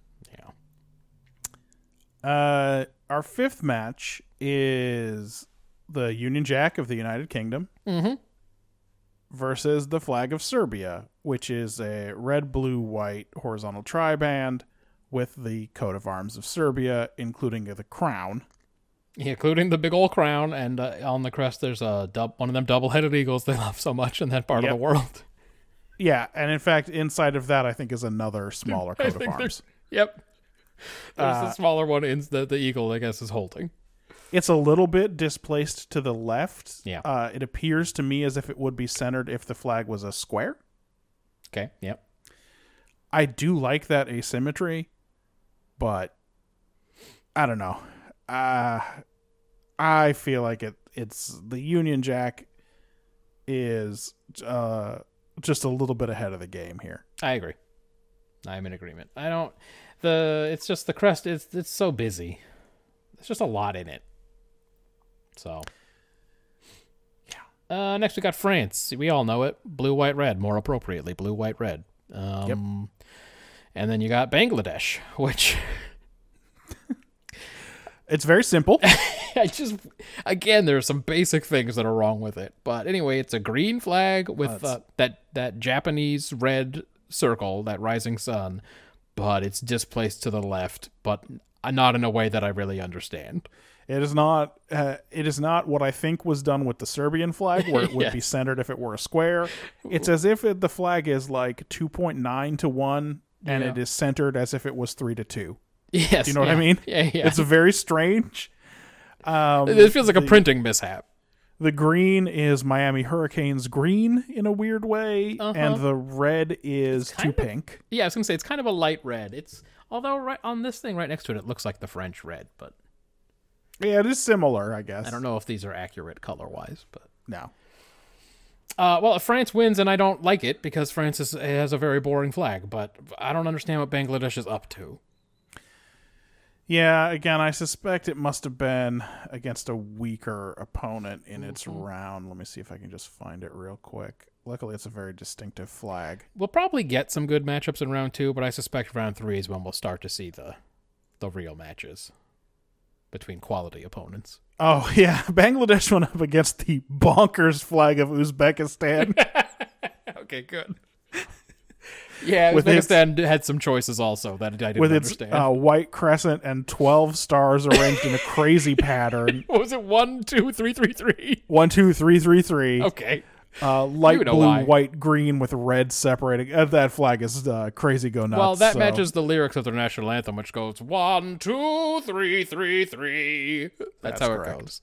Speaker 2: Yeah.
Speaker 3: Uh our fifth match is the Union Jack of the United Kingdom
Speaker 2: Mhm.
Speaker 3: versus the flag of Serbia, which is a red, blue, white horizontal triband with the coat of arms of Serbia, including the crown.
Speaker 2: Including the big old crown, and uh, on the crest there's a dub, one of them double-headed eagles they love so much in that part
Speaker 3: Yep.
Speaker 2: of the world.
Speaker 3: yeah, and in fact, inside of that, I think is another smaller coat of
Speaker 2: think
Speaker 3: arms.
Speaker 2: Yep. There's the smaller one in the, the eagle, I guess, is holding.
Speaker 3: It's a little bit displaced to the left.
Speaker 2: Yeah.
Speaker 3: Uh, it appears to me as if it would be centered if the flag was a square.
Speaker 2: Okay. Yep.
Speaker 3: I do like that asymmetry, but I don't know. Uh, I feel like it. It's the Union Jack is uh, just a little bit ahead of the game here.
Speaker 2: I agree. I'm in agreement. I don't. The it's just the crest. It's it's so busy. There's just a lot in it. So. Uh, next we got France. We all know it. Blue, white, red. More appropriately, blue, white, red. Um, And then you got Bangladesh, which
Speaker 3: It's very simple.
Speaker 2: I just again there are some basic things that are wrong with it. But anyway, it's a green flag with uh, that that Japanese red circle, that rising sun, but it's displaced to the left, but not in a way that I really understand.
Speaker 3: It is not. Uh, it is not what I think was done with the Serbian flag, where it would be
Speaker 2: Yes.
Speaker 3: centered if it were a square. It's as if it, the flag is like two point nine to one, and
Speaker 2: Yeah.
Speaker 3: it is centered as if it was three to two.
Speaker 2: Yes,
Speaker 3: Do you know what
Speaker 2: yeah,
Speaker 3: I mean?
Speaker 2: Yeah, yeah.
Speaker 3: It's very strange. Um,
Speaker 2: it feels like a printing mishap.
Speaker 3: the green is Miami Hurricanes green in a weird way,
Speaker 2: Uh-huh.
Speaker 3: and the red is too pink.
Speaker 2: Yeah, I was gonna say it's kind of a light red. It's although right on this thing right next to it, it looks like the French red, but
Speaker 3: Yeah, it is similar, I guess.
Speaker 2: I don't know if these are accurate color wise. But
Speaker 3: No,
Speaker 2: Uh, well, if France wins, and I don't like it because France is, has a very boring flag, but I don't understand what Bangladesh is up to.
Speaker 3: Yeah, again, I suspect it must have been against a weaker opponent in its
Speaker 2: Mm-hmm.
Speaker 3: round. Let me see if I can just find it real quick. Luckily, it's a very distinctive flag.
Speaker 2: We'll probably get some good matchups in round two, but I suspect round three is when we'll start to see the the real matches between quality opponents.
Speaker 3: Oh, yeah. Bangladesh went up against the bonkers flag of Uzbekistan.
Speaker 2: okay, good. yeah,
Speaker 3: With its-
Speaker 2: Uzbekistan had some choices also that I didn't
Speaker 3: With its
Speaker 2: understand.
Speaker 3: uh, white crescent and 12 stars arranged in a crazy pattern.
Speaker 2: what was it? One, two, three, three, three.
Speaker 3: One, two, three, three, three.
Speaker 2: Okay.
Speaker 3: Uh, light
Speaker 2: you know
Speaker 3: blue,
Speaker 2: why.
Speaker 3: white, green with red separating. Uh, that flag is uh, crazy go nuts.
Speaker 2: Well, that
Speaker 3: so-
Speaker 2: matches the lyrics of their national anthem, which goes one, two, three, three, three. That's, how it
Speaker 3: correct.
Speaker 2: goes.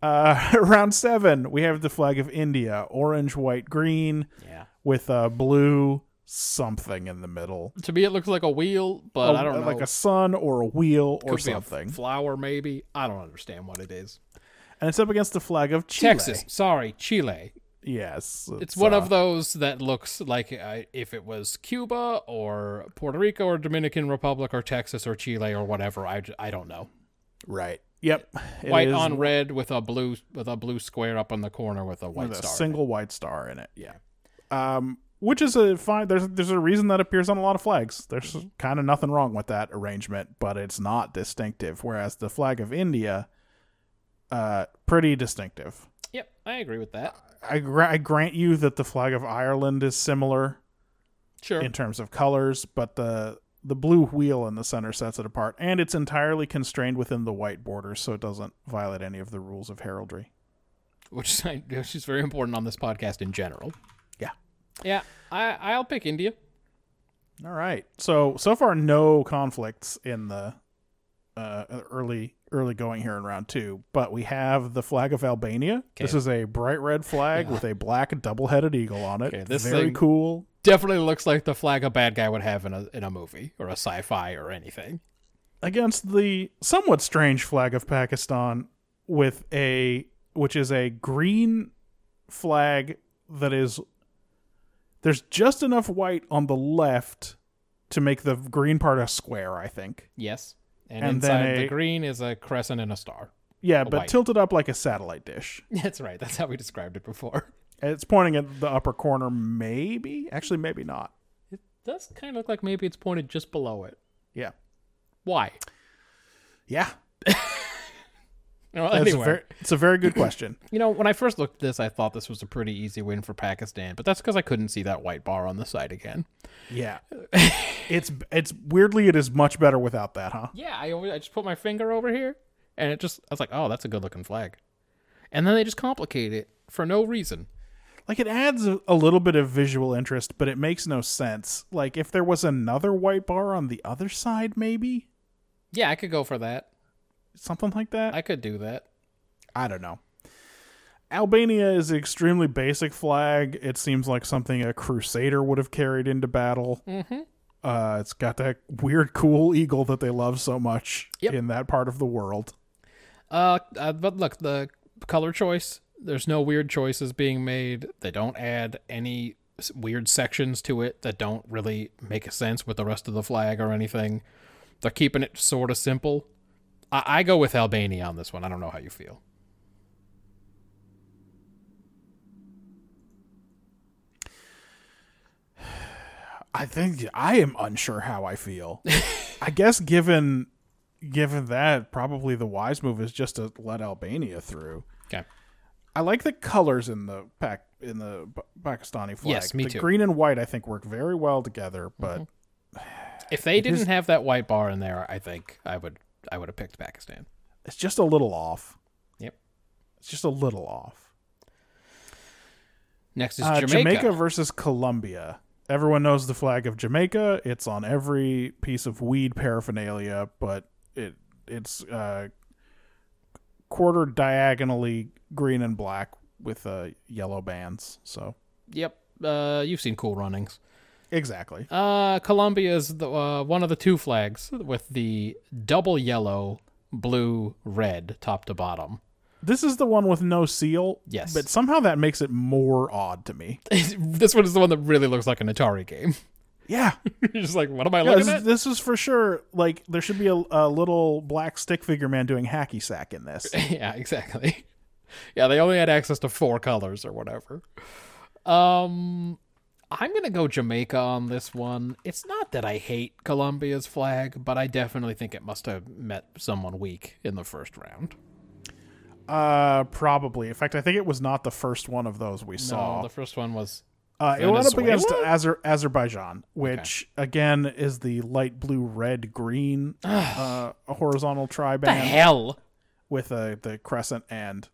Speaker 3: Uh, round seven, we have the flag of India, orange, white, green,
Speaker 2: Yeah.
Speaker 3: with a blue something in the middle.
Speaker 2: To me, it looks like a wheel, but I I don't know.
Speaker 3: like a sun or a wheel or
Speaker 2: Could be a
Speaker 3: something.
Speaker 2: flower, maybe. I don't understand what it is.
Speaker 3: and it's up against the flag of Chile.
Speaker 2: Texas. Sorry, Chile.
Speaker 3: Yes,
Speaker 2: It's one
Speaker 3: uh,
Speaker 2: of those that looks like uh, if it was Cuba or Puerto Rico or Dominican Republic or Texas or Chile or whatever. I, j- I don't know.
Speaker 3: right. Yep, It
Speaker 2: white
Speaker 3: is
Speaker 2: on red with a blue with a blue square up in the corner with a white
Speaker 3: with a
Speaker 2: star. in it.
Speaker 3: single white star in it. Yeah. Um, which is a fine. There's there's a reason that appears on a lot of flags. There's
Speaker 2: Mm-hmm.
Speaker 3: kind of nothing wrong with that arrangement, but it's not distinctive. Whereas the flag of India, uh, pretty distinctive.
Speaker 2: Yep, I agree with that.
Speaker 3: I, gra- I grant you that the flag of Ireland is similar
Speaker 2: Sure.
Speaker 3: in terms of colors, but the the blue wheel in the center sets it apart, and it's entirely constrained within the white borders, so it doesn't violate any of the rules of heraldry.
Speaker 2: which is, which is very important on this podcast in general.
Speaker 3: Yeah.
Speaker 2: Yeah, I, I'll pick India.
Speaker 3: All right. So so far, no conflicts in the uh, early early going here in round two, but we have the flag of Albania. This is a bright red flag with a black double headed eagle on it.
Speaker 2: Okay, this
Speaker 3: Very
Speaker 2: thing-
Speaker 3: cool.
Speaker 2: Definitely looks like the flag a bad guy would have in a in a movie or a sci-fi or anything.
Speaker 3: against the somewhat strange flag of Pakistan with a which is a green flag that is there's just enough white on the left to make the green part a square, I think.
Speaker 2: Yes. And,
Speaker 3: And then
Speaker 2: inside the
Speaker 3: a-
Speaker 2: green is a crescent and a star.
Speaker 3: Yeah, but
Speaker 2: white.
Speaker 3: tilted up like a satellite dish.
Speaker 2: That's right. That's how we described it before.
Speaker 3: And It's pointing at the upper corner maybe, actually maybe not.
Speaker 2: It does kind of look like maybe it's pointed just below it.
Speaker 3: Yeah.
Speaker 2: Why?
Speaker 3: Yeah.
Speaker 2: Well,
Speaker 3: That's
Speaker 2: anyway,
Speaker 3: a very, it's a very good question.
Speaker 2: you know, when I first looked at this, I thought this was a pretty easy win for Pakistan, but that's because I couldn't see that white bar on the side again.
Speaker 3: Yeah. It's it's weirdly it is much better without that, huh?
Speaker 2: Yeah, I always I just put my finger over here, and it just I was like, oh, that's a good looking flag, and then they just complicate it for no reason.
Speaker 3: like it adds a, a little bit of visual interest, but it makes no sense. Like if there was another white bar on the other side, maybe
Speaker 2: Yeah, I could go for that.
Speaker 3: something like that.
Speaker 2: I could do that.
Speaker 3: I don't know. Albania is an extremely basic flag. It seems like something a crusader would have carried into battle. Mm-hmm. Uh, it's got that weird, cool eagle that they love so much
Speaker 2: Yep.
Speaker 3: in that part of the world.
Speaker 2: Uh, uh, but look, the color choice. There's no weird choices being made. They don't add any s- weird sections to it that don't really make a sense with the rest of the flag or anything. They're keeping it sort of simple. I, I go with Albania on this one. I don't know how you feel.
Speaker 3: I think I am unsure how I feel. I guess given given that, probably the wise move is just to let Albania through.
Speaker 2: Okay.
Speaker 3: I like the colors in the pack in the Pa- Pakistani flag.
Speaker 2: Yes, me
Speaker 3: the
Speaker 2: too.
Speaker 3: Green and white, I think, work very well together. But
Speaker 2: If they didn't have that white bar in there, I think I would I would have picked Pakistan.
Speaker 3: it's just a little off.
Speaker 2: Yep.
Speaker 3: It's just a little off.
Speaker 2: Next is
Speaker 3: Uh,
Speaker 2: Jamaica.
Speaker 3: versus Colombia. Everyone knows the flag of Jamaica. It's on every piece of weed paraphernalia, but it it's uh, quarter diagonally green and black with uh, yellow bands. So
Speaker 2: Yep. Uh, you've seen Cool Runnings.
Speaker 3: exactly.
Speaker 2: Uh, Colombia is the, uh, one of the two flags with the double yellow, blue, red, top to bottom.
Speaker 3: This is the one with no seal.
Speaker 2: Yes.
Speaker 3: but somehow that makes it more odd to me.
Speaker 2: this one is the one that really looks like an Atari game.
Speaker 3: Yeah,
Speaker 2: You're just like, what am I
Speaker 3: Yeah,
Speaker 2: looking
Speaker 3: this,
Speaker 2: at?
Speaker 3: this is for sure. Like there should be a, a little black stick figure man doing hacky sack in this.
Speaker 2: yeah, exactly. Yeah, they only had access to four colors or whatever. Um, I'm gonna go Jamaica on this one. It's not that I hate Colombia's flag, but I definitely think it must have met someone weak in the first round.
Speaker 3: Uh, probably. In fact, I think it was not the first one of those we
Speaker 2: No,
Speaker 3: saw.
Speaker 2: the first one was
Speaker 3: uh, it went up
Speaker 2: Venezuela?
Speaker 3: against Azer- Azerbaijan, which again is the light blue, red, green uh, horizontal
Speaker 2: the
Speaker 3: triband
Speaker 2: hell.
Speaker 3: with a, the crescent and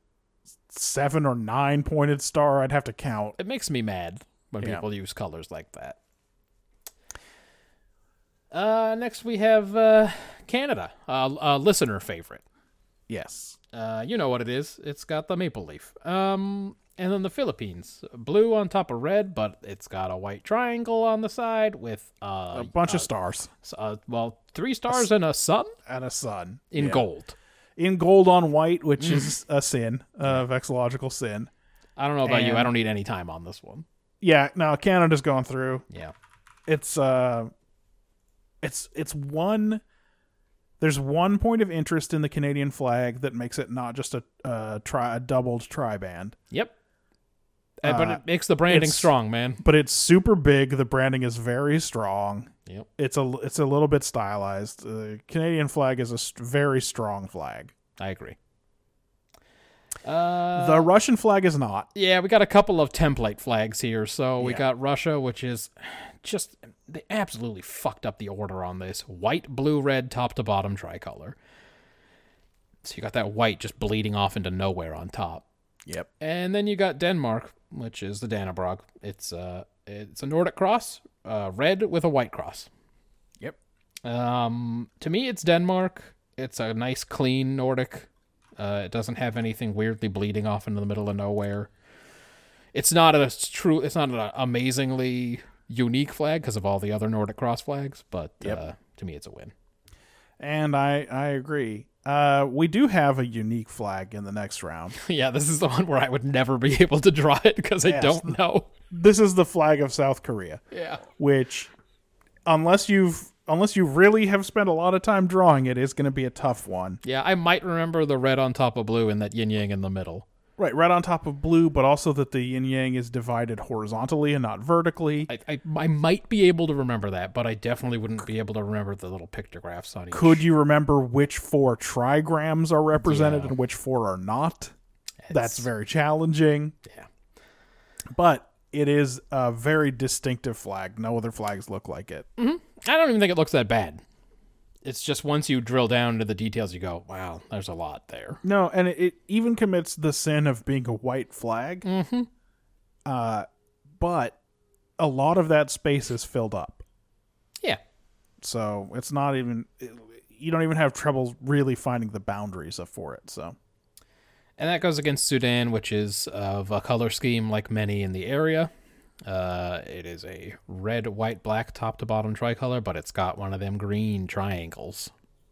Speaker 3: seven or nine pointed star. I'd have to count.
Speaker 2: it makes me mad when
Speaker 3: Yeah.
Speaker 2: people use colors like that. Uh, next we have uh, Canada, uh, a listener favorite.
Speaker 3: Yes.
Speaker 2: Uh, you know what it is? It's got the maple leaf. Um, and then the Philippines, blue on top of red, but it's got a white triangle on the side with uh,
Speaker 3: A bunch of stars
Speaker 2: s- uh well, three stars and a sun
Speaker 3: and a sun
Speaker 2: in
Speaker 3: Yeah.
Speaker 2: gold. Mm.
Speaker 3: in gold on white, which is a sin, a vexillological sin.
Speaker 2: I don't know about you. I
Speaker 3: And-
Speaker 2: don't need any time on this one.
Speaker 3: Yeah. Now Canada's gone through.
Speaker 2: Yeah.
Speaker 3: it's uh it's it's one there's one point of interest in the Canadian flag that makes it not just a uh tri a doubled triband,
Speaker 2: Yep. Uh, but
Speaker 3: Uh,
Speaker 2: it makes the branding
Speaker 3: it's-
Speaker 2: strong, man.
Speaker 3: but it's super big. The branding is very strong.
Speaker 2: Yep.
Speaker 3: It's a it's a little bit stylized. The Canadian flag is a st- very strong flag.
Speaker 2: I agree. Uh,
Speaker 3: the Russian flag is not.
Speaker 2: Yeah, we got a couple of template flags here. So we
Speaker 3: Yeah.
Speaker 2: got Russia, which is just they absolutely fucked up the order on this white, blue, red, top to bottom tricolor. So you got that white just bleeding off into nowhere on top,
Speaker 3: Yep.
Speaker 2: and then you got Denmark, which is the Dannebrog. It's uh it's a Nordic cross, uh, red with a white cross.
Speaker 3: Yep.
Speaker 2: Um, to me, it's Denmark. It's a nice, clean Nordic. Uh, it doesn't have anything weirdly bleeding off into the middle of nowhere. It's not a s- true. It's not an amazingly unique flag because of all the other Nordic cross flags, but uh, to me, it's a win.
Speaker 3: And I I agree. Uh, we do have a unique flag in the next round.
Speaker 2: yeah, this is the one where I would never be able to draw it because I
Speaker 3: Yes.
Speaker 2: don't know.
Speaker 3: This is the flag of South Korea.
Speaker 2: Yeah,
Speaker 3: which unless you've unless you really have spent a lot of time drawing it is going to be a tough one
Speaker 2: yeah, I might remember the red on top of blue and that yin yang in the middle.
Speaker 3: right right on top of blue but also that the yin yang is divided horizontally and not vertically
Speaker 2: I, I I might be able to remember that, but I definitely wouldn't be able to remember the little pictographs on each.
Speaker 3: could you remember which four trigrams are represented
Speaker 2: Yeah.
Speaker 3: and which four are not
Speaker 2: It's-
Speaker 3: that's very challenging
Speaker 2: Yeah.
Speaker 3: but it is a very distinctive flag no other flags look like it
Speaker 2: I don't even think it looks that bad. It's just once you drill down into the details, you go, wow, there's a lot there.
Speaker 3: No, and it, it even commits the sin of being a white flag. Uh, but a lot of that space is filled up.
Speaker 2: Yeah.
Speaker 3: So it's not even, you don't even have trouble really finding the boundaries of for it. So,
Speaker 2: And that goes against Sudan, which is of a color scheme like many in the area. Uh, it is a red, white, black, top to bottom tricolor, but it's got one of them green triangles.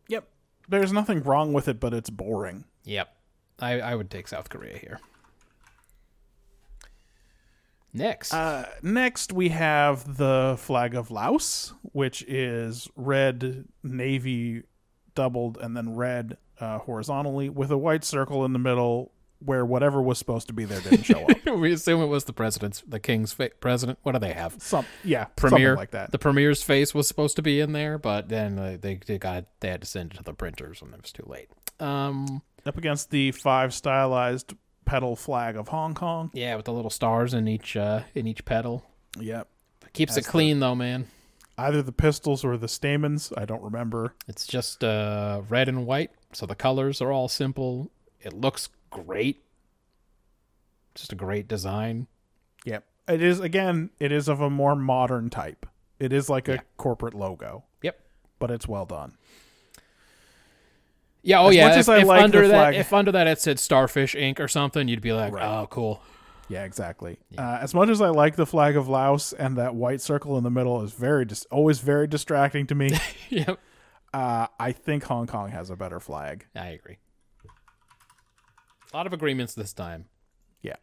Speaker 3: yep. There's nothing wrong with it, but it's boring.
Speaker 2: Yep. I, I would take South Korea here. Next.
Speaker 3: Uh, next, we have the flag of Laos, which is red, navy, doubled, and then red uh, horizontally with a white circle in the middle where whatever was supposed to be there didn't show up.
Speaker 2: we assume it was the president's, the king's fa- president. What do they have?
Speaker 3: Some, yeah,
Speaker 2: Premier
Speaker 3: something like that.
Speaker 2: The premier's face was supposed to be in there, but then uh, they, they got they had to send it to the printers, and it was too late. Um,
Speaker 3: Up against the five stylized petal flag of Hong Kong.
Speaker 2: yeah, with the little stars in each uh in each petal.
Speaker 3: Yep.
Speaker 2: Keeps it clean though, man.
Speaker 3: Either the pistols or the stamens. I don't remember.
Speaker 2: It's just uh red and white, so the colors are all simple. It looks great. Just a great design.
Speaker 3: Yep. It is again. It is of a more modern type. It is like a corporate logo,
Speaker 2: Yep.
Speaker 3: but it's well done.
Speaker 2: Yeah, oh
Speaker 3: As
Speaker 2: yeah.
Speaker 3: much
Speaker 2: if,
Speaker 3: as I
Speaker 2: if
Speaker 3: like the
Speaker 2: under that,
Speaker 3: flag-
Speaker 2: if under that it said Starfish Ink or something, you'd be like, oh, cool.
Speaker 3: Yeah, exactly. Uh, as much as I like the flag of Laos and that white circle in the middle is very dis- always very distracting to me.
Speaker 2: yep.
Speaker 3: uh, I think Hong Kong has a better flag.
Speaker 2: I agree. A lot of agreements this time.
Speaker 3: Yeah.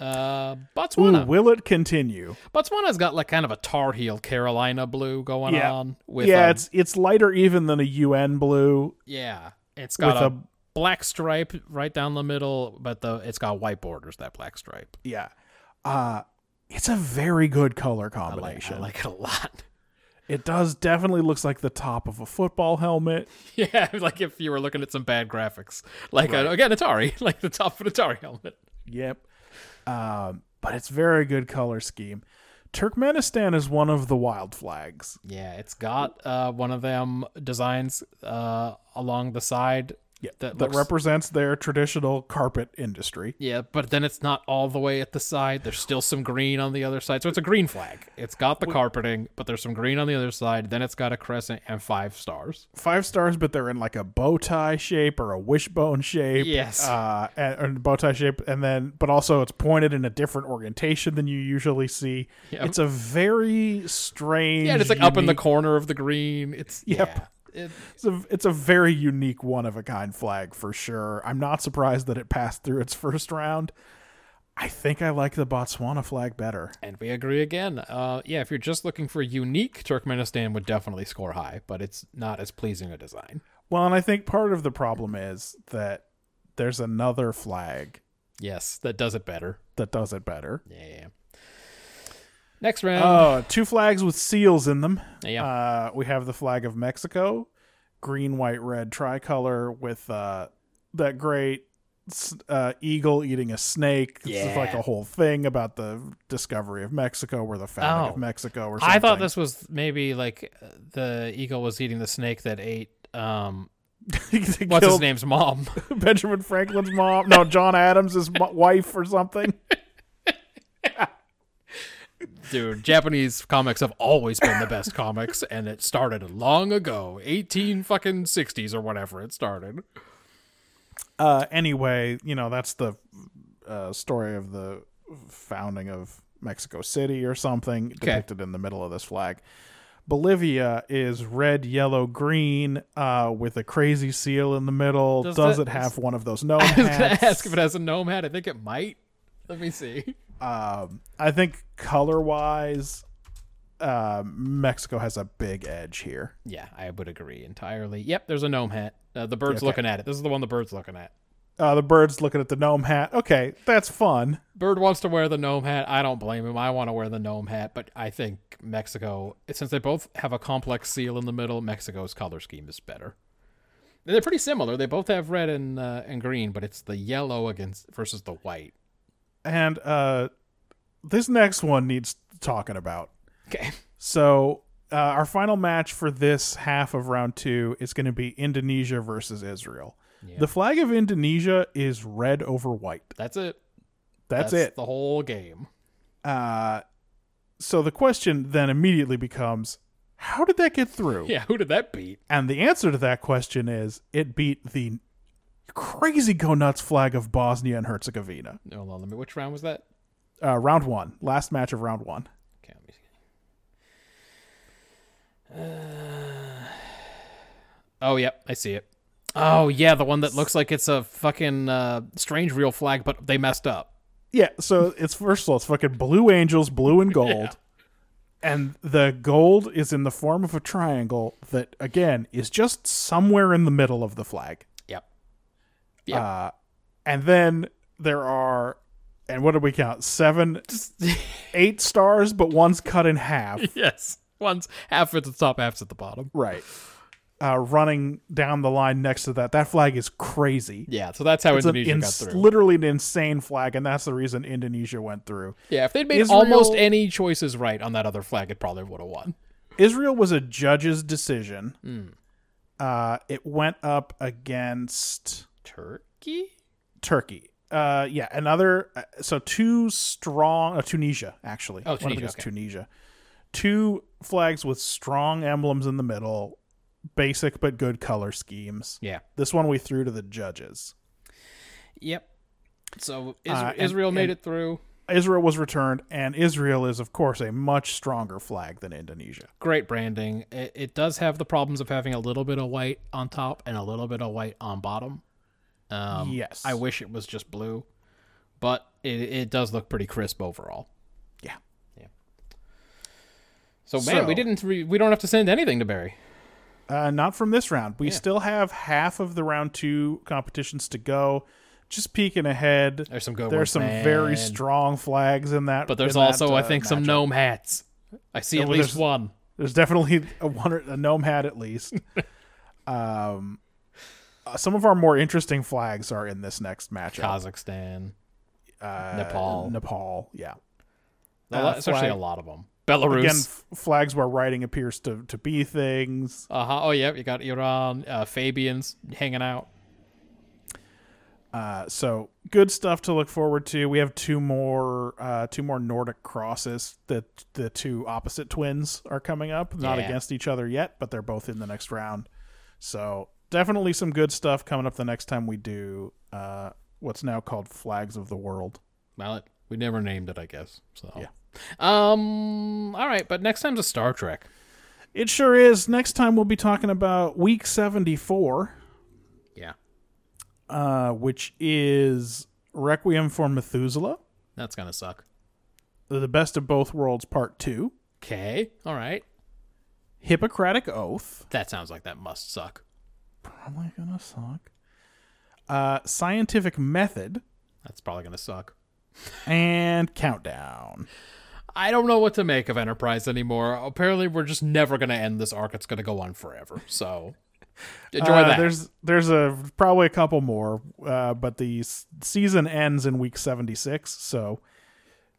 Speaker 2: Uh,
Speaker 3: Ooh,
Speaker 2: Botswana.
Speaker 3: will it continue?
Speaker 2: Botswana's got like kind of a Tar Heel Carolina blue going
Speaker 3: Yeah.
Speaker 2: on. With
Speaker 3: yeah,
Speaker 2: um,
Speaker 3: it's it's lighter even than a UN blue.
Speaker 2: Yeah, it's got
Speaker 3: With
Speaker 2: a,
Speaker 3: a-
Speaker 2: black stripe right down the middle, but the it's got white borders. That black stripe,
Speaker 3: Yeah. Uh it's a very good
Speaker 2: I
Speaker 3: color
Speaker 2: like,
Speaker 3: combination.
Speaker 2: I like it a lot.
Speaker 3: It does definitely looks like the top of a football helmet.
Speaker 2: yeah, like if you were looking at some bad graphics, like uh, again Atari, like the top of an Atari helmet.
Speaker 3: Yep. Um, but it's very good color scheme. Turkmenistan is one of the wild flags.
Speaker 2: Yeah, it's got uh, one of them designs uh, along the side. Yeah, that,
Speaker 3: That
Speaker 2: looks-
Speaker 3: represents their traditional carpet industry.
Speaker 2: Yeah, but then it's not all the way at the side. There's still some green on the other side. So it's a green flag. It's got the carpeting, but there's some green on the other side. Then it's got a crescent and five stars.
Speaker 3: Five stars, but they're in like a bow tie shape or a wishbone shape.
Speaker 2: Yes.
Speaker 3: Uh, and, or bow tie shape, and then but also it's pointed in a different orientation than you usually see.
Speaker 2: Yep.
Speaker 3: It's a very strange.
Speaker 2: Yeah, and it's like up in the
Speaker 3: unique-
Speaker 2: corner of the green. It's
Speaker 3: Yep.
Speaker 2: yeah. It-
Speaker 3: It's a, it's a very unique one of a kind flag for sure. I'm not surprised that it passed through its first round. I think I like the Botswana flag better.
Speaker 2: and we agree again. Uh, yeah, if you're just looking for unique, Turkmenistan would definitely score high, but it's not as pleasing a design.
Speaker 3: Well, and I think part of the problem is that there's another flag
Speaker 2: Yes, that does it better.
Speaker 3: that does it better.
Speaker 2: Yeah. yeah. Next round.
Speaker 3: Oh, two flags with seals in them.
Speaker 2: yeah.
Speaker 3: Uh, we have the flag of Mexico, green, white, red tricolor with uh, that great s- uh, eagle eating a snake. This is like
Speaker 2: Yeah.
Speaker 3: a whole thing about the discovery of Mexico or the founding
Speaker 2: Oh.
Speaker 3: of Mexico or something.
Speaker 2: I thought this was maybe like uh, the eagle was eating the snake that ate um
Speaker 3: They
Speaker 2: what's his
Speaker 3: killed
Speaker 2: name's mom.
Speaker 3: Benjamin Franklin's mom. No, John Adams' mo- wife or something.
Speaker 2: Dude, Japanese comics have always been the best comics and it started long ago, 18 fucking 60s or whatever it started.
Speaker 3: Uh, anyway, you know, that's the uh, story of the founding of Mexico City or something depicted in the middle of this flag. Bolivia is red, yellow, green, uh, with a crazy seal in the middle.
Speaker 2: Does
Speaker 3: Does,
Speaker 2: that-
Speaker 3: it have one of those gnome
Speaker 2: I was going
Speaker 3: hats?
Speaker 2: to ask if it has a gnome hat. I think it might. Let me see.
Speaker 3: um, I think color wise, uh, Mexico has a big edge here.
Speaker 2: Yeah, I would agree entirely. Yep, there's a gnome hat. Uh, the bird's
Speaker 3: Okay.
Speaker 2: looking at it. This is the one the bird's looking at.
Speaker 3: Uh, the bird's looking at the gnome hat. Okay, that's fun.
Speaker 2: Bird wants to wear the gnome hat. I don't blame him. I want to wear the gnome hat, but I think Mexico, since they both have a complex seal in the middle, Mexico's color scheme is better. And They're pretty similar. They both have red and uh, and green, but it's the yellow against versus the white.
Speaker 3: And uh, this next one needs talking about.
Speaker 2: Okay.
Speaker 3: So uh, our final match for this half of round two is going to be Indonesia versus Israel. The flag of Indonesia is red over white.
Speaker 2: That's it.
Speaker 3: That's, it.
Speaker 2: The whole game.
Speaker 3: Uh, so the question then immediately becomes, how did that get through?
Speaker 2: Yeah, who did that beat?
Speaker 3: And the answer to that question is it beat the crazy go nuts flag of Bosnia and Herzegovina.
Speaker 2: Hold on, let me. Which round was that?
Speaker 3: Uh, round one, last match of round one.
Speaker 2: Okay, let me see. Uh, oh, yep, I see it. Oh, yeah, the one that looks like it's a fucking uh, strange real flag, but they messed up.
Speaker 3: Yeah, so it's first of all, it's fucking Blue Angels, blue and gold. And the gold is in the form of a triangle that, again, is just somewhere in the middle of the flag.
Speaker 2: Yep. Yep.
Speaker 3: Uh, and then there are, and what do we count? Seven, eight stars, but one's cut in half.
Speaker 2: yes. One's half at the top, half's at the bottom.
Speaker 3: Right. Uh, running down the line next to that. That flag is crazy.
Speaker 2: Yeah, so that's how
Speaker 3: It's an
Speaker 2: Indonesia got
Speaker 3: ins-
Speaker 2: through.
Speaker 3: literally an insane flag, and that's the reason Indonesia went through.
Speaker 2: yeah, if they'd made
Speaker 3: Israel-
Speaker 2: almost any choices right on that other flag, it probably would have won.
Speaker 3: Israel was a judge's decision.
Speaker 2: Hmm.
Speaker 3: Uh, it went up against
Speaker 2: Turkey?
Speaker 3: Turkey. Uh, yeah, another. Uh, so two strong. Uh, Tunisia, actually.
Speaker 2: Oh,
Speaker 3: Went up
Speaker 2: Tunisia,
Speaker 3: against
Speaker 2: okay.
Speaker 3: Tunisia. Two flags with strong emblems in the middle, basic but good color schemes.
Speaker 2: Yeah.
Speaker 3: This one we threw to the judges.
Speaker 2: Yep. So Isra-
Speaker 3: Uh, and-
Speaker 2: Israel made
Speaker 3: and-
Speaker 2: it through.
Speaker 3: Israel was returned, and Israel is, of course, a much stronger flag than Indonesia.
Speaker 2: Great branding. It, it does have the problems of having a little bit of white on top and a little bit of white on bottom. Um,
Speaker 3: Yes.
Speaker 2: I wish it was just blue, but it, it does look pretty crisp overall.
Speaker 3: Yeah.
Speaker 2: Yeah. So man, we
Speaker 3: So-
Speaker 2: didn't. Re- we don't have to send anything to Barry.
Speaker 3: Uh, not from this round. We still have half of the round two competitions to go. Just peeking ahead.
Speaker 2: There's some good
Speaker 3: There's
Speaker 2: ones,
Speaker 3: some
Speaker 2: man.
Speaker 3: very strong flags in that.
Speaker 2: But there's
Speaker 3: in that,
Speaker 2: also, I
Speaker 3: uh,
Speaker 2: think, some
Speaker 3: matchup.
Speaker 2: gnome hats. I see at
Speaker 3: well,
Speaker 2: least
Speaker 3: there's-
Speaker 2: one.
Speaker 3: There's definitely a one a gnome hat at least. um, uh, some of our more interesting flags are in this next matchup.
Speaker 2: Kazakhstan.
Speaker 3: Uh,
Speaker 2: Nepal.
Speaker 3: Nepal. Yeah. Uh,
Speaker 2: A lot- it's actually a
Speaker 3: flag-
Speaker 2: lot of them. Belarus.
Speaker 3: Again, f- flags where writing appears to to be things.
Speaker 2: Uh-huh. Oh, yeah. You got Iran, uh, Fabians hanging out.
Speaker 3: Uh, so good stuff to look forward to. We have two more uh, two more Nordic crosses. The the two opposite twins are coming up, not
Speaker 2: Yeah.
Speaker 3: against each other yet, but they're both in the next round. So definitely some good stuff coming up the next time we do uh, what's now called Flags of the World.
Speaker 2: Well, it, we never named it, I guess. So
Speaker 3: Yeah.
Speaker 2: Um. All right, but next time's a Star Trek.
Speaker 3: It sure is. Next time we'll be talking about week seventy four,
Speaker 2: Yeah,
Speaker 3: uh, which is Requiem for Methuselah,
Speaker 2: that's gonna suck.
Speaker 3: The Best of Both Worlds Part Two,
Speaker 2: Okay. All right.
Speaker 3: Hippocratic Oath.
Speaker 2: That sounds like that must suck.
Speaker 3: Probably gonna suck. Uh, scientific method
Speaker 2: That's probably gonna suck.
Speaker 3: and countdown.
Speaker 2: I don't know what to make of Enterprise anymore. Apparently, we're just never gonna end this arc. It's gonna go on forever. So enjoy
Speaker 3: Uh,
Speaker 2: that.
Speaker 3: There's there's a probably a couple more, uh, but the s- season ends in week seventy six, so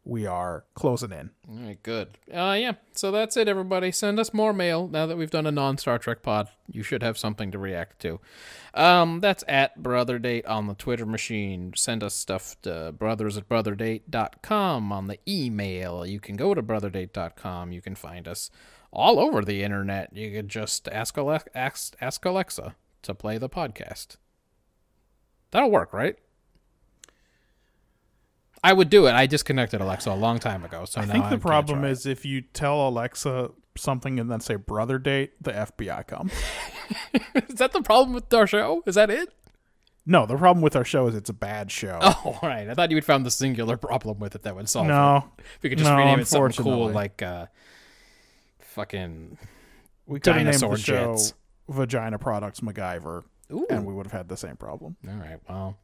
Speaker 3: we are closing in.
Speaker 2: All right, good. Uh, yeah, so that's it, everybody. Send us more mail now that we've done a non Star Trek pod. You should have something to react to. Um, that's at Brother Date on the Twitter machine. Send us stuff to brothers at brotherdate.com on the email. You can go to brotherdate.com. You can find us all over the internet. You could just ask, Alex- ask, ask Alexa to play the podcast. That'll work, right? I would do it. I disconnected Alexa a long time ago, so
Speaker 3: I
Speaker 2: now
Speaker 3: think the
Speaker 2: can't
Speaker 3: problem
Speaker 2: try it.
Speaker 3: is if you tell Alexa something and then say brother date, the FBI comes.
Speaker 2: Is that the problem with our show? Is that it?
Speaker 3: no, the problem with our show is it's a bad show.
Speaker 2: Oh, all right. I thought you had found the singular problem with it that would solve it.
Speaker 3: no,
Speaker 2: If we could just
Speaker 3: No,
Speaker 2: rename it something cool
Speaker 3: unfortunately.
Speaker 2: like uh, fucking.
Speaker 3: we could have named
Speaker 2: Dinosaur
Speaker 3: the show
Speaker 2: jets.
Speaker 3: Vagina Products MacGyver,
Speaker 2: Ooh.
Speaker 3: and we would have had the same problem.
Speaker 2: All right. Well,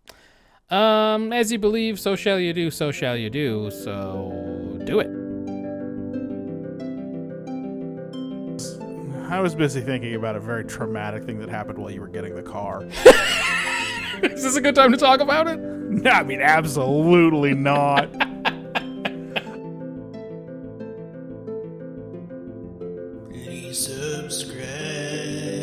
Speaker 2: um, as you believe, so shall you do. So shall you do. So do it.
Speaker 3: I was busy thinking about a very traumatic thing that happened while you were getting the car.
Speaker 2: Is this a good time to talk about it?
Speaker 3: I mean, absolutely not.
Speaker 7: Please subscribe.